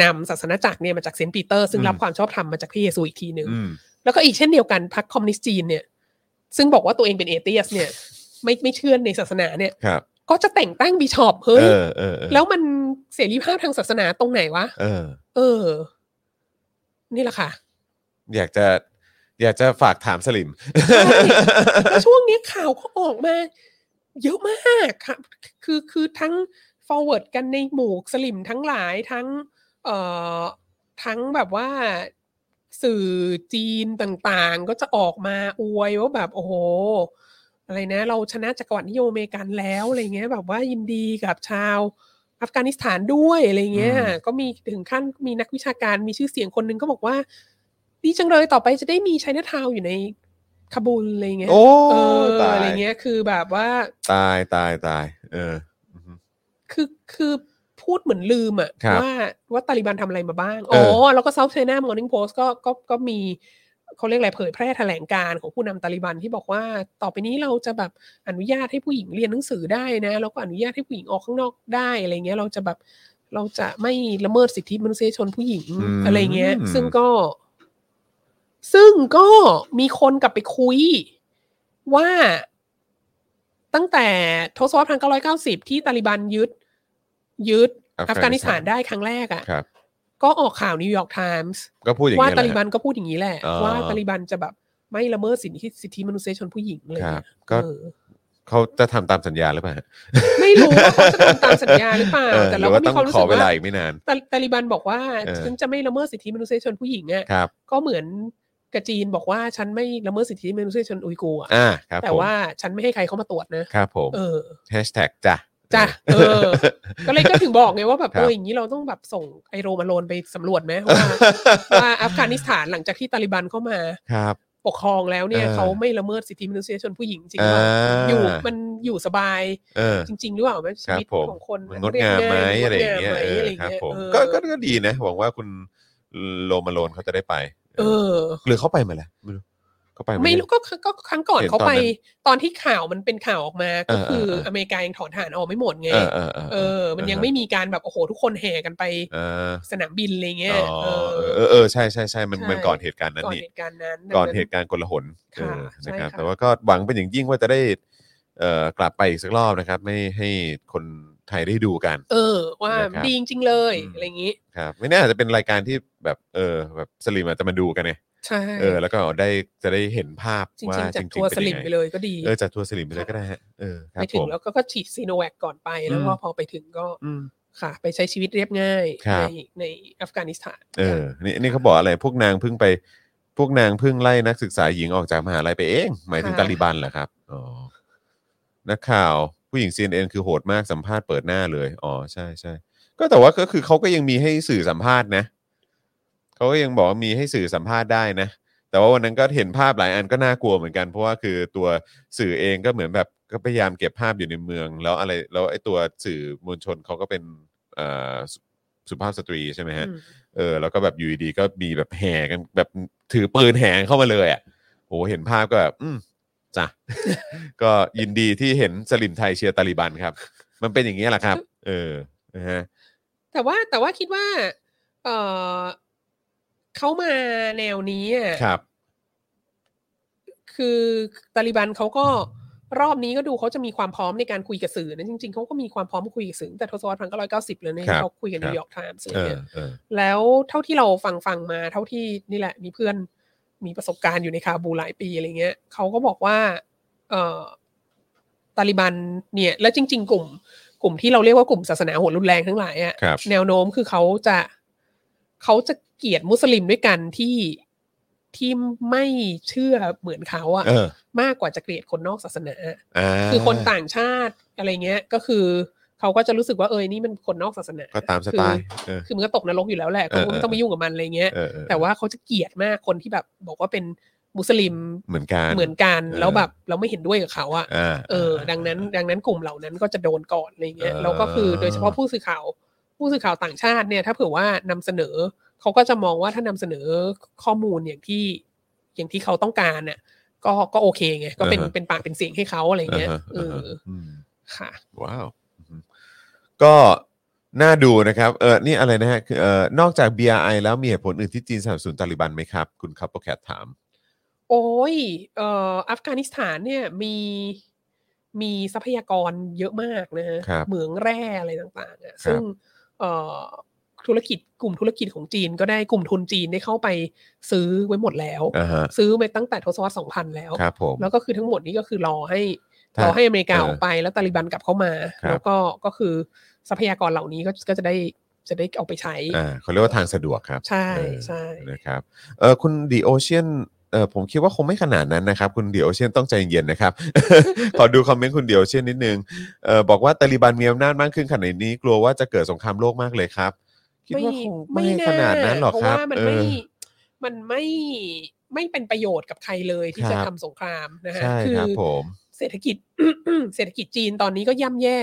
นำศาสนาจักรเนี่ยมาจากเซนต์ปีเตอร์ซึ่ง อืม รับความชอบธรรมมาจากพระเยซูอีกทีหนึ่ง อืม แล้วก็อีกเช่นเดียวกันพรรคคอมมิวนิสต์จีนเนี่ย ซึ่งบอกว่าตัวเองเป็นเอเตียสเนี่ย ไม่ไม่เชื่อในศาสนาเนี่ย ครับ ก็จะแต่งตั้งบิชอปเฮ้ย เออเออเออ แล้วมันเสรีภาพทางศาสนาตรงไหนวะ เออ เออ นี่แหละค่ะ อยากจะ อยากจะฝากถามสลิม แล้วช่วงนี้ข่าวก็ออกมา เยอะมากค่ะ คือคือทั้ง forward กันในหมู่สลิมทั้งหลายทั้งเอ่อทั้งแบบว่าสื่อจีนต่างๆ ก็จะออกมาอวยว่าแบบโอ้โห อะไรนะ เราชนะจักรวรรดินิยมอเมริกันแล้วอะไรเงี้ย แบบว่ายินดีกับชาว อัฟกานิสถานด้วยอะไรเงี้ย อืม ก็มีถึงขั้นมีนักวิชาการมีชื่อเสียงคนหนึงก็บอกว่า ดีจังเลยต่อไปจะได้มีไชน่าทาวน์อยู่ในคาบูลอะไรเงี้ย โอ้ เออ ตาย อะไรเงี้ยคือแบบว่า ตายตายตายเอออือฮึ คือคือพูดเหมือนลืมอะ ครับ ว่าว่าตาลิบันทำอะไรมาบ้าง อ๋อ แล้วก็ South China Morning Post ก็ก็ก็มีเขาเรียกอะไรเผยแพร่แถลงการณ์ของผู้นำตาลิบันที่บอกว่าต่อไปนี้เราจะแบบอนุญาตให้ผู้หญิงเรียนหนังสือได้นะ แล้วก็อนุญาตให้ผู้หญิงออกข้างนอกได้อะไรเงี้ยเราจะแบบเราจะไม่ละเมิดสิทธิมนุษยชนผู้หญิง อืม อะไรเงี้ย ซึ่งก็ ซึ่งก็มีคนกลับไปคุยว่าตั้งแต่ทศวรรษพันเก้าร้อยเก้าสิบที่ตาลิบันยึด ยึด อั อั ฟกากฟา นิ นิ ส ส ถา ถาน นได้ครั้งแรกอะ่ะ ครับ ก็ออกข่าวนิวยอร์กไทมส์ ก็พูดอย่าง ว่า เงี้ยแห ตา ละ ลิบันก็พูดอย่างนี้แหละ อ๋อ ว่าตาลิบันจะแบบไม่ละเมิดสิทธิสิทธิมนุษยชนผู้หญิงเลย ครับก็ เออ เขาจะทำตามสัญญาหรือเปล่าฮะ ไม่รู้ว่าเขาจะทำตามสัญญาหรือเปล่า เออ แต่ ห เรา รือ ก็ ว่า มี ต้อง ความรู้ ขอ สึก เวลา ว่า อีกไม่นาน ตาตาลิบันบอกว่า เออ ฉันจะไม่ละเมิดสิทธิมนุษยชนผู้หญิงอะ ครับ ก็เหมือนกับจีนบอกว่าฉันไม่ละเมิดสิทธิมนุษยชนอุยกูร์อะ อ่าครับ แต่ ผม ว่าฉันไม่ให้ใครเข้ามาตรวจนะครับ ผม เออ แฮชแท็กจ้ะ จ้ะเออ ก็เลยก็ถึงบอกไงว่าแบบ ค เอ รับ ออย่างนี้เราต้องแบบส่งไอโรมาโลนไปสำรวจ *laughs* ไหมว่าว่าอัฟกานิสถานหลังจากที่ตาลิบันเข้ามา ครับ ปกครองแล้วเนี่ย เออ เขาไม่ละเมิดสิทธิมนุษยชนผู้หญิงจริง อ่า หรออยู่มันอยู่สบาย เออ จริง ๆ หรือเปล่าไหมชีวิต ครับผม ของคน มันงดงามไหม รีบ อะไรอย่างเงี้ย งด เอ มไหม อ อะไรอย่าง ครับ เงี้ย ผม เออ ก็ก็ก็ดีนะหวังว่าคุณโลมาโลนเขาจะได้ไป เออ หรือเขาไปมาแล้วไม่รู้เขาไปา ไม่ ยัง รู้ก็ก็ก็ครั้งก่อน เห็น เขา ตอน ไป นั้น ตอนที่ข่าวมันเป็นข่าวออกมาก็ เออ คืเอออเออ อเมริกายังถอนทหารออกไม่หมดไง เออเออเออ เออ มันยังไม่มีการแบบโอ้โหทุกคนแห่กันไป เออ สนามบินอะไรเงี้ อ๋ ย อเออเออใช่ใช่ใช่มัน ใช่ มันก่อนเหตุการณ์นั้น ก่อน นี่ เหตุการณ์นั้นดัง ก่อนเห นั้น ตุการณ์กลหนเอ ค่ะ อนะครับ ใช่ค่ะ แต่ว่าก็หวังเป็นอย่างยิ่งว่าจะได้เอ่อกลับไปอีกสักรอบนะครับ ไม่ให้คนไทยได้ดูกัน เออ ว่า นะครับ ดีจริงๆเลย อืม อะไรอย่างนี้ ครับไม่แน่อาจจะเป็นรายการที่แบบเออแบบสลิมอาจจะมาดูกันเนี่ย ใช่ เออแล้วก็ได้จะได้เห็นภาพ จริ ว่าง ๆ จ จัด ริง ทั ๆ วร์ เป็ ส น ลิ ยั ม งไง ไปเลยก็ดี เออจัดทัวร์สลิมไปเลยก็ได้ฮะเออครับ ไปถึ ผ ง ม แล้วก็ก็ฉีดซีโนแวคก่อนไปแล้วก็ อืม พอไปถึงก็ อืม ค่ะ ไปใช้ชีวิตเรียบง่าย ครั ใน บ ในอัฟกานิสถาน เออนี่นี่เขาบอกอะไรพวกนางเพิ่งไป พวกนางเพิ่งไล่นักศึกษาหญิงออกจากมหาลัยไปเอง หมายถึงตาลีบันเหรอครับอ๋อนักข่าวผู้หญิง CNN คือโหดมากสัมภาษณ์เปิดหน้าเลย อ๋อใช่ใช่ก็แต่ว่าก็คือเขาก็ยังมีให้สื่อสัมภาษณ์นะเขาก็ยังบอกว่ามีให้สื่อสัมภาษณ์ได้นะ แต่ว่าวันนั้นก็เห็นภาพหลายอันก็น่ากลัวเหมือนกันเพราะว่าคือตัวสื่อเองก็เหมือนแบบก็พยายามเก็บภาพอยู่ในเมือง แล้วอะไรแล้วไอ้ตัวสื่อมวลชนเขาก็เป็นเอ่อสุสุภาพสตรีใช่ไหมฮะ อืม เออแล้วก็แบบอยู่ดีๆก็มีแบบแห่กันแบบถือปืนแห่เข้ามาเลยอ่ะโหเห็นภาพก็แบบอืมจ้ะ *laughs* ก็ยินดีที่เห็นสลิมไทยเชียร์ตาลิบันครับ มันเป็นอย่างนี้ยแหละครับ เออนะฮะ แต่ว่าแต่ว่าคิดว่า เออเขามาแนวนี้อะ ครับ คือตาลิบันเขาก็รอบนี้ก็ดูเขาจะมีความพร้อมในการคุยกับสื่อนะจริงๆเขาก็มีความพร้อมคุยกับสื่อตั้งแต่ทศวรรษพันเก้าร้อยเก้าสิบแล้วเนี่ย ครับ เขาคุยกับนิวยอร์กไทมส์อะไร เออ เงี้ย เออ แล้วเท่าที่เราฟังฟังมาเท่าที่นี่แหละมีเพื่อนมีประสบการณ์อยู่ในคาบูหลายปีอะไรเงี้ยเขาก็บอกว่าเอ่อตาลิบันเนี่ย แล้วจริง ๆ กลุ่ม กลุ่มที่เราเรียกว่ากลุ่มศาสนาโหดรุนแรงทั้งหลายอะ ครับ แนวโน้มคือเขาจะเขาจะเกลียดมุสลิมด้วยกันที่ที่ไม่เชื่อเหมือนเขาอะ เออ มากกว่าจะเกลียดคนนอกศาสนา อ่า คือคนต่างชาติอะไรเงี้ย ก็คือเขาก็จะรู้สึกว่าเอยนี่มันคนนอกศาสนา ก็ตามสไตล์เออ คือมันก็ตกนรกอยู่แล้วแหละ เอ ก็ อเออ ไม่ต้องไปยุ่งกับมันอะไรเงี้ย เออเออ แต่ว่าเขาจะเกลียดมากคนที่แบบบอกว่าเป็นมุสลิม เหมือนกัน เหมือนกัน เออ แล้วแบบเราไม่เห็นด้วยกับเขาอะ อ่า เออ ดังนั้น ดังนั้นกลุ่มเหล่านั้นก็จะโดนก่อนอะไรเงี้ย เออ แล้วก็คือโดยเฉพาะผู้สื่อข่าว ผู้สื่อข่าวต่างชาติเนี่ย ถ้าเผื่อว่านำเสนอเขาก็จะมองว่าถ้านำเสนอข้อมูลอย่างที่อย่างที่เขาต้องการน่ะก็ก็โอเคไงก็เป็นเป็นปากเป็นเสียงให้เขาอะไรเงี้ย อ่าฮะ เอ อ่า อ ฮะ อ ม ค่ะ ว้าวอืมก็น่าดูนะครับ เออนี่อะไรนะฮะคือเออนอกจาก BRI แล้วมีเหตุผลอื่นที่จีนสนับสนุนตาลิบันไหมครับ คุณคับโปแคทถาม โอ้ยเอ่ออัฟกานิสถานเนี่ยมีมีทรัพยากรเยอะมากนะฮะ ครับ เหมืองแร่อะไรต่างๆอ่ะซึ่งเอ่อธุรกิจกลุ่มธุรกิจของจีนก็ได้กลุ่มทุนจีนได้เข้าไปซื้อไว้หมดแล้ว อ่าฮะ ซื้อไปตั้งแต่ทศวรรษสองพันแล้ว ครับผม แล้วก็คือทั้งหมดนี้ก็คือรอให้ ถ้าร อให้อเมริกา เออ ออกไปแล้วตาลิบันกลับเข้ามา ครับ แล้วก็ก็คือทรัพยากรเหล่านี้ก็ก็จะได้จะได้เอาไปใช้ อ่าเขาเรียกว่าทางสะดวกครับ ใช่ เออ ใช่ นะครับเออคุณดีโอเชียนเออผมคิดว่าคงไม่ขนาดนั้นนะครับ คุณดีโอเชียนต้องใจเย็นนะครับ *laughs* ขอดูคอมเมนต์คุณดีโอเชียนนิดนึงเออบอกว่าตาลิบันมีอำนาจมากขึ้นขนาดนี้กลัวว่าจะเกิดสงครามโลกมากเลยครับ คิดว่าคงไม่ขนาดนั้นหรอก เพราะ ครับ ว่ามัน เอ ไม่ อ มันไม่ไม่เป็นประโยชน์กับใครเลยที่ ครับ จะทำสงครามนะฮะ ใช่ครับผม เศรษฐกิจ *coughs* เศรษฐกิจจีนตอนนี้ก็ย่ำแย่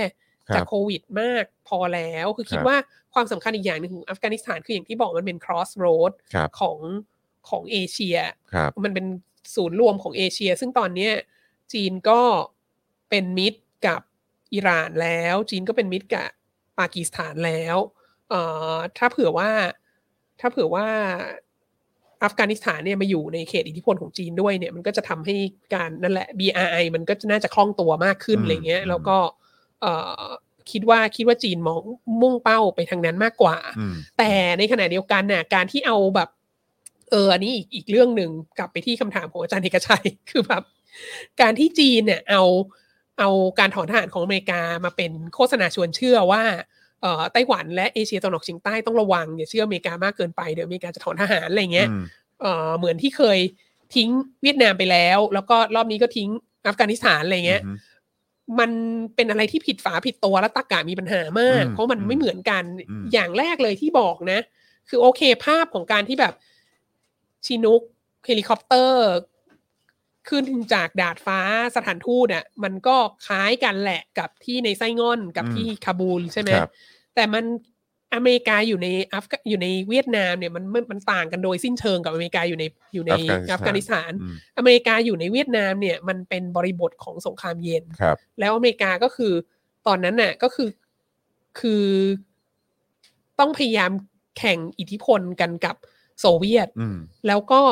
ครับ จากโควิดมากพอแล้ว คือคิด ครับ ว่าความสำคัญอีกอย่างหนึ่งของอัฟกานิสถานคืออย่างที่บอกมันเป็น crossroad ครับ ของของเอเชีย ครับ มันเป็นศูนย์รวมของเอเชีย ซึ่งตอนเนี้ยจีนก็เป็นมิตรกับอิหร่านแล้ว จีนก็เป็นมิตรกับปากีสถานแล้วเอ่อถ้าเผื่อว่าถ้าเผื่อว่าอัฟกานิสถานเนี่ยมาอยู่ในเขตอิทธิพลของจีนด้วยเนี่ยมันก็จะทำให้การนั่นแหละ BRI มันก็จะน่าจะคล่องตัวมากขึ้น อืม อะไรเงี้ย อืม แล้วก็เอ่อคิดว่าคิดว่าจีนมองมุ่งเป้าไปทางนั้นมากกว่า อืม แต่ในขณะเดียวกันน่ะการที่เอาแบบ เอออันนี้อีกอีก *laughs* เรื่องหนึ่งกลับไปที่คำถามของอาจารย์เอกชัย คือแบบการที่จีนเนี่ยเอา เอาการถอนทหารของอเมริกามาเป็นโฆษณาชวนเชื่อว่าเอ่อไต้หวันและเอเชียตะวันออกเฉียงใต้ต้องระวังอย่าเชื่ออเมริกามากเกินไปเดี๋ยวอเมริกาจะถอนทหารอะไรเงี้ย อืม เอ่อเหมือนที่เคยทิ้งเวียดนามไปแล้ว แล้วก็รอบนี้ก็ทิ้งอัฟกานิสถานอะไรเงี้ย อือฮึ มันเป็นอะไรที่ผิดฝาผิดตัวและตรกกะมีปัญหามาก อืม เพราะมันไม่เหมือนกัน อืม อย่างแรกเลยที่บอกนะ คือโอเคภาพของการที่แบบชินุกเฮลิคอปเตอร์ ขึ้นจากดาดฟ้าสถานทูตอ่ะมันก็คล้ายกันแหละกับที่ในไส้ง่อนกับ อืม ที่คาบูลใช่ไหม ครับ แต่มันอเมริกาอยู่ในอัฟกาอยู่ในเวียดนามเนี่ยมันมันมันต่างกันโดยสิ้นเชิงกับอเมริกาอยู่ในอยู่ในอัฟกานิสถาน อืม อเมริกาอยู่ในเวียดนามเนี่ยมันเป็นบริบทของสงครามเย็น ครับ แล้วอเมริกาก็คือตอนนั้นน่ะก็คือคือต้องพยายามแข่งอิทธิพลกันกับโซเวียต อืม แล้วก็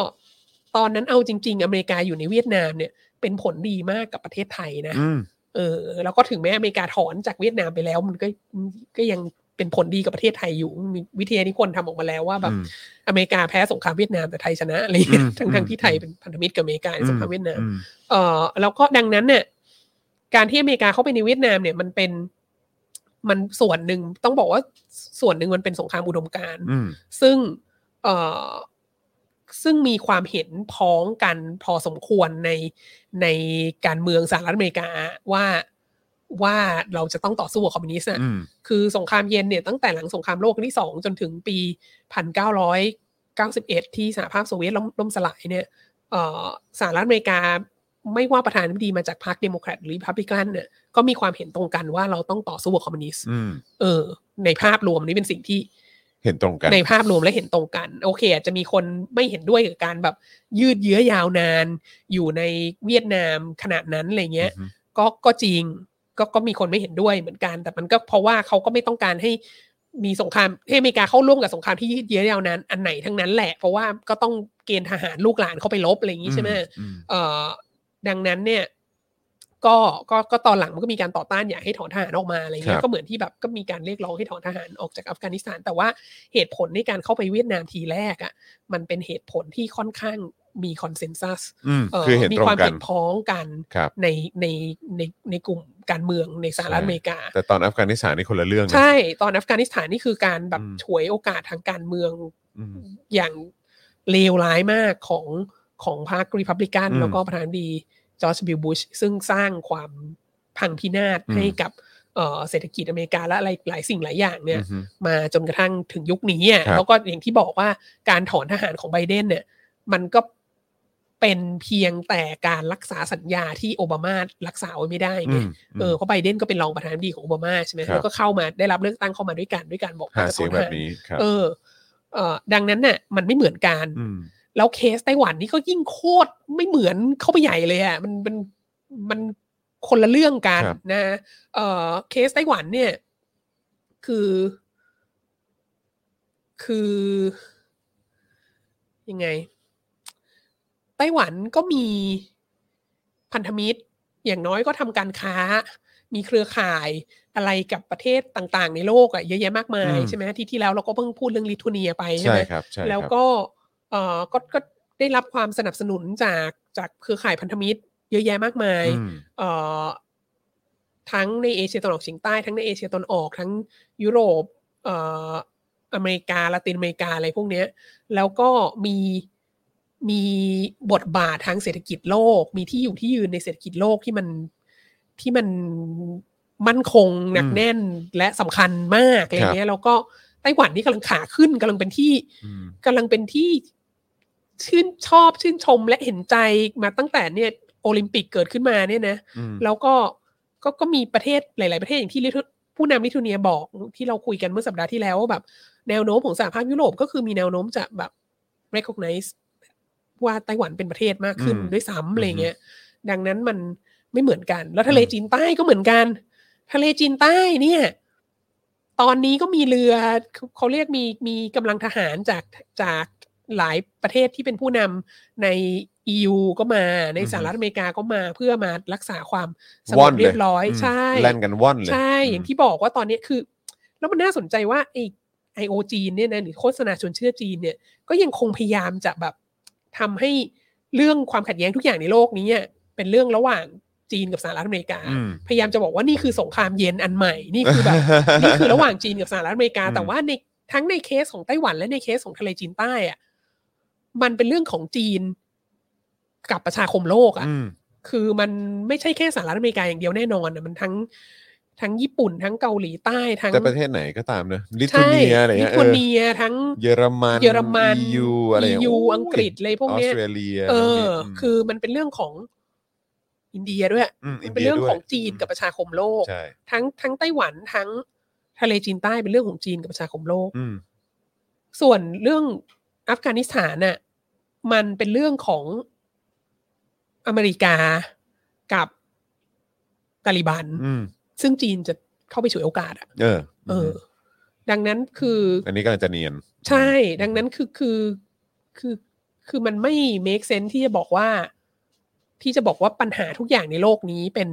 ตอนนั้นเอาจริง ๆ อเมริกาอยู่ในเวียดนามเนี่ยเป็นผลดีมากกับประเทศไทยนะ อืม เออแล้วก็ถึงแม้อเมริกาถอนจากเวียดนามไปแล้ว มันก็ก็ยังเป็นผลดีกับประเทศไทยอยู่มีวิทยานิพนธ์ทำออกมาแล้วว่าแบบ อเมริกาแพ้สงครามเวียดนามแต่ไทยชนะอะไรเงี้ย อืม ทั้ง อื ทั้ ม งที่ไทยเป็นพันธมิตรกับอเมริกาในสงครามเวียดนาม อืม เอ่อแล้วก็ดังนั้นเนี่ยการที่อเมริกาเข้าไปในเวียดนามเนี่ยมันเป็นมันส่วนหนึ่งต้องบอกว่าส่วนหนึ่งมันเป็นสงครามอุดมการณ์ อืม ซึ่งเอ่อซึ่งมีความเห็นพ้องกันพอสมควรในในการเมืองสหรัฐอเมริกาว่าว่าเราจะต้องต่อสู้กับคอมมิวนิสต์อะ อืม คือสงครามเย็นเนี่ยตั้งแต่หลังสงครามโลกครั้งที่สองจนถึงปี 1991 ที่สหภาพโซเวียตล่มล่มสลายเนี่ยเอ่อสหรัฐอเมริกาไม่ว่าประธานาธิบดีมาจากพรรคเดโมแครตหรือริพับลิกันเนี่ยก็มีความเห็นตรงกันว่าเราต้องต่อสู้กับคอมมิวนิสต์ อืม เออในภาพรวมนี่เป็นสิ่งที่ เห็นตรงกัน ในภาพรวมและเห็นตรงกัน โอเคอาจจะมีคนไม่เห็นด้วยกับการแบบยืดเยื้อยาวนาน อยู่ในเวียดนามขนาดนั้นอะไรเงี้ย อือฮึ ก็ก็จริงก็ก็มีคนไม่เห็นด้วยเหมือนกัน แต่มันก็เพราะว่าเขาก็ไม่ต้องการให้มีสงครามให้อเมริกาเข้าร่วมกับสงครามที่ยืดเยื้อยาวนานอันไหนทั้งนั้นแหละ เพราะว่าก็ต้องเกณฑ์ทหารลูกหลานเข้าไปรบอะไรอย่างนี้ใช่ไหม อืม เอ่อดังนั้นเนี่ยก็ก็ก็ตอนหลังมันก็มีการต่อต้านอยากให้ถอนทหารออกมาอะไรครัเงี้ย บ ก็เหมือนที่แบบก็มีการเรียกร้องให้ถอนทหารออกจากอัฟกานิสถาน แต่ว่าเหตุผลในการเข้าไปเวียดนามทีแรกอะ่ะมันเป็นเหตุผลที่ค่อนข้างมีคอนเซนแซส อืม เอ่อ คือเห็น มี ตร ค ง วาม กัน เห็นพ้องกัน ครับ ในในในในกลุ่มการเมืองในสหรัฐ ใช่ อเมริกา แต่ตอนอัฟกานิสถานนี่คนละเรื่องนะ ใช่ตอนอัฟกานิสถานนี่คือการแบบ อืม ฉวยโอกาสทางการเมือง อืม อย่างเลวร้ายมากของของพรรครีพับลิกัน อืม แล้วก็ประธานาธิบดีจอร์จบิลบุชซึ่งสร้างความพังพินาศ อืม ให้กับเอ่อเศรษฐกิจอเมริกาและอะไรหลายสิ่งหลายอย่างเนี่ย อืม มาจนกระทั่งถึงยุคนี้อ่ะ ครับ แล้วก็อย่างที่บอกว่าการถอนทหารของไบเดนเนี่ย มันก็เป็นเพียงแต่การรักษาสัญญาที่โอบามารักษาไว้ไม่ได้ไง อืมอืม เออเพราะไบเดนก็เป็นรองประธานาธิบดีของโอบามาใช่ไหม ครับ แล้วก็เข้ามาได้รับเลือกตั้งเข้ามาด้วยกันด้วยการบอก หา จะถ เสีย อง นท แบ หา บ ร นี้ครับ เออเออดังนั้นน่ะมันไม่เหมือนกัน อืม แล้วเคสไต้หวันนี่ก็ยิ่งโคตรไม่เหมือนเข้าไปใหญ่เลยอ่ะมันมันมันคนละเรื่องกัน ครับ นะเออเคสไต้หวันเนี่ย คือ คือ ยังไง ไต้หวันก็มีพันธมิตร อย่างน้อยก็ทำการค้า มีเครือข่ายอะไรกับประเทศต่างๆ ในโลกอะเยอะแยะมากมาย อืม ใช่ไหมที่ที่แล้วเราก็เพิ่งพูดเรื่องลิทัวเนียไปใช่ ใช่ ไหม ครับ ใช่ แล้ว ครับ ก็เอ่อก็ก็ได้รับความสนับสนุนจากจากเครือข่ายพันธมิตร เยอะแยะมากมาย อืม เอ่อทั้งในเอเชียตะวันออกเฉียงใต้ทั้งในเอเชียตะวันออกทั้งยุโรปเอ่ออเมริกาละตินอเมริกาอะไรพวกเนี้ย แล้วก็มีมีบทบาททางเศรษฐกิจโลก มีที่อยู่ที่ยืนในเศรษฐกิจโลกที่มันที่มันมั่นคงหนักแน่นและสำคัญมากอะไรเงี้ยแล้วก็ไต้หวันนี่กำลังขาขึ้นกำลังเป็นที่ อืม กำลังเป็นที่ชื่นชอบชื่นชมและเห็นใจมาตั้งแต่เนี่ยโอลิมปิกเกิดขึ้นมาเนี่ยนะ อืม แล้วก็ก็ก็มีประเทศหลาย ๆ ประเทศอย่างที่ลิทัวผู้นำลิทัวเนียบอกที่เราคุยกันเมื่อสัปดาห์ที่แล้วว่าแบบแนวโน้มของสหภาพยุโรปก็คือมีแนวโน้มจะแบบ recognize ว่าไต้หวันเป็นประเทศมากขึ้น อืม ด้วยซ้ำอะไร อือฮึ เงี้ยดังนั้นมันไม่เหมือนกัน แล้วทะเล อืม จีนใต้ก็เหมือนกัน ทะเลจีนใต้เนี่ย ตอนนี้ก็มีเรือเขาเขาเรียกมีมีกำลังทหารจากจากหลายประเทศที่เป็นผู้นำใน EU ก็มาใน อือฮึ สหรัฐอเมริกาก็มาเพื่อมารักษาความ สง ว่อบ น เรียบร้อย ม ใช่ แล่นกันว่อนเลย ใช่ อย่างที่บอกว่าตอนนี้คือ แล้วมันน่าสนใจว่าไอไอโอจีนเนี่ยนะหรือโฆษณาชวนเชื่อจีนเนี่ย ก็ยังคงพยายามจะแบบทำให้เรื่องความขัดแย้งทุกอย่างในโลกนี้อะเป็นเรื่องระหว่าง จีนกับสหรัฐอเมริกา อืม พยายามจะบอกว่านี่คือสงครามเย็นอันใหม่นี่คือแบบ *laughs* นี่คือระหว่างจีนกับสหรัฐอเมริกา อืม แต่ว่าในทั้งในเคสของไต้หวันและในเคสของทะเลจีนใต้อะมันเป็นเรื่องของจีนกับประชาคมโลกอะ อืม คือมันไม่ใช่แค่สหรัฐอเมริกาอย่างเดียวแน่นอนนะมันทั้งทั้งญี่ปุ่นทั้งเกาหลีใต้ทั้ง แต่ประเทศไหนก็ตามนะลิทัว ใช่ เนียอะไร ลิ เงี้ย ทัว เออ เนียทั้ง เยอรมัน เยอรมัน ยูอะไรางเงี้ ยู โย อังกฤษเลยพวก ออส เนี้ย เตรเลีย เอพอวกนี้ คือมันเป็นเรื่องของอินเดียด้วย ม มันเป็นเรื่อง ดียด้วย ของจีนกับประชาคมโลก ใช่ ทั้งทั้งไต้หวันทั้งทะเลจีนใต้เป็นเรื่องของจีนกับประชาคมโลก อืม ส่วนเรื่องอัฟกานิสถานน่ะมันเป็นเรื่องของอเมริกากับตาลิบัน อืม ซึ่งจีนจะเข้าไปฉวยโอกาสอะ เออ เอออ ดังนั้นคืออ อันนี้กำลังจะเนียน ใช่ ดังนั้นคือคือคือคือมันไม่ make sense ที่จะบอกว่า ที่จะบอกว่าปัญหาทุกอย่างในโลกนี้เป็น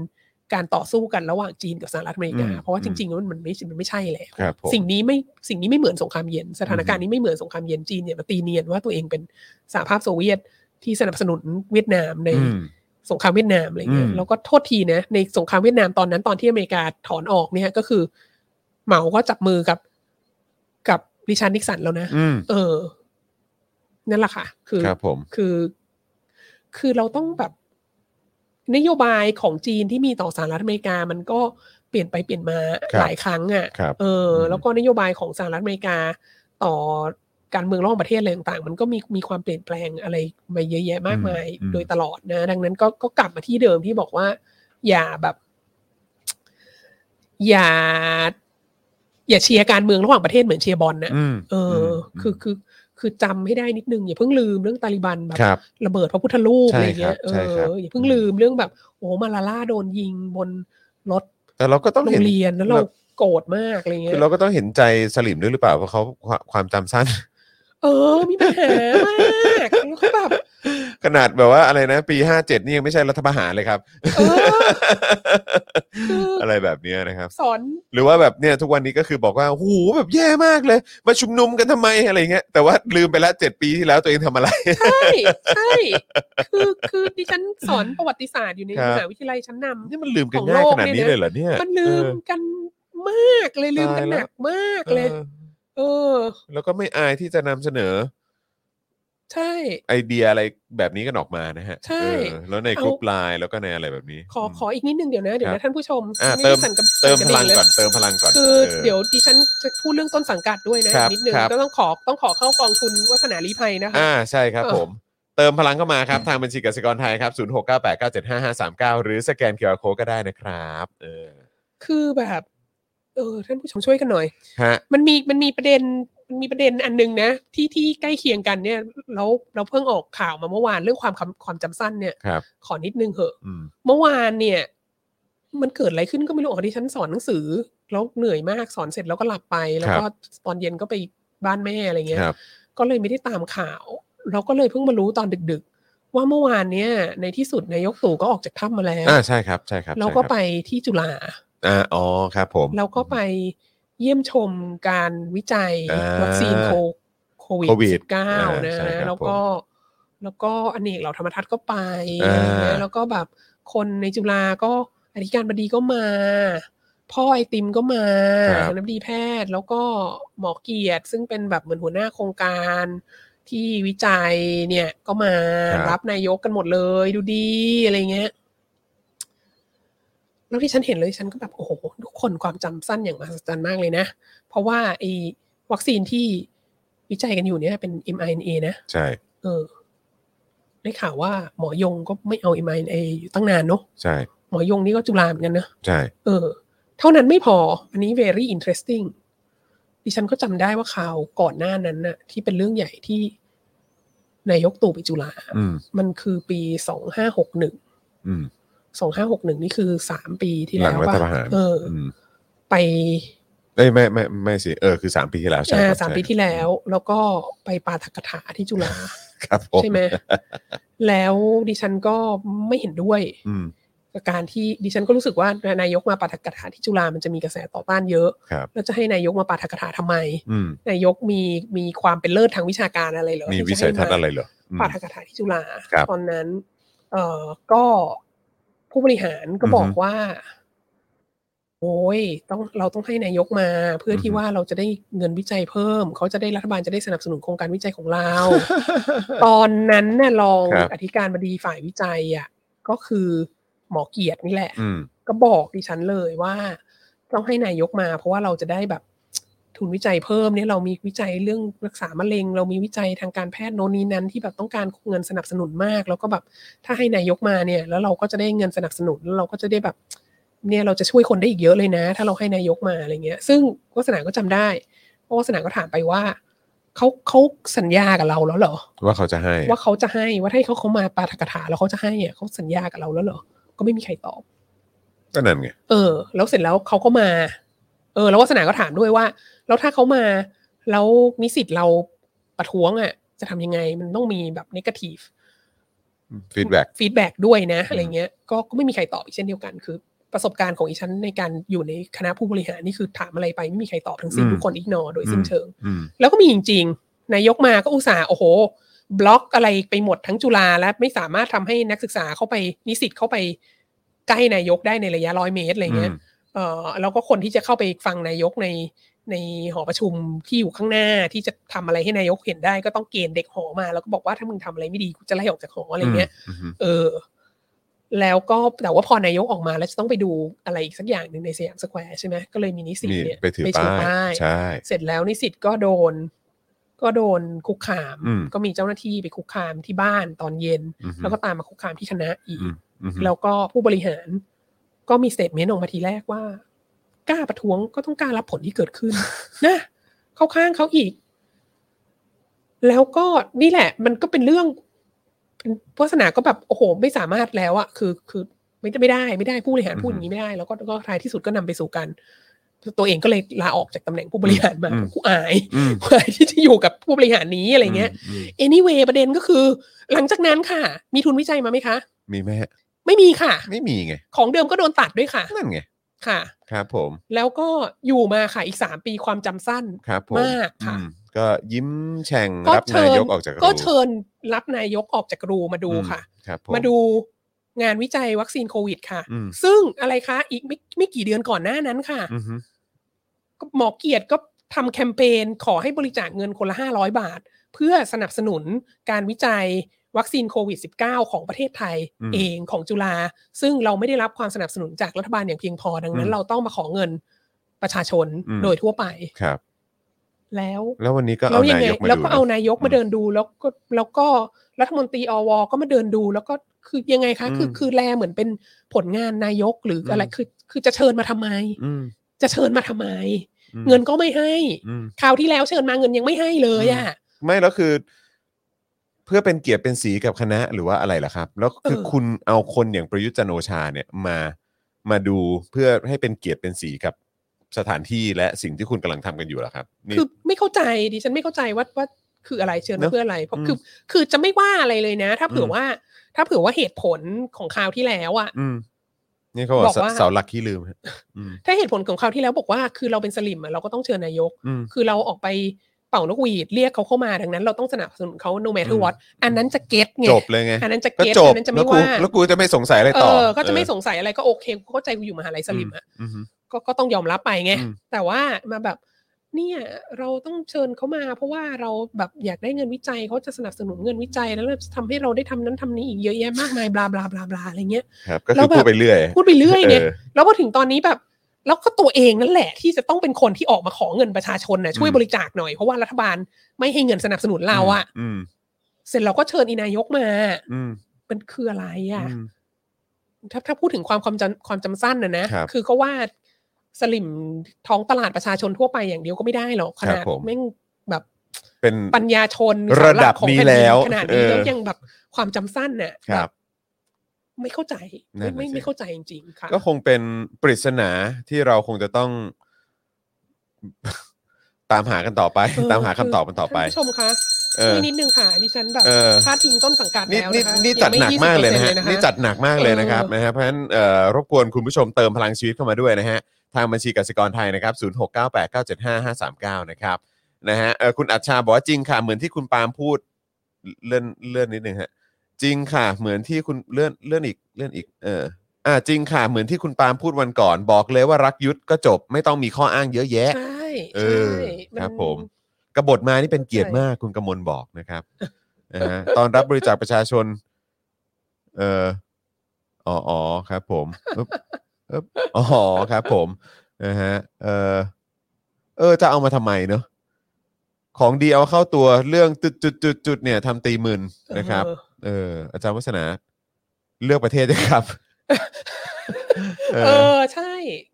การต่อสู้กันระหว่างจีนกับสหรัฐอเมริกา อืม เพราะว่า อื จ ม ริงๆแล้วมันไม่มันไม่ใช่แล้ว ครับผม สิ่งนี้ไม่สิ่งนี้ไม่เหมือนสงครามเย็น สถานการณ์นี้ไม่เหมือนสงครามเย็นจีนเนี่ยมาตีเนียนว่าตัวเองเป็นสหภาพโซเวียตที่สนับสนุนเวียดนามใน อืม สงครามเวียดนามอะไรเงี้ย อืม แล้วก็โทษทีนะในสงครามเวียดนามตอนนั้นตอนที่อเมริกาถอนออกเนี่ยก็คือ เหมาก็จับมือกับกับริชาร์ดนิกสันแล้วนะ อืม เออ นั่นแหละค่ะ คือ ครับผม คือ คือเราต้องแบบ นโยบายของจีนที่มีต่อสหรัฐอเมริกามันก็เปลี่ยนไปเปลี่ยนมา ครับ หลายครั้งอะ่ะ ครับ เอออ ม แล้วก็นโยบายของสหรัฐอเมริกาต่อการเมืองระหว่างประเทศอะไรต่างๆ มันก็มีมีความเปลี่ยนแปลงอะไรมาเยอะแยะมากมาย อืม โดยตลอดนะ ดังนั้นก็ก็กลับมาที่เดิมที่บอกว่า อย่าแบบ อย่า อย่าเชียร์การเมืองระหว่างประเทศเหมือนเชียร์บอลนะ อืม เอออ ม คือคือคือจำให้ได้นิดนึง อย่าเพิ่งลืมเรื่องตาลิบันแบบ ครับ ระเบิดพระพุทธรูป ใช่ อะไรเงี้ย ครับ เอ ใช่ครับ ออย่าเพิ่งลืมเรื่องแบบโอ้มาลาล่าโดนยิงบนรถ แต่เราก็ต้อง โร เห็ ง น เรียนแล้วเรา แบบ โกรธมากอะไรเงี้ คื ย อเราก็ต้องเห็นใจสลิมด้วยหรือเปล่าเพราะเขาความความจำสั้น *laughs* เออ มีปัญหามากแล้วก็แบบ ขนาดแบบว่าอะไรนะ ปี 57 นี่ยังไม่ใช่รัฐประหารเลยครับ เออ คือ อะไรแบบเนี้ยนะครับ สอน หรือว่าแบบเนี่ยทุกวันนี้ก็คือบอกว่าโอ้โหแบบแย่มากเลย มาชุมนุมกันทำไมอะไรเงี้ยแต่ว่าลืมไปละเจ็ดปีที่แล้วตัวเองทำอะไร ใช่ใช่คือคือดิฉันสอนประวัติศาสตร์อยู่ใน ครับ มหาวิทยาลัยชั้นนำ นี่มันลืมกันง่ายขนาดนี้ ของโลกเนี่ยนะ เลยเหรอเนี่ย มันลืม เออ กันมากเลยลืมกัน ตาย ห แล้ว นักมากเลย ออ เออ แล้วก็ไม่อายที่จะนำเสนอ ใช่ ไอเดียอะไรแบบนี้กันออกมานะฮะ ใช่ เออแล้วในกรุ๊ป เอา ไลน์แล้วก็ในอะไรแบบนี้ ขอ ม ขออีกนิดนึงเดี๋ยวนะ เดี๋ยว ครั นะ บ ท่านผู้ชม อ่า ไม่ เติมได้สั่นกับ เติมพ สั่น ลัง ระดิ่ ก่อนเติมพลังก่อน คือ ออ เดี๋ยวดิฉันจะพูดเรื่องต้นสังกัดด้วยนะครับ นิดนึง ครับ ก็ต้องขอต้องขอเข้ากองทุนวัฒนาลีภัยนะคะ อ่าใช่ครับ เออ ผม เติมพลังเข้ามาครับ ทางบัญชีกสิกรไทยครับ 0698975539 หรือสแกน QR Code ก็ได้นะครับเออ คือแบบ เออ ท่านผู้ชมช่วยกันหน่อย ฮะ มันมีมันมีประเด็นมันมีประเด็นอันหนึงนะ ที่ที่ใกล้เคียงกันเนี่ยแล้วเราเพิ่งออกข่าวมาเมื่อวานเรื่องความคำความจำสั้นเนี่ย ครับ ขอนิดนึงเหอะ อืม เมื่อวานเนี่ย มันเกิดอะไรขึ้นก็ไม่รู้อ๋อดิฉันสอนหนังสือ แล้วเหนื่อยมากสอนเสร็จแล้วก็หลับไป แล้วก็ตอนเย็นก็ไปบ้านแม่อะไรเงี้ย ครับ ก็เลยไม่ได้ตามข่าว เราก็เลยเพิ่งมารู้ตอนดึกๆ ว่าเมื่อวานเนี่ย ในที่สุดนายกตู่ก็ออกจากถ้ำมาแล้ว อ่าใช่ครับใช่ครับ เราก็ ใช่ครับ ไปที่จุฬา อ่าอ๋อครับผม เราก็ไปเยี่ยมชมการวิจัย อ่า วัคซีนโคโควิด โควิด สิบเก้า อ่า นะ ใช่ครับ แล้วก็แล้วก็อเนกเหล่าธรรมทัศน์ก็ไป อ่า อะไรเงี้ยแล้วก็แบบคนในจุฬาก็อธิการบดีก็มา พ่อไอติมก็มาคณะบดีแพทย์ แล้วก็หมอเกียรติ ซึ่งเป็นแบบเหมือนหัวหน้าโครงการที่วิจัยเนี่ยก็มา ครับ รับนายกกันหมดเลยดูดีอะไรเงี้ย แล้วที่ฉันเห็นเลยฉันก็แบบโอ้โหทุกคนความจำสั้นอย่างมหัศจรรย์มากเลยนะ เพราะว่าไอ้วัคซีนที่วิจัยกันอยู่เนี่ยเป็น mRNA นะ ใช่ เออ ได้ข่าวว่าหมอยงก็ไม่เอา mRNA อยู่ตั้งนานเนาะ ใช่ หมอยงนี่ก็จุฬาเหมือนกันนะ ใช่ เออ เท่านั้นไม่พอ อันนี้ very interesting ดิฉันก็จำได้ว่าข่าวก่อนหน้านั้นน่ะ ที่เป็นเรื่องใหญ่ที่นายกตู่ไปจุฬา อืม มันคือปีสองห้าหกหนึ่ง อืม สองห้าหกหนึ่งนี่คือสามปีที่ หลั แล้ ง ว รัฐ ป่ะ ประหาร เออ อืม ไป เอ้ยไม่ไม่ไม่สิเออคือสามปีที่แล้วใช่คอ่ารับ สาม ใช่ ปีที่แล้ว แล้วก็ไปปาฐกถาที่จุฬา ครับผม ใช่ไหมแล้วดิฉันก็ไม่เห็นด้วย อืม กับการที่ดิฉันก็รู้สึกว่านายกมาปาฐกถาที่จุฬามันจะมีกระแสต่อต้านเยอะ ครับ แล้วจะให้นายกมาปาฐกถาทำไม อืม นายกมีมีความเป็นเลิศทางวิชาการอะไรเหรอ มี ที่ วิ จะ สั ให้ ยทัศน์อะไรเหรออืม ปาฐกถาที่จุฬา ครับ ตอนนั้น เอ่อก็ ผู้บริหารก็บอ อื ก อฮึ ว่า โอ้ยต้องเราต้องให้นายกมา เพื่ออ อฮึ ที่ว่าเราจะได้เงินวิจัยเพิ่ม เขาจะได้รัฐบาลจะได้สนับสนุนโครงการวิจัยของเรา ตอนนั้นเนี่ยรอง ครับ อธิการบดีฝ่ายวิจัยอ่ะก็คือหมอเกียรตินี่แหละ อืม ก็บอกดิฉันเลยว่า ต้องให้นายกมา เพราะว่าเราจะได้แบบทุนวิจัยเพิ่มเนี่ยเรามีวิจัยเรื่องรักษามะเร็ง เรามีวิจัยทางการแพทย์โน่นนี้นั้นที่แบบต้องการเงินสนับสนุนมาก แล้วก็แบบถ้าให้นายกมาเนี่ย แล้วเราก็จะได้เงินสนับสนุนแล้วเราก็จะได้แบบ เนี่ยเราจะช่วยคนได้อีกเยอะเลยนะ ถ้าเราให้นายกมาอะไรเงี้ย ซึ่งโฆษณาก็จำได้เพราะโฆษณาก็ถามไปว่าเขาเขาสัญญากับเราแล้วเหรอ ว่าเขาจะให้ ว่าเขาจะให้ว่าถ้าเขาเขามาปาฐกถาแล้วเขาจะให้อ่ะเขาสัญญากับเราแล้วเหรอ ก็ไม่มีใครตอบ ก็นั่นไง เออ แล้วเสร็จแล้วเขาก็มา เออ แล้ววัสนาก็ถามด้วยว่า แล้วถ้าเขามา แล้วนิสิตเราประท้วงอะ่ะ จะทำยังไงมันต้องมีแบบน a t i v e ฟีดแบ็ก ฟีดแบ็ด้วยนะอะไร อืม เงี้ยก็ก็ไม่มีใครตอบอีกเช่นเดียวกัน คือ ประสบการณ์ของอีฉันในการอยู่ในคณะผู้บริหารนี่คือถามอะไรไปไม่มีใครตอบทั้งสิ้นทุกคนอิกนอโดยสิ้นเชิง อืม แล้วก็มีจริงๆ นายกมาก็อุตส่าห์โอ้โห บล็อกอะไรไปหมดทั้งจุฬาและไม่สามารถทำให้นักศึกษาเข้าไปนิสิตเข้าไปใกล้นายกได้ในระยะร้อยเมตรอะไรเงี้ย เอ่อแล้วก็คนที่จะเข้าไปฟังนายกในในหอประชุมที่อยู่ข้างหน้าที่จะทำอะไรให้นายกเห็นได้ก็ต้องเกณฑ์เด็กหอมา แล้วก็บอกว่าถ้ามึงทำอะไรไม่ดีกูจะไล่ออกจากหออะไรเงี้ยเออ แล้วก็แต่ว่าพอนายกออกมาแล้วจะต้องไปดูอะไรอีกสักอย่างหนึ่งในสยามสแควร์ใช่ไหมก็เลยมีนิสิต มี เนี่ย ไปถือป้ายใช่ เสร็จแล้วนิสิตก็โดน ก็โดนคุกคาม อืม ก็มีเจ้าหน้าที่ไปคุกคามที่บ้านตอนเย็น อือฮึ แล้วก็ตามมาคุกคามที่คณะอีก อืมอือฮึ แล้วก็ผู้บริหารก็มีสเตทเมนต์ออกมาทีแรกว่า กล้าประท้วงก็ต้องกล้ารับผลที่เกิด *laughs* ขึ้น นะเข้าข้างเขาอีก แล้วก็นี่แหละ มันก็เป็นเรื่องเป็นวาสนาก็แบบโอ้โห ไม่สามารถแล้วอะคือ คือไม่ได้ไม่ได้ไม่ได้ผู้บริหารพูดอย่างนี้ไม่ได้ แล้วก็ก็ท้ายที่สุดก็นำไปสู่การตัวเองก็เลยลาออกจากตำแหน่งผู้บริหารมา อืม กูอาย อืม กูอาย *laughs* ที่จะอยู่กับผู้บริหารนี้อะไรเงี้ย อืม anyway ประเด็นก็คือ หลังจากนั้นค่ะ มีทุนวิจัยมาไหมคะ มีไหมฮะ ไม่มีค่ะ ไม่มีไง ของเดิมก็โดนตัดด้วยค่ะ นั่นไง ค่ะ ครับผม แล้วก็อยู่มาค่ะอีกสามปีความจำสั้น ครับผม มากค่ะ อืมก็ยิ้มแฉ่ง ก็ รับ เชิ นา ญ ยกออกจากรู ก็เชิญรับนายกออกจากรูมาดู อืม ค่ะ ครับผม มาดูงานวิจัยวัคซีนโควิดค่ะ อืม ซึ่งอะไรคะอีกไม่ไม่กี่เดือนก่อนหน้านั้นค่ะ อือฮึ ก็หมอเกียรติก็ทำแคมเปญขอให้บริจาคเงินคนละ 500 บาท เพื่อสนับสนุนการวิจัยวัคซีนโควิด -19 ของประเทศไทยเองของจุฬาซึ่งเราไม่ได้รับความสนับสนุนจากรัฐบาลอย่างเพียงพอดังนั้น เราต้องมาขอเงินประชาชนโดยทั่วไป ครับ แล้ว แล้ววันนี้ก็ แล้ เอา วยั นาง ไง ยกมาดู แล้วก็เอานายก ะ มาเดินดูแล้วก็แล้วก็รัฐมนตรีอวก็มาเดินดู แล้วก็คือยังไงคะ อืม คือคือแลเหมือนเป็นผลงานนายกหรืออะไร อืม คือคือจะเชิญมาทำไม อืม จะเชิญมาทำไม อืม เงินก็ไม่ให้ อืม คราวที่แล้วเชิญมาเงินยังไม่ให้เลยอ่ะ ไม่แล้วคือ เพื่อเป็นเกียรติเป็นสีกับคณะหรือว่าอะไรล่ะครับ แล้วคือ เออ คุณเอาคนอย่างประยุทธ์จันทร์โอชาเนี่ยมามาดูเพื่อให้เป็นเกียรติเป็นสีกับสถานที่และสิ่งที่คุณกำลังทำกันอยู่ล่ะครับนี่ คือไม่เข้าใจดิฉันไม่เข้าใจว่าว่าคืออะไรเชิญ เน มา อะ เพื่ออะไรเพราะ อืม คือคือจะไม่ว่าอะไรเลยนะ ถ้าเผื่ออ ม ว่า ถ้าเผื่อว่าเหตุผลของคราวที่แล้วอ่ะ อืมนี่เขาบอก บอกว่า เสาหลักที่ลืมฮะอืม ถ้าเหตุผลของคราวที่แล้วบอกว่า คือเราเป็นสลิมอะเราก็ต้องเชิญนายก อืม คือเราออกไปเป่านกหวีดเรียกเขาเข้ามาดังนั้นเราต้องสนับสนุนเขา no อื matter ม what อันนั้นจะเก็ตไง จบเลยไง อันนั้นจะ ก็ เก็ต จบ อันนั้นจะ แล้ ไม่ วกู ว่า แล้วกูจะไม่สงสัยอะไร เอ ต่อ อก็จะไม่ เออ สงสัยอะไรก็โอเคกูเข้าใจกูอยู่มหาลัยสลิมอ่ะ อืม ก็ก็ต้องยอมรับไปไง อืม แต่ว่ามาแบบ เนี่ยเราต้องเชิญเขามา เพราะว่าเราแบบอยากได้เงินวิจัยเขาจะสนับสนุนเงินวิจัยแล้วเราจะทำให้เราได้ทำนั้นทำนี้อีกเยอะแยะมากมายบลาบลาบลาบลาอะไรเงี้ย *laughs* ครับก็ แล้ คือ วแบบ พูดไปเรื่อย พูดไปเรื่อยไง เออ แล้วพอถึงตอนนี้แบบแล้วก็ตัวเองนั่นแหละ ที่จะต้องเป็นคนที่ออกมาขอเงินประชาชนนะช่วย อืม บริจาคหน่อย เพราะว่ารัฐบาลไม่ให้เงินสนับสนุนเราอะ อืม เสร็จเราก็เชิญอีนายกมา อืม มันคืออะไรอะ อืม ถ้าถ้าพูดถึงความความจำความจำสั้นนะนะครับ อเขาว่าสลิมท้องตลาดประชาชนทั่วไปอย่างเดียวก็ไม่ได้หรอกขคนารั ด บผม แม่งแบบ เป็น ปัญญาชน ระดับนี้ เสาหกของผ่นดิ แล้ว ขนาด เอ นี้ อ แล้วยังแบบความจำสั้นน่ะ ครับ แไม่เข้าใจ นั่ ไม่ นน่ะสิไม่ไม่เข้าใจจริงๆค่ะ ก็คงเป็นปริศนาที่เราคงจะต้อง *laughs* ตามหากันต่อไป เออ ตามหาคำตอบกันต่อไป ท่านผู้ชมคะ เออ ช่วยนิดนึงค่ะดิฉันแบบ เออ พาดทิ้งต้นสังกัด นี่ แล้ว นี่ นะคะ นี่ ยั จัด งไม่ หนักมากเลยนะฮะ 20% นี่จัดหนักมากเลยนะครับ เออ นะฮะเพราะฉะนั้นเอ่อรบกวนคุณผู้ชมเติมพลังชีวิตเข้ามาด้วยนะฮะ ทางบัญชีกสิกรไทยนะครับ 0698975539 นะครับนะฮะเอ่อคุณอัจฉาบอกว่าจริงค่ะ เหมือนที่คุณปาล์มพูดเลื่อนเลื่อนนิดนึงฮะจริงค่ะ เหมือนที่คุณเลื่อนเลื่อนอีกเลื่อนอีก เออ อ่าจริงค่ะ เหมือนที่คุณปาล์มพูดวันก่อน บอกเลยว่ารักยุทธก็จบ ไม่ต้องมีข้ออ้างเยอะแยะ ใช่ เออ ใช่น ครับผม กบฏมานี่เป็นเกียรติ ใช่ มากคุณกมลบอก *laughs* นะครับนะฮะตอนรับบริจาคประชาชน เอออ๋ออ๋อครับ ผมอึ๊บอึ๊บอ๋อครับ ผมนะฮะเออเออ จะเอามาทำไมเนอะของดีเอาเข้าตัวเรื่องจุดจุดจุดจุดๆๆๆเนี่ยทำตีมึนนะครับ เออ เออ อาจารย์วัฒนา เลือกประเทศด้วย *laughs* ครับ เอ เอ อ อใช่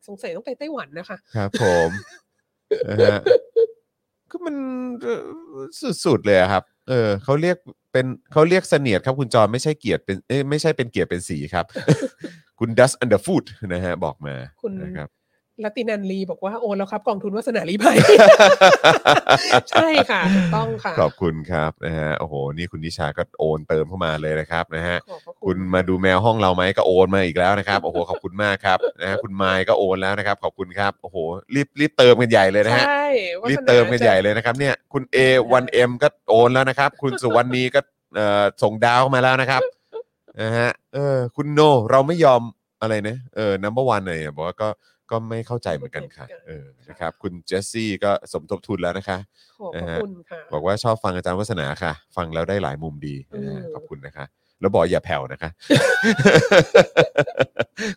สงสัยต้องไปไต้หวันนะคะ ครับผมนะฮะก็มันเอ่อสุดๆเลยอะครับ เออเขาเรียกเป็นเขาเรียกเสนียดครับ คุณจอนไม่ใช่เกียรติเป็นเอ้ยไม่ใช่เป็นเกียรติเป็นสีครับ *laughs* คุณ dust under foot นะฮะ บอกมา คุณ นะครับ รัตินันลีบอกว่าโอนแล้วครับ กองทุนวัฒนาลีภัย *laughs* ใช่ค่ะถูกต้องค่ะ ขอบคุณครับนะฮะโอ้โห นี่คุณนิชาก็โอนเติมเข้ามาเลยนะครับนะฮะ ขอบพระ คุณมาดูแมวห้องเราไหมก็โอนมาอีกแล้วนะครับโอ้โหขอบคุณมากครับนะฮะคุณไมค์ก็โอนแล้วนะครับ ขอบคุณครับโอ้โหรีบรีบเติมกันใหญ่เลยนะฮะ ใช่ รีบเติมกันใหญ่เลยนะครับเนี่ยคุณ A1M ก็โอนแล้วนะครับ คุณสุวรรณีก็เอ่อส่งดาวเข้ามาแล้วนะครับนะฮะเออคุณโนเราไม่ยอมอะไรนะเออ number one เลยอะบอกว่าก็ก็ไม่เข้าใจเหมือนกันค่ะเออนะครับคุณเจสซี่ก็สมทบทุนแล้วนะคะ ขอบพระคุณค่ะ บอกว่าชอบฟังอาจารย์วัฒนาค่ะ ฟังแล้วได้หลายมุมดี อืม นะฮะขอบคุณนะคะ แล้วบอกอย่าแผ่วนะคะ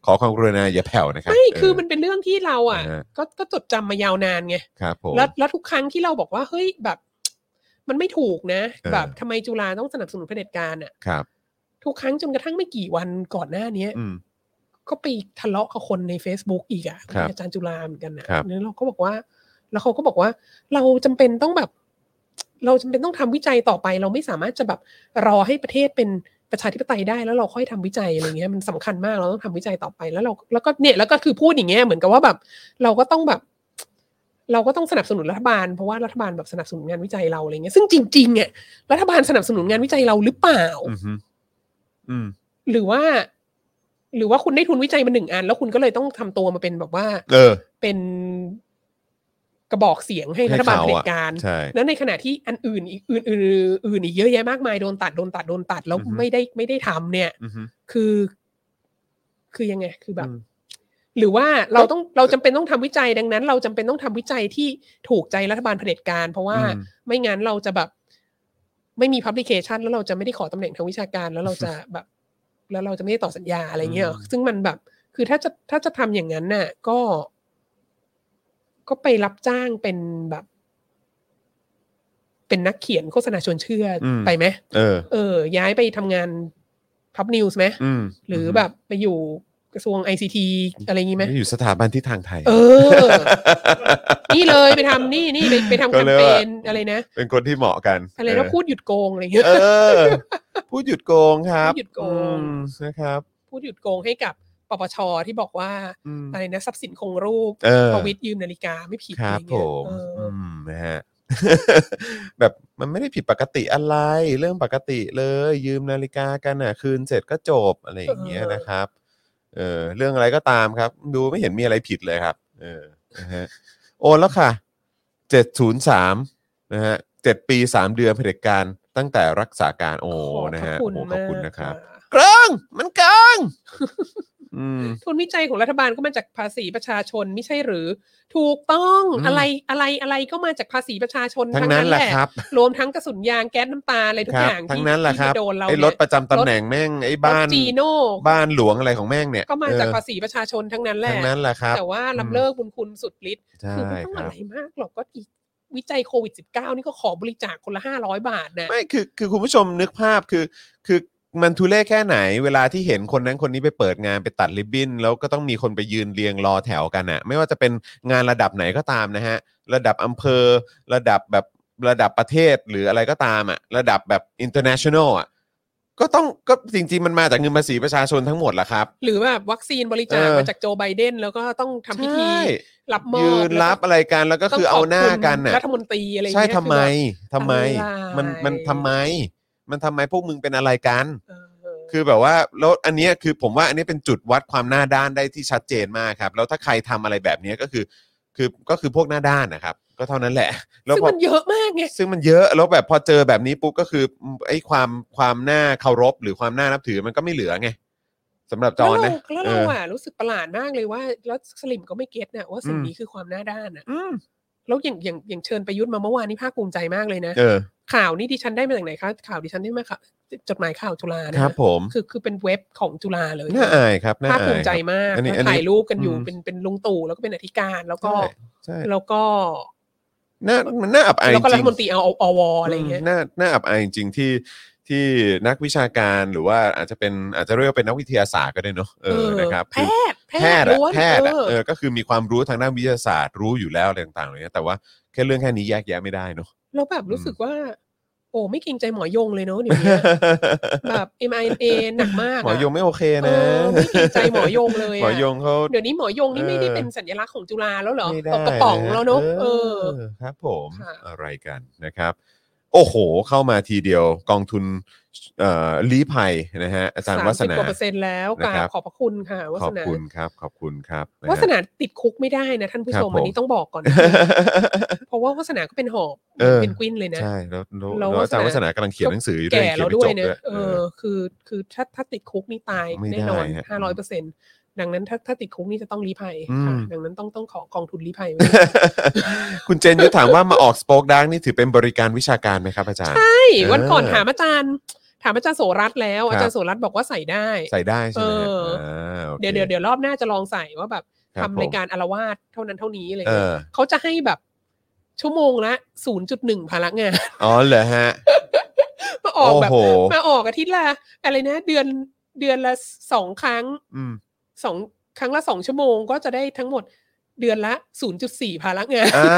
ขอความกรุณาอย่าแผ่วนะครับ ไม่คือ เ มันเป็นเรื่องที่เราอ่ะ อ่า ก็ก็จดจำมายาวนานไง ครับผม แล้วแล้วทุกครั้งที่เราบอกว่าเฮ้ยแบบ มันไม่ถูกนะ เออ แบบทำไมจุฬาต้องสนับสนุนเผด็จการอ่ะ ครับ ทุกครั้งจนกระทั่งไม่กี่วันก่อนหน้าเนี้ย อืม ก็ไปทะเลาะกับคนใน Facebook อีกอะ ครับ อาจารย์จุฬาเหมือนกันนะครับ แล้วเราก็บอกว่า แล้วเขาก็บอกว่า เราจำเป็นต้องแบบ เราจำเป็นต้องทำวิจัยต่อไป เราไม่สามารถจะแบบรอให้ประเทศเป็นประชาธิปไตยได้แล้วเราค่อยทำวิจัยอะไรเงี้ยมันสำคัญมากเราต้องทำวิจัยต่อไปแล้วเราแล้วก็เนี่ยแล้วก็คือพูดอย่างเงี้ยเหมือนกับว่าแบบ เราก็ต้องแบบ เราก็ต้องสนับสนุนรัฐบาลเพราะว่ารัฐบาลแบบสนับสนุนงานวิจัยเราอะไรเงี้ยซึ่งจริงๆอะรัฐบาลสนับสนุนงานวิจัยเราหรือเปล่า อือฮึอืม หรือว่า หรือว่าคุณได้ทุนวิจัยมาหนึ่งอัน แล้วคุณก็เลยต้องทำตัวมาเป็นแบบว่า เออ เป็นกระบอกเสียงให้รัฐบาล ให้เขาเผอะ ด็จการ ใช่ แล้วในขณะที่อันอื่นอีกอื่นอื่นอื่นอีกเยอะแยะมากมายโดนตัดโดนตัดโดนตัดแล้ว อือฮึ ไม่ได้ไม่ได้ทำเนี่ย อือฮึ คือ คือยังไง คือแบบ อืม หรือว่าเราต้องเราจำเป็นต้องทำวิจัยดังนั้น เราจำเป็นต้องทำวิจัยที่ถูกใจรัฐบาลเผด็จการ เพราะว่า อืม ไม่งั้นเราจะแบบ ไม่มีพับลิเคชันแล้วเราจะไม่ได้ขอตำแหน่งทางวิชาการแล้วเราจะแบบ *laughs* แล้วเราจะไม่ได้ต่อสัญญาอะไรเงี้ยหรอ อืม ซึ่งมันแบบ คือถ้าจะถ้าจะทำอย่างนั้นน่ะ ก็ ก็ไปรับจ้างเป็นแบบ เป็นนักเขียนโฆษณาชวนเชื่ออ ม ไปไหม เออ เออ ย้ายไปทำงานพับนิวส์ไหม อืม หรือแบบไปอยู่กระทรวงไอซีทีอะไรอย่างงี้ไหม อยู่สถาบันที่ทางไทย เออ นี่เลยไปทำนี่นี่ไปไปทำ ก็ แคม เลย เป ว่า ญอะไรนะ เป็นคนที่เหมาะกัน อะไรแล้ว เ พูดหยุดโกงอะไรเงี้ย เออ พูดหยุดโกงครับ พูดหยุดโกง อืมนะครับ พูดหยุดโกงให้กับปปชที่บอกว่า อืม อะไรนะทรัพย์สินคงรูป เออ ประวิตยยืมนาฬิกาไม่ผิด ค อะ รั ไร บผ เงี้ย ม เอออ อืมนะฮะ *laughs* แบบมันไม่ได้ผิดปกติอะไร เรื่องปกติเลย ยืมนาฬิกากันอ่ะ คืนเสร็จก็จบอะไรอย่างเงี้ยนะครับ เออเรื่องอะไรก็ตามครับ ดูไม่เห็นมีอะไรผิดเลยครับ เออนะฮะโอนแล้วค่ะเจ็ดศูนย์สามนะฮะเจ็ดปีสามเดือนเผด็จการตั้งแต่รักษาการโอ้ ขบ นะ พร ฮะ คุณ โอ้ขอบคุณนะครับ มาก กลางมันกลางอืม *laughs* ทุนวิจัยของรัฐบาลก็มาจากภาษีประชาชนไม่ใช่หรือ ถูกต้อง อืม อะไรอะไรอะไรก็มาจากภาษีประชาชน ทั้งนั้นแหละครับ รวมทั้งกระสุนยางแก๊สน้ำตาอะไรทุ ค ก รั อบ ย่าง ทั้ง ที่ นั้นแหละ ที่ ครั มา บ โดนเรา ไอ้รถ เนี่ย ประจำตำแหน่งแม่งไอ้บ้าน รถจีโน่ บ้านหลวงอะไรของแม่งเนี่ย ก็มาจาก เออ ภาษีประชาชนทั้งนั้นแหละ ทั้งนั้นแหละครับ แต่ว่า อืม ลำเลิกบุญคุณสุดฤทธิ ใช่ คือไม่ต้อง ค อะ รับ ไรมากหรอกก็อีกวิจัยโควิด -19 นี่ก็ขอบริจาคคนละห้าร้อยบาทนะ ไม่คือคือคุณผู้ชมนึกภาพคือ คือมันทุเล่แค่ไหน เวลาที่เห็นคนนั้นคนนี้ไปเปิดงานไปตัดริบบิ้น แล้วก็ต้องมีคนไปยืนเรียงรอแถวกันอะไม่ว่าจะเป็นงานระดับไหนก็ตามนะฮะ ระดับอำเภอ ระดับแบบระดับประเทศหรืออะไรก็ตามอะระดับแบบ international อะก็ต้องก็จริง ๆ มันมาจากเงินภาษีประชาชนทั้งหมดแหละครับ หรือแบบวัคซีนบริจาค เออ มาจากโจไบเดน แล้วก็ต้องทำพิธี ใช่ รับมอบ ยืนรับอะไรกันแล้วก็ ต้ง คือเอาหน้ากัน ขอบคุณ น่ะ รัฐมนตรีอะไรอย่าง ใช่ เงี้ย ทำไม คือแบบ ทำไม อะไร มันมันทำไม มันทำไมพวกมึงเป็นอะไรกัน เออ คือแบบว่าแล้วอันเนี้ยคือผมว่าอันนี้เป็นจุดวัดความหน้าด้านได้ที่ชัดเจนมากครับ แล้วถ้าใครทำอะไรแบบเนี้ยก็คือ คือก็คือพวกหน้าด้านนะครับ ก็เท่านั้นแหละ แล้ว ซึ่ง พอ มันเยอะมากไง ซึ่งมันเยอะแล้วแบบพอเจอแบบนี้ปุ๊บก็คือไอ้ความความน่าเคารพหรือความน่านับถือมันก็ไม่เหลือไง สำหรับจอห์นนะ แล้ว เอ เรา อ อ่ะรู้สึกประหลาดมากเลยว่า แล้วสลิมก็ไม่เก็ตนะว่าสิ่ง อืม นี้คือความหน้าด้านอ่ะ อืม แล้วอย่างอย่างอย่างเชิญประยุทธ์มาเมื่อวานนี่ภาคภูมิใจมากเลยนะ เออ ข่าวนี่ดิฉันได้มาจากไหนคะข่าวดิฉันได้มาค่ะจดหมายข่าวจุฬานะครับ ผม คือคือเป็นเว็บของจุฬาเลย น่าอายครับน่า ภาค อา ภู ย มิใจ ครับ มาก อันนี้อันนี้ ถ่ายรูปกันอยู่ อืม เป็นเป็นลุงตู่แล้วก็เป็นอธิการแล้วก็ ใช่ใช่ แล้วก็ น่ามันน่าอับอายจ แล้วก็รั ริ ฐ ง มนตรีเอาอวอะไรอย่างเงี้ย มน่าน่าอับอายจริงๆที่ที่นักวิชาการหรือว่าอาจจะเป็นอาจจะเรียกว่าเป็นนักวิทยาศาสตร์ก็ได้เนอะเออนะครับ แพ คือ ทย์ แพทย์อะ ล้วน แพทย์อะ เออ เออก็คือมีความรู้ทางด้านวิทยาศาสตร์รู้อยู่แล้วอะไรต่างๆเหลยแต่ว่าแค่เรื่องแค่นี้แยกแยะไม่ได้เนอะ เราแบบรู้สึกว่า โอ้ไม่เกรงใจหมอยงเลยเนาะเดี๋ *laughs* ยวนี้แบบ m i n a หนักมากะ หมอยงไม่โอเคนะ เออไม่เกรงใจหมอยงเลย หม อะ อยงเขา เดี๋ยวนี้หมอยงนี่ เออ ไม่ได้เป็นสัญลักษณ์ของจุฬาแล้วเหรอ ไม่ได้ ตกกระป๋องแล้วเนาะเออ ครับผม ค่ะ อะไรกันนะครับ โอ้โห เข้ามาทีเดียวกองทุนเอ่อลี้ภัยนะฮะอาจารย์วัฒ สามสิบ นา กว่าเปอร์เซ็นต์แล้วกรา นะครับ บ ขอบพระคุณค่ะวั ข ส อบ นา คุณครับขอบคุณครับะฮะ วัสนาติดคุกไม่ได้นะท่านผู้ ครับ ชมอัน ผม นี้ต้องบอก *laughs* ก่อนนะเพราะว่าวัสนาก็เป็นหอบ เออ เป็นกวินเลยนะ ใช่แล้วแล้ว แล้ว แล้วอาจารย์ วาสนา วัฒนากำลังเขียนหนังสืออยู่ด้วย แก่ เขีย แล้ น ว ไม่ ด้ว จบยนะ ด้วย เอ เอ อ อ *laughs* คือคือถ้าถ้าติดคุกนี่ตาย ไม่ได้ แน่นอน ฮะ ห้าร้อยเปอร์เซ็นต์ดังนั้นถ้าถ้าติดคุกนี่จะต้องรีภัย อืม ค่ะ ดังนั้นต้องต้องขอกองทุนรีภัยไว้ คุณเจนยุทธถามว่ามาออกสป k อกดังนี่ถือเป็นบริการวิชาการไหมครับอาจารย์ *laughs* ใช่ วันก่อน เออ ถามอาจารย์ ถามอาจารย์โสรัตน์แล้ว ครับ อาจารย์โสรัตน์บอกว่าใส่ได้ ใส่ได้ใช่ไหมฮะ เอออ่ าโอค เดี๋ยวเดี๋ยวเดี๋ยวรอบหน้าจะลองใส่ว่าแบบ ครับ ทำรายการอารวาสเท่านั้นเท่านี้อะไร เอ เงี้ย อ เขาจะให้แบบชั่วโมงละศูนย์จุดหนึ่งพละงาน *laughs* อ๋อเหรอฮะ มาออก โอ้ แบบ โห มาออกอาทิตย์ละอะไรนะ เดือนเดือนละสองครั้ง อืม สองครั้งละสองชั่วโมงก็จะได้ทั้งหมดเดือนละ 0.4 ภาระงาน อ่า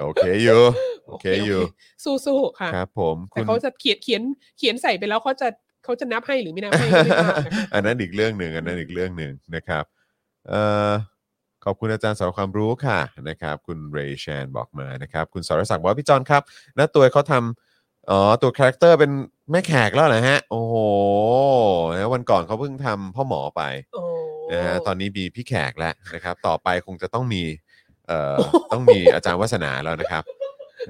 โอเคอยู่โอเคอยู่ สู้สู้ๆค่ะ ครับผมคุ แต่ ณ เขาจะเขียนเขียนเขียนใส่ไปแล้วเขาจะเขาจะนับให้หรือไม่นับ *laughs* ให้ก็ไม่ทราบนะคะ อันนั้นอีกเรื่องหนึ่งอันนั้นอีกเรื่องหนึ่งนะครับเอ่อขอบคุณอาจารย์สำหรับความรู้ค่ะนะครับ คุณเรย์แชนบอกมานะครับ คุณสรศักดิ์บอกว่าพี่จอนครับน้าตัวเขาทำอ๋อตัวคาแรคเตอร์เป็นแม่แขกแล้วนะฮะ โอ้โหนะวันก่อนเขาเพิ่งทำพ่อหมอไป โอ้ นะฮะตอนนี้มีพี่แขกแล้วนะครับ ต่อไปคงจะต้องมีเอ่อต้องมีอาจารย์วัฒนาแล้วนะครับ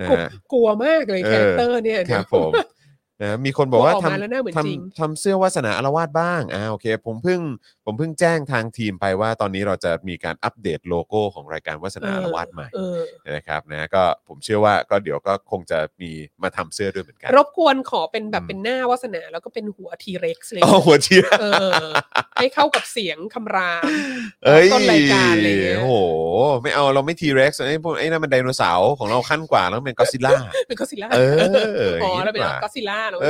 นะ กฮะลัวกลัวมากเลย เออ คาแรคเตอร์เนี่ย ครับผมนะมีคนบอกว่า ออกมาแล้วหน้าเหมือน ทำ จริง ทำทำเสื้อวาสนาอารวาสบ้างอ่าโอเค ผมเพิ่งผมเพิ่งแจ้งทางทีมไปว่าตอนนี้เราจะมีการอัปเดตโลโก้ของรายการวาสนาอารวาสใหม่ เออ นะครับนะก็ผมเชื่อว่าก็เดี๋ยวก็คงจะมีมาทำเสื้อด้วยเหมือนกัน รบกวนขอเป็นแบ อื บ ม เป็นหน้าวาสนาแล้วก็เป็นหัวทีเร็กซ์เลย โอ้โหเชีย เออ ให้เข้ากับเสียงคำราม เอ้ย ต้นรายการอะไรเงี้ย โอ้โห ไม่เอาเราไม่ทีเร็กซ์ไอ้พวกไอ้นั่นมันไดโนเสาร์ของเราขั้นกว่าแล้วมันเป็นก็ซิล่า เป็นก็ซิล่า เออ อ๋อเราเป็น อย่างนี้ดีกว่า ก็ซิล่าเรา เอ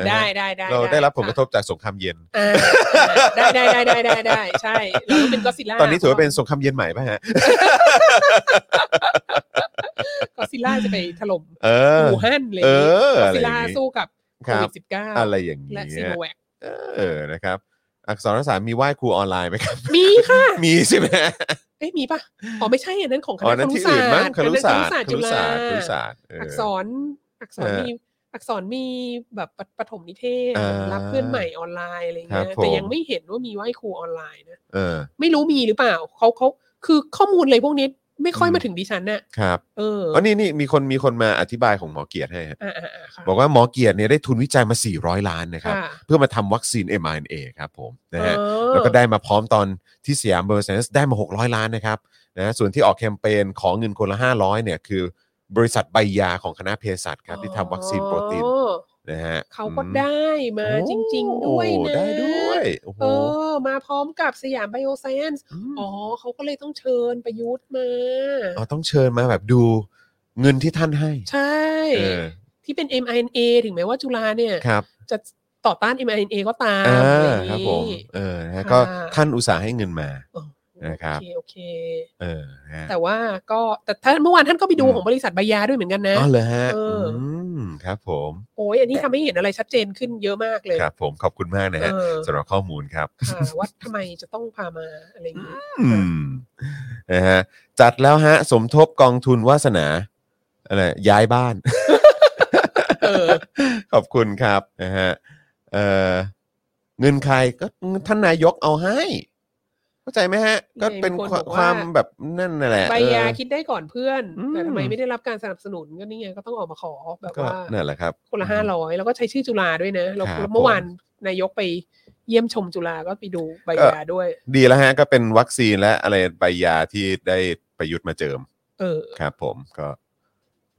เป็น อ ได้ได้ได้ เราได้รับผลก ค่ ระทบจากสงครามเย็น อ่าได้ได้ได้ได้ได้ได้ใช่เราก็เป็นก็ซิล่า ตอนนี้ถือว่าเป็นสงครามเย็นใหม่ป่ะฮะ ก็ซิล่าจะไปถล่ม เออ อู่ฮั่นเลย เออ ก็ อะไรอซิย่า ล่าง นี้ สู้กับโค ครั วิ บ ดสิบเก้า อะไรอย่างนี้ และซีโนแวค เออนะครับ อักษรศาสตร์มีไหว้ครูออนไลน์ไหมครับ *laughs* มีค่ะ มีใช่ไหม เอ้ยมีป่ะอ๋อไม่ใช่อันนั้นของค อ๋อ ณะค นั่น รุ ที่ ศา อื่นมั้งสตร์ ครุศาสตร์ค จุ รุ ฬา ศาสตร์ครุศาสตร์เออ อักษรอักษร เออ มีอักษรมีแบบปปฐมนิเทศ อ่า รับเพื่อนใหม่ออนไลน์อะไร ครับเงี้ย ผม แต่ยังไม่เห็นว่ามีไหว้ครูออนไลน์นะ เออ ไม่รู้มีหรือเปล่าเขาเขาคือข้อมูลอะไรพวกนี้ไม่ค่อย อืม มาถึงดิฉันน่ะ ครับ เออ อ๋อนี่นี่มีคนมีคนมาอธิบายของหมอเกียรติให้ฮะ อ่าอ่าอ่าค่ะ บอกว่าหมอเกียรติเนี่ยได้ทุนวิจัยมา 400 ล้านนะครับ ค่ะ เพื่อมาทำวัคซีน mRNA ครับผมนะฮะ อ๋อ แล้วก็ได้มาพร้อมตอนที่สยามเบอร์เซนส์ได้มา 600 ล้านนะครับนะส่วนที่ออกแคมเปญของเงินคนละ 500เนี่ยคือบริษัทใบยาของคณะเภสัชครับที่ทำวัคซีนโปรตีน อ๋อ นะฮะ เขาก็ อืม ได้มาจริง ๆ ด้วย โอ้ นะ ได้ด้วย โอ้โห เออ มาพร้อมกับสยามไบโอไซเอนซ์ ม อ๋อเขาก็เลยต้องเชิญประยุทธ์มา เอาต้องเชิญมาแบบดูเงินที่ท่านให้ ใช่ เออ ที่เป็น mRNA ถึงแม้ว่าจุฬาเนี่ย ครับ จะต่อต้าน mRNA ก็ตาม อ่า อะไรอย่างนี้ ครับผม เออนะฮะ ค่ะ ก็ท่านอุตส่าห์ให้เงินมา โอ้ นะครับ โอเคโอเค เออนะฮะ แต่ว่าก็แต่ท่านเมื่อวานท่านก็ไปดู อืม ของบริษัทใบยาด้วยเหมือนกันนะ อ๋อเหรอฮะ เอออื มครับผม โอ้ยอันนี้ทำให้เห็นอะไรชัดเจนขึ้นเยอะมากเลย ครับผมขอบคุณมากนะฮะ เออ สำหรับข้อมูลครับ ค่ะว่าทำไมจะต้องพามาอะไรอย่างนี้ อืมนะฮะจัดแล้วฮะ สมทบกองทุนวาสนาอะไรย้ายบ้าน เออ ขอบคุณครับนะฮะเอ่อเงินใครก็เงินท่านนายกเอาให้ เข้าใจไหมฮะ ก็เป็น มีคน ควา บอกว่า ความแบบนั่นน่ะแหละ ใบยา เออ คิดได้ก่อนเพื่อน อืม แต่ทำไมไม่ได้รับการสนับสนุนก็นี่ไงก็ต้องออกมาขอแบบ ก็ ว่า นั่นแหละครับ คนละห้าร้อยแล้วก็ใช้ชื่อจุฬาด้วยนะแล้ว ครับ แล้วเมื่อวาน ผม นายกไปเยี่ยมชมจุฬาก็ไปดูใบยาด้วย ดีแล้วฮะก็เป็นวัคซีนและอะไรใบยาที่ได้ประยุทธ์มาเจิม เออ ครับ ผมก็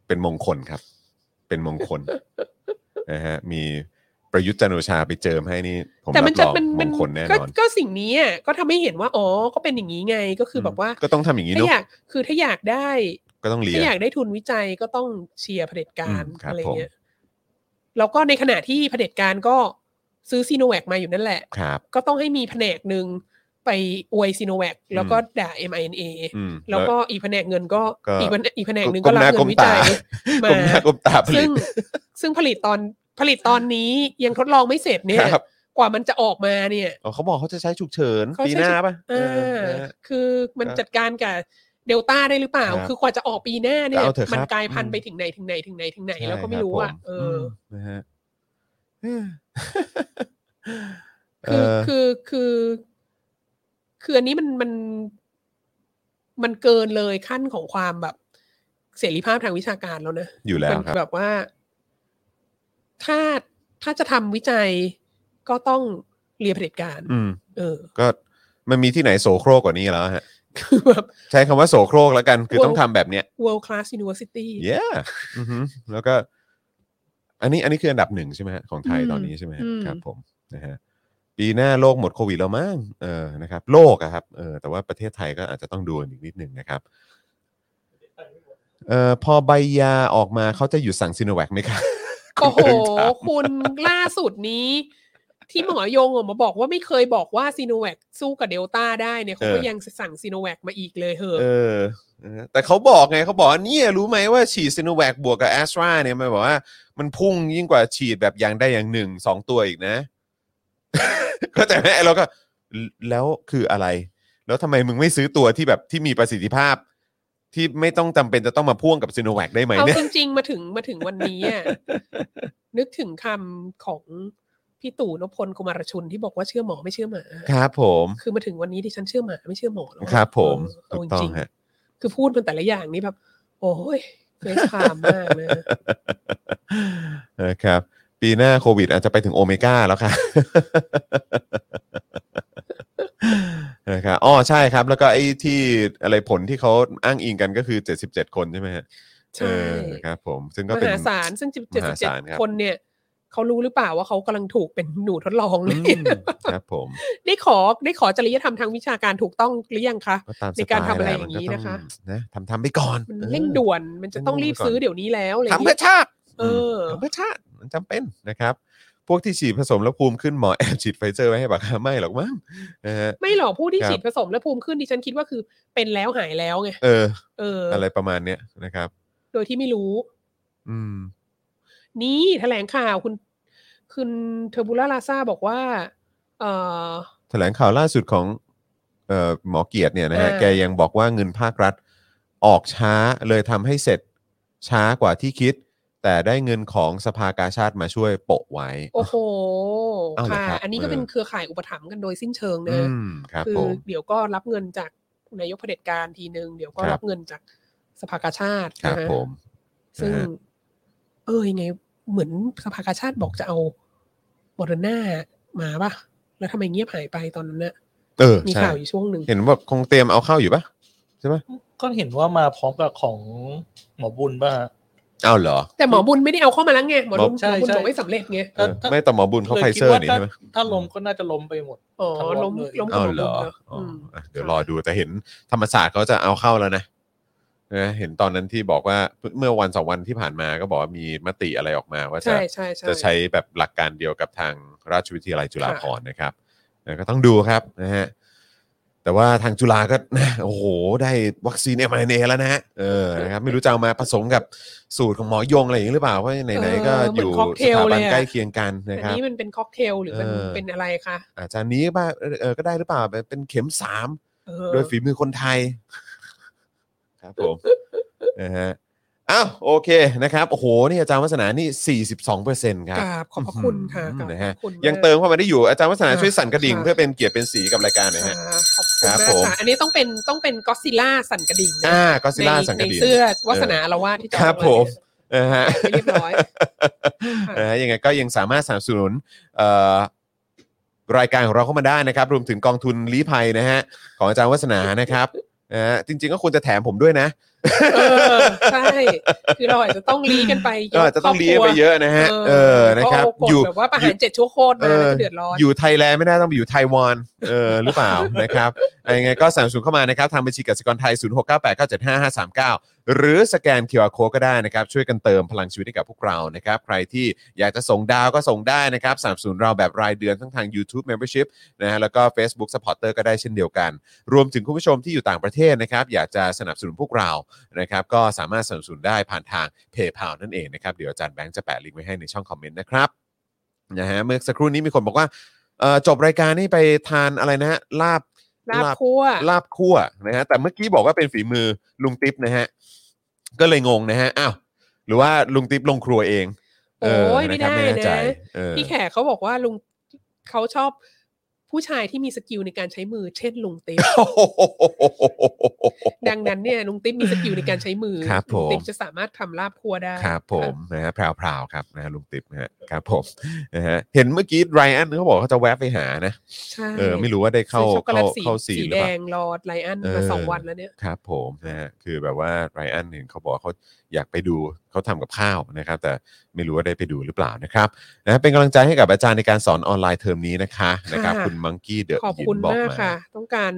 เป็นมงคลครับ เป็นมงคล *laughs* นะฮะมีประยุทธ์จันทร์โอชาไปเจิมให้นี่ ผม แต่ รั มัน บร จะ อง มัน ม มัน งคลแน่ ก็ นอน ก็สิ่งนี้อ่ะก็ทำให้เห็นว่าอ๋อก็เป็นอย่างนี้ไงก็คือแบบว่า ก็ต้องทำอย่างนี้ ถ้า เนาะ อยากคือถ้าอยากได้ ก็ต้องเลีย ถ้าอยากได้ทุนวิจัยก็ต้องเชียร์เผด็จการ อืมครับ อะไรเงี้ยแล้วก็ในขณะที่เผด็จการก็ซื้อซีโนแวคมาอยู่นั่นแหละ ครับ ก็ต้องให้มีแผนกหนึ่งไปอวยซีโนแวคแล้วก็ด่า m i n a อืม แล้วก็อีกแผนกเงินก็ ก็ อีกแผนอีกแผนกหนึ่งก็รับเงินวิจัย ก มา ลมหน้ากลมตาผลิ ซึ่ ต งซึ่งผลิตตอนผลิตตอนนี้ยังทดลองไม่เสร็จเนี่ย ครับ กว่ามันจะออกมาเนี่ย อ๋อเขาบอกเขาจะใช้ฉุกเฉิน เขา ปี ใช้ หน้า ฉุก ป่ะ อ่ เออา นะฮะ คือมัน ครับ จัดการกับเดลต้าได้หรือเปล่า ครับ คือกว่าจะออกปีหน้าเนี่ย ก็เอาเถอะครับ มันกลายพันธุ์ อืม ไปถึงไหนถึงไหนถึงไหนถึงไหนแล้วก็ไม่ ใช่คบ รู้อ่ะ ผม เอออ มนะฮะเอ้ยเ คือคือคือคืออันนี้มันมัน มันเกินเลยขั้นของความแบบเสรีภาพทางวิชาการแล้วนะ อยู่แล้ว มัน ครับ แบบว่า ถ้าถ้าจะทำวิจัยก็ต้องเรียนเผด็จการ อืม เออ *laughs* ก็มันมีที่ไหนโสโครกกว่านี้แล้วฮะ คือแบบ ใช้คำว่าโสโครกแล้วกัน คือต้องทำแบบเนี้ย world class university เย้แล้วก็ อันนี้อันนี้คืออันดับหนึ่งใช่ไหมฮะของไทย อืม ตอนนี้ใช่ไหมฮะ อืม ครับ ผมนะฮะปีหน้าโลกหมดโควิดแล้วมั้งเออนะครับ โลกอะครับเออแต่ว่าประเทศไทยก็อาจจะต้องดูกันอีกนิดหนึ่งนะครับเอ่อพอใบยาออกมาเขาจะหยุดสั่งซีโนแวคไหมครับ โอ้โห *laughs* คุณเดินทาง คุณล่าสุดนี้ ที่หมอยงออกมาบอกว่าไม่เคยบอกว่าซีโนแวคสู้กับเดลต้าได้เนี่ยเขาก็ เออ ยังสั่งซีโนแวคมาอีกเลยเหอะ เออนะฮะแต่เขาบอกไงเขาบอกว่าเนี่ยรู้ไหมว่าฉีดซิโนแวคบวกกับแอสตราเนี่ยมันบอกว่า มันพุ่งยิ่งกว่าฉีดแบบอย่างได้อย่างหนึ่งสองตัวอีกนะ *laughs* ก็แต่แม่เราก็แล้วคืออะไร แล้วทำไมมึงไม่ซื้อตัวที่แบบที่มีประสิทธิภาพ ที่ไม่ต้องจำเป็นจะต้องมาพ่วงกับซิโนแวคได้ไหม เอา เนี่ย จริง ๆ มาถึงมาถึงวันนี้ *laughs* อะนึกถึงคำของพี่ตู่นพพลกุมารชุนที่บอกว่าเชื่อหมอไม่เชื่อหมา ครับผม คือมาถึงวันนี้ที่ฉันเชื่อหมาไม่เชื่อหมอแล้วอะ ครับผม เออ ถูกต้ เอา อง จริงๆ ฮะ คือพูดมันแต่ละอย่างนี่แบบ โอ้ยเฟซไทม์มากนะ *laughs* นะครับ ปีหน้าโควิดอาจจะไปถึงโอเมก้าแล้วค่ะ *laughs* นะครับอ๋อใช่ครับ แล้วก็ไอ้ที่อะไรผลที่เขาอ้างอิงกันก็คือ 77 คนใช่ไหมฮะ ใช่ เออครับ ผมซึ่งก็ ม เป็น หาศาลซึ่ง 77 มหาศาลครับ คนเนี่ย เขารู้หรือเปล่าว่าเขากำลังถูกเป็นหนูทดลองเล อื ย มครับ ผม ได้ขอได้ขอจริยธรรมทางวิชาการถูกต้องหรือยังคะ ก็ตามส ใน ไต การ ล์ ทำอะไร แหล อย่าง มัก็ นี้ ต้ นะคะ นะทำทำไปก่อน มัน ออ เร่งด่วนมันจะต้องรีบซื้อเดี๋ยวนี้แล้วอะไรอย่าง ทำเพื่อเงี้ย ชาติ เออ ทำเพื่อชาติมันจำเป็นนะครับ พวกที่ฉีดผสมแล้วภูมิขึ้นหมอแอบฉีดไฟเซอร์ไว้ให้บักไม่หรอกมั้งนะฮะ ไม่หรอกผู้ที่ ครับ ฉีดผสมและภูมิขึ้นดิฉันคิดว่าคือเป็นแล้วหายแล้วไง เออ เอออ อะไรประมาณเนี้ยนะครับ โดยที่ไม่รู้ อืม นี่แถลงข่าวคุณคุณเทอร์บูล่าลาซาบอกว่า เออ แถลงข่าวล่าสุดของเอ่อหมอเกียรติเนี่ยนะฮะ อ่า แกยังบอกว่าเงินภาครัฐออกช้าเลยทำให้เสร็จช้ากว่าที่คิด แต่ได้เงินของสภากาชาติมาช่วยโปะไว้ โอ้โห เอาเหรอ ค่ะ ครับ อันนี้ก็เป็น เออ เครือข่ายอุปถัมภ์กันโดยสิ้นเชิง อื นะ มครับ คื ผ อ ม เดี๋ยวก็รับเงินจากนายกเผด็จการทีนึง เดี๋ยวก็ ครับ รับเงินจากสภากาชาติ ครับ นะฮะ ผม ซึ่ง นะฮะ เออยังไง เหมือนสภากาชาติบอกจะเอาโมเดอร์นามาป่ะ แล้วทำไมเงียบหายไปตอนนั้นน่ะ เออ มี ใช่ ข่าวอยู่ช่วงหนึ่ง เห็นว่าคงเตรียมเอาเข้าอยู่ปะใช่ปะ ก็เห็นว่ามาพร้อมกับของหมอบุญป่ะฮะ เอาเหรอ แต่หมอบุญไม่ได้เอาเข้ามาแล้วไงหมอบุญ ใช่ หมอบุญ ใช่ บอกไม่สำเร็จไง เออไม่แต่หมอบุญเขาไฟเซอร์นี่ใช่ไหม ถ้าถ้าล้มก็น่าจะล้มไปหมด อ๋อ ทะเลาะ ล้ม เลย ล้มกับ เอา หมอบุญ เหรอ เนอะ อ๋อ ม อ่ะเดี๋ยวรอดูแต่เห็นธรรมศาสตร์เขาจะเอาเข้าแล้วนะนะเห็นตอนนั้นที่บอกว่าเมื่อวันสองวันที่ผ่านมาก็บอกว่ามีมติอะไรออกมาว่าจะ ใช่ใช่ใช่ จะใช้แบบหลักการเดียวกับทางราชวิทยาลัยจุฬา ค่ะ ภรณ์นะครับเออก็ต้องดูครับนะฮะแต่ว่าทางจุฬาก็ *laughs* โอ้โห ได้วัคซีนเอ็มไอเนแล้วนะฮะเออนะครับไม่รู้จะเอามาผสมกับสูตรของหมอยงอะไรอย่างนี้หรือเปล่าเพราะไหนๆก็อยู่สถาบันใกล้เคียงกันนะ อัน ครับ นี้มันเป็นค็อกเทลหรือมัน เออ เป็นอะไรคะ อาจารย์นี้บ้างเออเออก็ได้หรือเปล่าเป็นเข็มสาม เออ *laughs* โดยฝีมือคนไทย ครับผม นะฮะ อ้าวโอเคนะครับโอ้โหนี่อาจารย์วัฒนานี่ 42%ครับ กราบขอบพระคุณค่ะ อืม กราบ นะฮะ ขอบคุณาก ยังเติมเข้ามาได้อยู่อาจารย์วัฒนา ค่ะ ช่วยสั่นกระดิ่ง ค่ะ เพื่อเป็นเกียรติเป็นสีกับรายการหน่อย ค่ะ ฮะ ขอบคุณ ครับ มาก ผม ค่ะอันนี้ต้องเป็นต้องเป็นก็ซิล่าสั่นกระดิ่งนะ อ่าก็ซิล่า ใน สั่นกระดิ่ง ในเสื้อวัสนาละว่าที่จะ ครับ เอา ผม ไว้ นะฮะ ไม่เรียบร้อย ค่ะ นะฮะยังไงก็ยังสามารถสนับสนุนเอ่อรายการของเราเข้ามาได้นะครับ รวมถึงกองทุนลี้ภัยนะฮะของอาจารย์วัฒนานะครับนะฮะจริง ๆ ก็ควรจะแถมผมด้วยนะ เออใช่ คือเราอาจจะต้องลี้กันไปยก ก็อาจจะต้อง ครบ เลี้ยง ครัว ไปเยอะนะฮะ เออ นะครับอเพาเอากฎ ยู่ แบบว่าประหารเจ็ดชั่วโคตร เอ มา อ แล้วก็เดือดร้อน อยู่ไทยแลนด์ไม่ได้ต้องไปอยู่ไต้หวัน เออ *laughs* หรือเปล่า นะครับอ่ะยังไงก็สั่งสูนเข้ามานะครับ ทางบัญชีกสิกรไทย 0698975539 หรือสแกน QR Code ก็ได้นะครับ ช่วยกันเติมพลังชีวิตให้กับพวกเรา นะครับ ใครที่อยากจะส่งดาวก็ส่งได้นะครับสามสูนเราแบบรายเดือนทั้งทาง YouTube Membership นะฮะ แล้วก็ Facebook Supporter ก็ได้เช่นเดียวกัน รวมถึงคุณผู้ชมที่อยู่ต่างประเทศนะครับ อยากจะสนับสนุนพวกเรา นะครับก็สามารถสนับสนุนได้ผ่านทางเพย์พานั่นเองนะครับ เดี๋ยวอาจารย์แบงค์จะแปะลิงก์ไว้ให้ในช่องคอมเมนต์นะครับนะฮะเมื่อสักครู่นี้มีคนบอกว่าเอ่อจบรายการนี่ไปทานอะไรนะฮะลาบ ลาบคั่ว ลาบคั่วนะฮะแต่เมื่อกี้บอกว่าเป็นฝีมือลุงติ๊บนะฮะก็เลยงงนะฮะอ้าวหรือว่าลุงติ๊บลงครัวเอง โอ้ยไม่เคได้รับแน่ใจ นะ เออ พี่แขกเขาบอกว่าลุงเขาชอบผู้ชายที่มีสกิลในการใช้มือ เช่นลุงติ๊บ โอ้โห ดังนั้นเนี่ยลุงติ๊บมีสกิลในการใช้มือ ครับผม ลุงติ๊บจะสามารถทำลาบครัวได้ ครับผมนะฮะแพรวๆครับนะฮะลุงติ๊บนะฮะครับผมนะฮะเห็นเมื่อกี้ไรอันเขาบอกเขาจะแวะไปหานะ ใช่ เออไม่รู้ว่าได้เข้า ซื้อช็อกโกแล เข้า ตสี เข้าสี สี หรือ แด เปล่า งรอดไลอัน เอ มา อ สองวันแล้วเนี่ย ครับผมนะฮะคือแบบว่าไรอันเห็นเขาบอกเขาอยากไปดูเขาทำกับข้าวนะครับ แต่ไม่รู้ว่าได้ไปดูหรือเปล่านะครับนะฮะเป็นกำลังใจให้กับอาจารย์ในการสอนออนไลน์เทอมนี้นะคะนะครับ คุณมังกี้เดอะ ขอบ ยิ คุณ นบอก มาก มา ค่ะ ต้องการ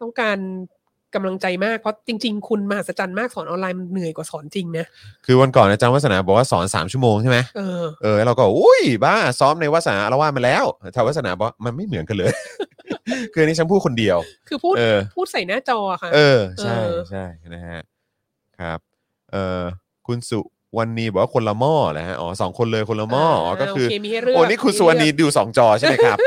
ต้องการกำลังใจมากเพราะจริง ๆ คุณมหัศจรรย์มากสอนออนไลน์มันเหนื่อยกว่าสอนจริงนะ คือวันก่อนอาจารย์วัฒนาบอกว่าสอน 3 ชั่วโมงใช่ไหม เออ เออเราก็อุ้ยบ้าซ้อมในวัฒนาละว่ามาแล้วอาจารย์วัฒนาบอกว่ามันไม่เหมือนกันเลย *laughs* คืออันนี้ฉันพูดคนเดียว คือพูด เออ พูดใส่หน้าจออะค่ะ เออ ใช่ เออ ใช่นะฮะครับเออคุณสุวรรณีบอกว่าคนละหม้อแหละฮะอ๋อสองคนเลยคนละหม้ออ๋อก็คือ โเมีให้เลืก โอ้นี่คุณสุวรรณีดูสองจอใช่ไหมครับ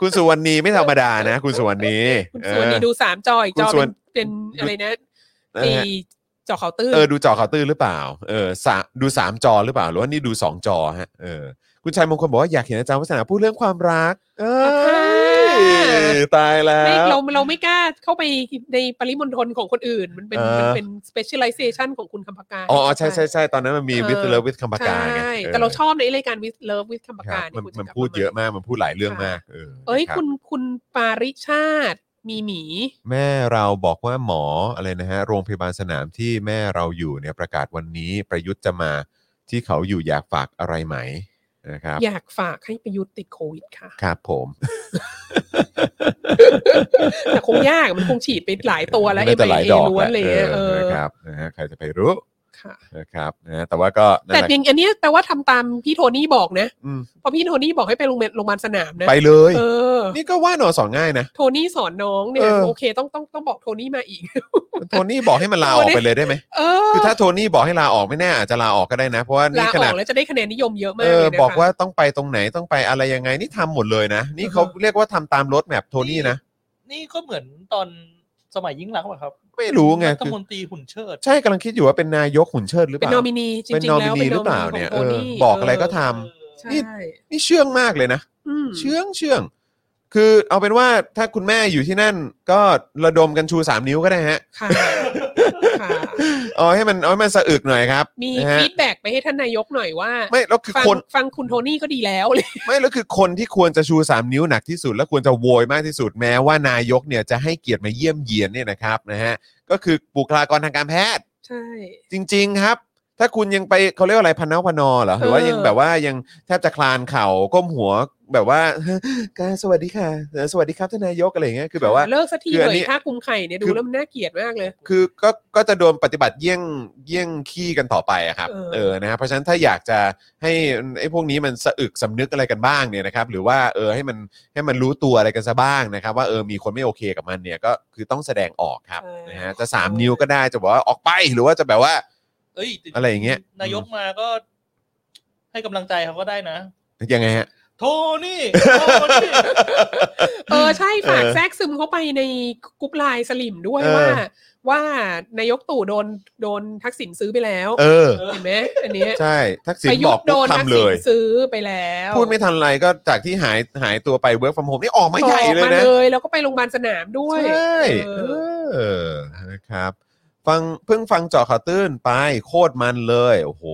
คุณสุวรรณีไม่ธรรมดานะ คุณสุวรรณี คุณ เอ สุวรร อ ณีดูสามจออีก คุณ จอ สุวร เป็ รณนเป็น ดู อะไรนะ นะ ตี ฮะ จอเขาน์ตื้น เออดูจอข่าวตื้นหรือเปล่าเออสะดูสามจอหรือเปล่าหรือว่านี่ดูสองจอฮะเออคุณชายมงคลบอกว่าอยากเห็นอาจารย์วัฒนาพูดเรื่องความรัก เอ้ยตายแล้ ไม่ ว เราเราไม่กล้าเข้าไปในปริมณฑลของคนอื่น มันเป็น เออ มันเป็น specialization ของคุณคำพากา อ๋อใช่ใช่ใช่ตอนนั้นมันมีวิทย์เลวิทย์คำปากาไง ใช่ ออ แต่เราชอบในรายการ with love with คำปา ครั กา บ เนี่ย มัน คุณจะ มัน กลับ พูดเยอะ ไห มากมันพูดหลายเรื่อง ค่ะ มากเออ เอ้ย รับ คุณคุณปาริชาติมีหมี แม่เราบอกว่าหมออะไรนะฮะโรงพยาบาลสนามที่แม่เราอยู่เนี่ยประกาศวันนี้ประยุทธ์จะมาที่เขาอยู่อยากฝากอะไรไหมนะครับ อยากฝากให้ประยุทธ์ติดโควิดค่ะ ครับผม แต่คงยากมันคงฉีดไปหลายตัวแล้ว น่าจะหลาย mRNA ดอก ล้วนเลย แหะ อะเออ นะครับนะฮะใครจะไปรู้ ค่ะ นะครับนะฮะแต่ว่าก็นั่น แต่ หละ จริงอันเนี้ยแต่ว่าทำตามพี่โทนี่บอกนะ อืม เพราะพี่โทนี่บอกให้ไปโรงเรียนโรงพยาบาลสนามนะ ไปเลย เออ นี่ก็ว่าหนอสอนง่ายนะ โทนี่สอนน้องเนี่ย เออ โอเคต้องต้องต้องบอกโทนี่มาอีก โทนี่บอกให้มันลาออก โทนี่ ไปเลยได้ไหม เอ คือ อ ถ้าโทนี่บอกให้ลาออกไม่แน่อาจจะลาออกก็ได้นะ เพราะว่านี่ ลา ข ออ นาด กแล้วจะได้คะแนนนิยมเยอะมาก เออ เลยนะคะ บอกว่าต้องไปตรงไหนต้องไปอะไรยังไงนี่ทำหมดเลยนะ นี่ อือฮะ เขาเรียกว่าทำตามรถแมพโทนี่นะ นี่ก็เหมือนตอนสมัยยิ่งรักษณ์ป่ะครับ ไม่รู้ไง รัฐ คือ มนตรีหุ่นเชิด ใช่กำลังคิดอยู่ว่าเป็นนายกหุ่นเชิดหรือเป เป็น ล่า นอมินีจ เป็น ริง นอ ๆ มิ แล้ว นีหรือ อเปล่าเป็นนเปล่าเนี่ เนี่ย ย โท เออ นี่ บอกอะไรก็ทำ ใช่ นี่ นี่เชื่องมากเลยนะ อืม เชื่องเชื่องคือเอาเป็นว่าถ้าคุณแม่อยู่ที่นั่นก็ระดมกันชู 3 นิ้วก็ได้ฮะ *laughs* ค่ะค่ะ เอาให้มันเอาให้มันสะอึกหน่อยครับ มี นะฮะ ฟีดแบ็กไปให้ท่านนายกหน่อยว่า ไม่แล้วคือ ฟัง คน ฟังคุณโทนี่ก็ดีแล้ว *laughs* เลย ไม่แล้วคือคนที่ควรจะชู 3 นิ้วหนักที่สุด และควรจะโวยมากที่สุดแม้ว่านายกเนี่ยจะให้เกียรติมาเยี่ยมเยียนเนี่ยนะครับนะฮะก็คือบุคลากรทางการแพทย์ ใช่ จริง ๆ ครับ ถ้าคุณยังไปเขาเรียกว่าอะไรพันเนาพันนอเหรอ หรือว่ายังแบบว่ายังแทบจะคลานเข่าก้มหัวแบบว่า *laughs* การสวัสดีค่ะเออสวัสดีครับท่านนายกอะไรอย่างเงี้ยคือแบบว่า เลิกสักที คืออัน เลย นี้ ถ้าคุมไข่เนี่ยดู คือ แล้วมันน่าเกลียดมากเลย คือก็ก็จะโดนปฏิบัติเยี่ยงเยี่ยงขี้กันต่อไปอะครับ เออ เออนะครับเพราะฉะนั้นถ้าอยากจะให้ไอ้พวกนี้มันสะอึกสำนึกอะไรกันบ้างเนี่ยนะครับหรือว่าเออให้มันให้มันรู้ตัวอะไรกันซะบ้างนะครับ ว่าเออมีคนไม่โอเคกับมันเนี่ยก็คือต้องแสดงออกครับนะฮะจะสามนิ้วก็ได้จะบอกว่าออกไปหรือว่าจะแบบว่า เอ้ยแต่ อะไรอย่างเงี้ย นายกมาก็ ให้กำลังใจเขาก็ได้นะ ยังไงฮะ โทนี่โท *laughs* นี่ เออใช่ฝาก เออ แทรกซึมเข้าไปในกรุ๊ปไลน์สลิมด้วย เออ ว่า ว่านายกตู่โดนโดนทักษิณซื้อไปแล้ว เออ เห็นไหมอันเนี้ย ใช่ ทักษิณ ประยุ บอทก ธ์โด ปุ๊บ นทัก ทำเล ษิณ ย ซื้อไปแล้ว พูดไม่ทันไรก็จากที่หายหายตัวไปเวิร์กฟอร์มโฮมนี่ออกมาใหญ่เลย ออกมา นะ เลยแล้วก็ไปโรงพยาบาลสนามด้วย ใช่ เอ เออนะครับ ฟังเพิ่งฟังเจอข่าวตื้นไปโคตรมันเลย โอ้โห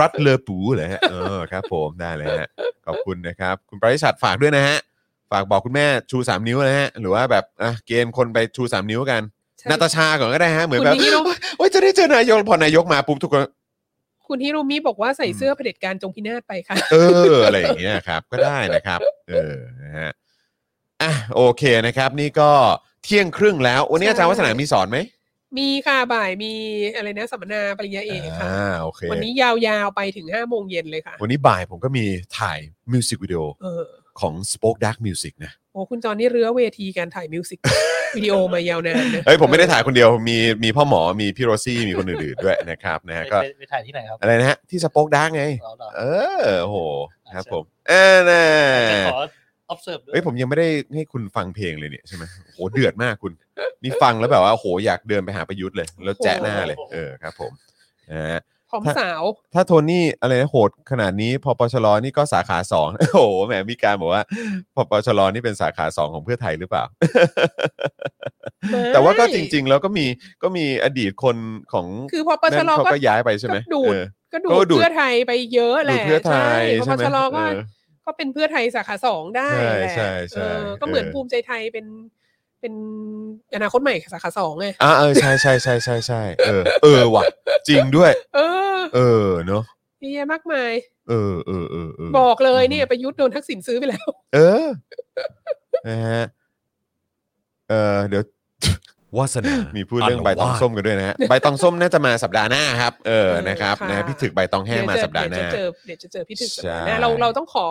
รัดเลอปูเลย *laughs* ฮะเออครับ ผมได้เลยฮะขอบคุณนะครับ คุณปริชัดฝากด้วยนะฮะ ฝากบอกคุณแม่ชู 3 นิ้วนะฮะ หรือว่าแบบอ่ะเกณฑ์คนไปชู 3 นิ้วกัน ใช่ นาตาชาก่อนก็ได้ฮะ เหมือนแบบ คุณนิโรธ โอ้ยจะได้เจอนายกพอนายกมาปุ๊บทุกคน คุณฮิโรมิบอกว่าใส่เสื้อเผด็จการจงพินาศไปค่ะ *laughs* เออ อะไรอย่างเงี้ยครับ ก็ได้นะครับ เออนะฮะอ่ะโอเคนะครับ นี่ก็เที่ยงครึ่งแล้ว วันนี้อาจารย์วัฒนามีสอนไหม มีค่ะบ่ายมีอะไรนะสัมมนาปริญญาเอกค่ะ อ่าโอเค วันนี้ยาวๆไปถึงห้าโมงเย็นเลยค่ะ วันนี้บ่ายผมก็มีถ่ายมิวสิกวิดีโอ เออ ของ Spoke Dark Music นะ โอ้คุณจอนนี่เรื้อเวทีการถ่ายมิว *laughs* สิก วิดีโอมายาวนานนะ เอ้ยผมไม่ได้ถ่ายคนเดียว มีมีพ่อหมอ มีพี่โรซี่ มีคนอื่นๆด้วยนะครับนะฮะก็ ไปไปไปถ่ายที่ไหนครับ อะไรนะฮะ ที่ Spoke Dark ไง เราเหรอ เออโหครับผมเออนะ จะขอ observe ด้ว เอ้ย ย ผมยังไม่ได้ให้คุณฟังเพลงเลยเนี่ยใช่ไหมโหเดือดมากคุณ นี่ฟังแล้วแบบว่าโหอยากเดินไปหาประยุทธ์เลย แล้วแจ๊ะหน้าเลยเออครับผมนะฮะ พร้อมสาว ถ้าโทนี่อะไรนะโหดขนาดนี้พอปชรนี่ก็สาขาสอง *laughs* โอ้โหแหมมีการบอกว่าพอปชรนี่เป็นสาขาสองของเพื่อไทยหรือเปล่า *laughs* แต่ว่าก็จริง ๆ แล้วก็มีก็มีอดีตคนของ ๆคือพอปช นั่น ร เขา ก็ ก็ย้ายไปใช่ไหม ก็ดูด เออ ก็ดู ก็ ด ดูด เพื่อไทยไปเยอะแห ดู ละ เพื่อไทย พ ใช่ อ ไห ป ม ชรก็ เออ ก็เป็นเพื่อไทยสาขาสองได้แหละ ใช่ใช่ใช่ เออก็เหมือน เออ ภูมิใจไทยเป็น เป็นอนาคตใหม่สาขาสองไง อ่าเออใช่ใช่ใช่ใช่ใช่เออเออว่ะ จริงด้วย เออ เออเนาะ เยอะแยะมากมาย เออเออเออเออ บอกเลยเนี่ อื ย ม ประยุทธ์โดนทักษิณซื้อไปแล้ว เออนะฮะเออเดี๋ยว วาสนา มี มี พูดเรื่องใบตองส้มกันด้วยนะฮะ ใบตองส้มน่าจะมาสัปดาห์หน้าครับ เออ เออ นะครับ ค่ะ นะพี่ถึกใบตองแห้งมาสัปดาห์หน้า เดี๋ยวจะเจอเดี๋ยวจะเจอพี่ถึกสัปดาห์ห ใช่ น้าเราเราต้องขอ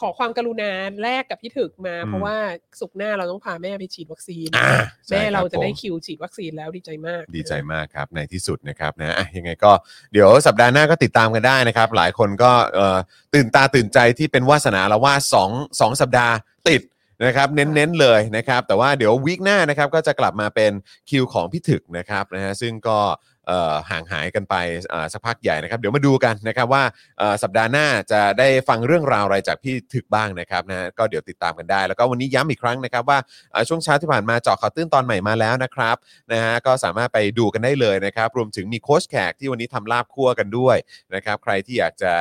ขอความกรุณาแลกกับพี่ถึกมา อืม เพราะว่าสุกร์หน้าเราต้องพาแม่ไปฉีดวัคซีน อ่า แม่ ใช่คบ เราจะได้ ผม คิวฉีดวัคซีนแล้วดีใจมาก ดีใจมากครับ ในที่สุดนะครับนะอ่ะยังไงก็เดี๋ยวสัปดาห์หน้าก็ติดตามกันได้นะครับ หลายคนก็เอ่อตื่นตาตื่นใจที่เป็นวาสนาละว่าสองสองสัปดาห์ติดนะครับ เน้นๆเลยนะครับ แต่ว่าเดี๋ยววีคหน้านะครับก็จะกลับมาเป็นคิวของพี่ถึกนะครับนะฮะซึ่งก็เอ่อห่างหายกันไปอ่าสักพักใหญ่นะครับ เดี๋ยวมาดูกันนะครับว่า เอ่อสัปดาห์หน้าจะได้ฟังเรื่องราวอะไรจากพี่ถึกบ้างนะครับนะก็เดี๋ยวติดตามกันได้ แล้วก็วันนี้ย้ำอีกครั้งนะครับว่าเอ่อช่วงเช้าที่ผ่านมาเจาะข่าวตื้นตอนใหม่มาแล้วนะครับนะฮะก็สามารถไปดูกันได้เลยนะครับ รวมถึงมีโค้ชแขกที่วันนี้ทำลาบคั่วกันด้วยนะครับ ใครที่อยากจะ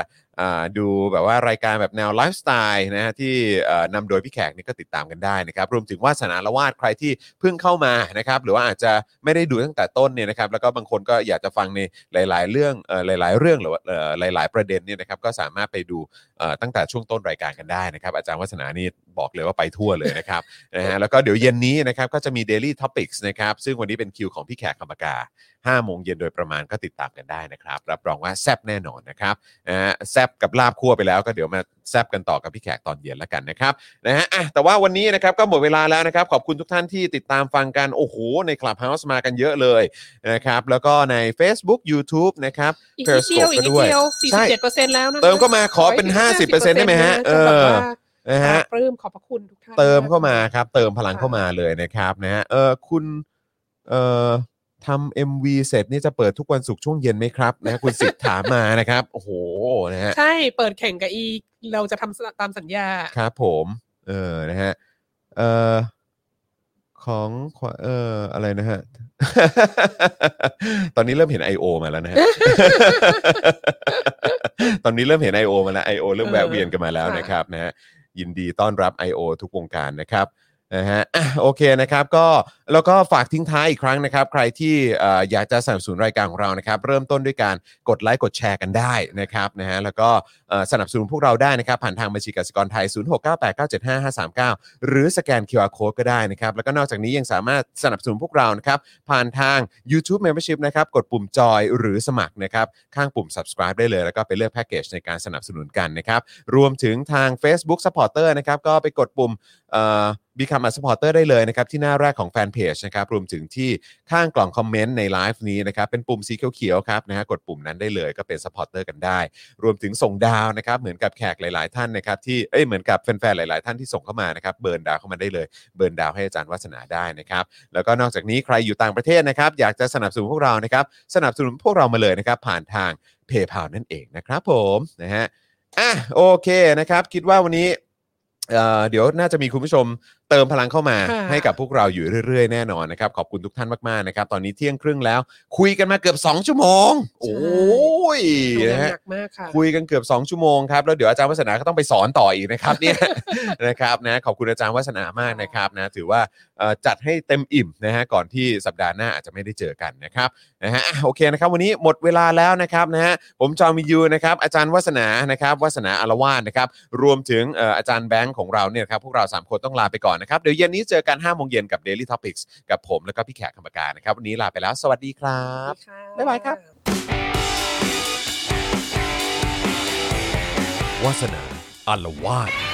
อ่าดูแบบว่ารายการแบบแนวไลฟ์สไตล์นะฮะที่เอ่อนำโดยพี่แขกนี่ก็ติดตามกันได้นะครับ รวมถึงวาสนาละวาดใครที่เพิ่งเข้ามานะครับ หรือว่าอาจจะไม่ได้ดูตั้งแต่ต้นเนี่ยนะครับ แล้วก็บางคนก็อยากจะฟังในหลาย ๆ เรื่องเอ่อหลาย ๆ เรื่องหรือว่าเอ่อหลาย ๆ ประเด็นเนี่ยนะครับ ก็สามารถไปดูเอ่อตั้งแต่ช่วงต้นรายการกันได้นะครับ อาจารย์วัฒนานี่บอกเลยว่าไปทั่วเลยนะครับ *laughs* นะฮะแล้วก็เดี๋ยวเย็นนี้นะครับก็จะมี Daily Topics นะครับ ซึ่งวันนี้เป็นคิวของพี่แขกคำปากา5โมงเย็นโดยประมาณก็ติดตามกันได้นะครับ รับรองว่าแซบแน่นอนนะครับนะฮะแซบกับลาบคั่วไปแล้วก็เดี๋ยวมาแซบกันต่อกับพี่แขกตอนเย็นแล้วกันนะครับ นะฮะอ่ะแต่ว่าวันนี้นะครับก็หมดเวลาแล้วนะครับ ขอบคุณทุกท่านที่ติดตามฟังกัน โอ้โห ใน Clubhouse มากันเยอะเลยนะครับ แล้วก็ใน Facebook YouTube นะครับ อีกนิดเดียว Periscope อีกนิดเดียวสี่ ใช่ สิบเจ็ดเปอร์เซ็นต์แล้วนะคะ เติมเข้ามาขอเป็น50%ได้ไหมฮะ จะแบบว่า นะฮะ ปลื้มขอบพระคุณทุกท่าน เติมเข้ามาครับ เติมพลังเข้ามาเลยนะครับนะฮะเออคุณเอ่อทำเอ็มวีเสร็จนี่จะเปิดทุกวันศุกร์ช่วงเย็นไหมครับนะคุณสิทธิ์ถามมานะครับ *laughs* โอ้โหนะฮะ ใช่เปิดแข่งกับอีเราจะทำตามสัญญา ครับผมเออนะฮะเอ่อของขวเอ่ออะไรนะฮะ *laughs* ตอนนี้เริ่มเห็น I.O. มาแล้วนะฮะ *laughs* ตอนนี้เริ่มเห็น I.O. มาแล้ว I.O. เริ่มแวะเวียนกันมาแล้ว ค่ะ นะครับนะฮะยินดีต้อนรับ I.O. ทุกวงการนะครับ นะฮะ *coughs* อ่ะโอเคนะครับก็แล้วก็ฝากทิ้งท้ายอีกครั้งนะครับ ใครที่เอ่ออยากจะสนับสนุนรายการของเรานะครับ เริ่มต้นด้วยการกดไลค์กดแชร์กันได้นะครับนะฮะแล้วก็เอ่อสนับสนุนพวกเราได้นะครับ ผ่านทางบัญชีกสิกรไทย 0698975539 หรือสแกน QR Code ก็ได้นะครับ แล้วก็นอกจากนี้ยังสามารถสนับสนุนพวกเรานะครับ ผ่านทาง YouTube Membership นะครับ กดปุ่มจอยหรือสมัครนะครับ ข้างปุ่ม subscribe ได้เลย แล้วก็ไปเลือกแพ็กเกจในการสนับสนุนกันนะครับ รวมถึงทาง Facebook Supporter นะครับก็ไปกดปุ่ม เอ่อ Become a supporter ได้เลยนะครับ ที่หน้าแรกของแฟนเพจนะครับ รวมถึงที่ข้างกล่องคอมเมนต์ในไลฟ์นี้นะครับ เป็นปุ่มสีเขียวๆครับนะฮะกดปุ่มนั้นได้เลยก็เป็น supporter กันได้ รวมถึงส่งดาวนะครับ เหมือนกับแขกหลาย ๆ ท่านนะครับ ที่เอ้ยเหมือนกับแฟนๆหลาย ๆ ท่านที่ส่งเข้ามานะครับเบิร์นดาวเข้ามาได้เลย เบิร์นดาวให้อาจารย์วัฒนาได้นะครับ แล้วก็นอกจากนี้ใครอยู่ต่างประเทศนะครับ อยากจะสนับสนุนพวกเรานะครับ สนับสนุนพวกเรามาเลยนะครับ ผ่านทางเพย์พานั่นเองนะครับผมนะฮะอ่ะโอเคนะครับ คิดว่าวันนี้เอ่อเดี๋ยวน่าจะมีคุณผู้ชมเติมพลังเข้ามา ค่ะ ให้กับพวกเราอยู่เรื่อยๆ แน่นอนนะครับ ขอบคุณทุกท่านมากๆนะครับ ตอนนี้เที่ยงครึ่งแล้ว คุยกันมาเกือบ 2 ชั่วโมง โอ้ย ดูงา นะ น ฮะ หนักมากค่ะ คุยกันเกือบ 2 ชั่วโมงครับ แล้วเดี๋ยวอาจารย์วัฒนาก็ต้องไปสอนต่ออีกนะครับเนี่ย *laughs* นะครับนะขอบคุณอาจารย์วัฒนามากนะครับนะถือว่าเอ่อจัดให้เต็มอิ่มนะฮะก่อนที่สัปดาห์หน้าอาจจะไม่ได้เจอกันนะครับนะฮะอ่ะโอเคนะครับวันนี้หมดเวลาแล้วนะครับนะฮะผมจอมวินยูนะครับอาจารย์วัฒนานะครับวัฒนาอารวาสนะครับรวมถึงเอ่ออาจารย์แบงค์ของเราเนี่ยครับพวกเราสามคนต้องลาไปก่อนนะครับเดี๋ยวเย็นนี้เจอกัน5โมงเย็นกับ Daily Topics กับผมแล้วก็พี่แขกกรรมการนะครับวันนี้ลาไปแล้วสวัสดีครับ บ๊ายบายครับ วาสนาอารวาส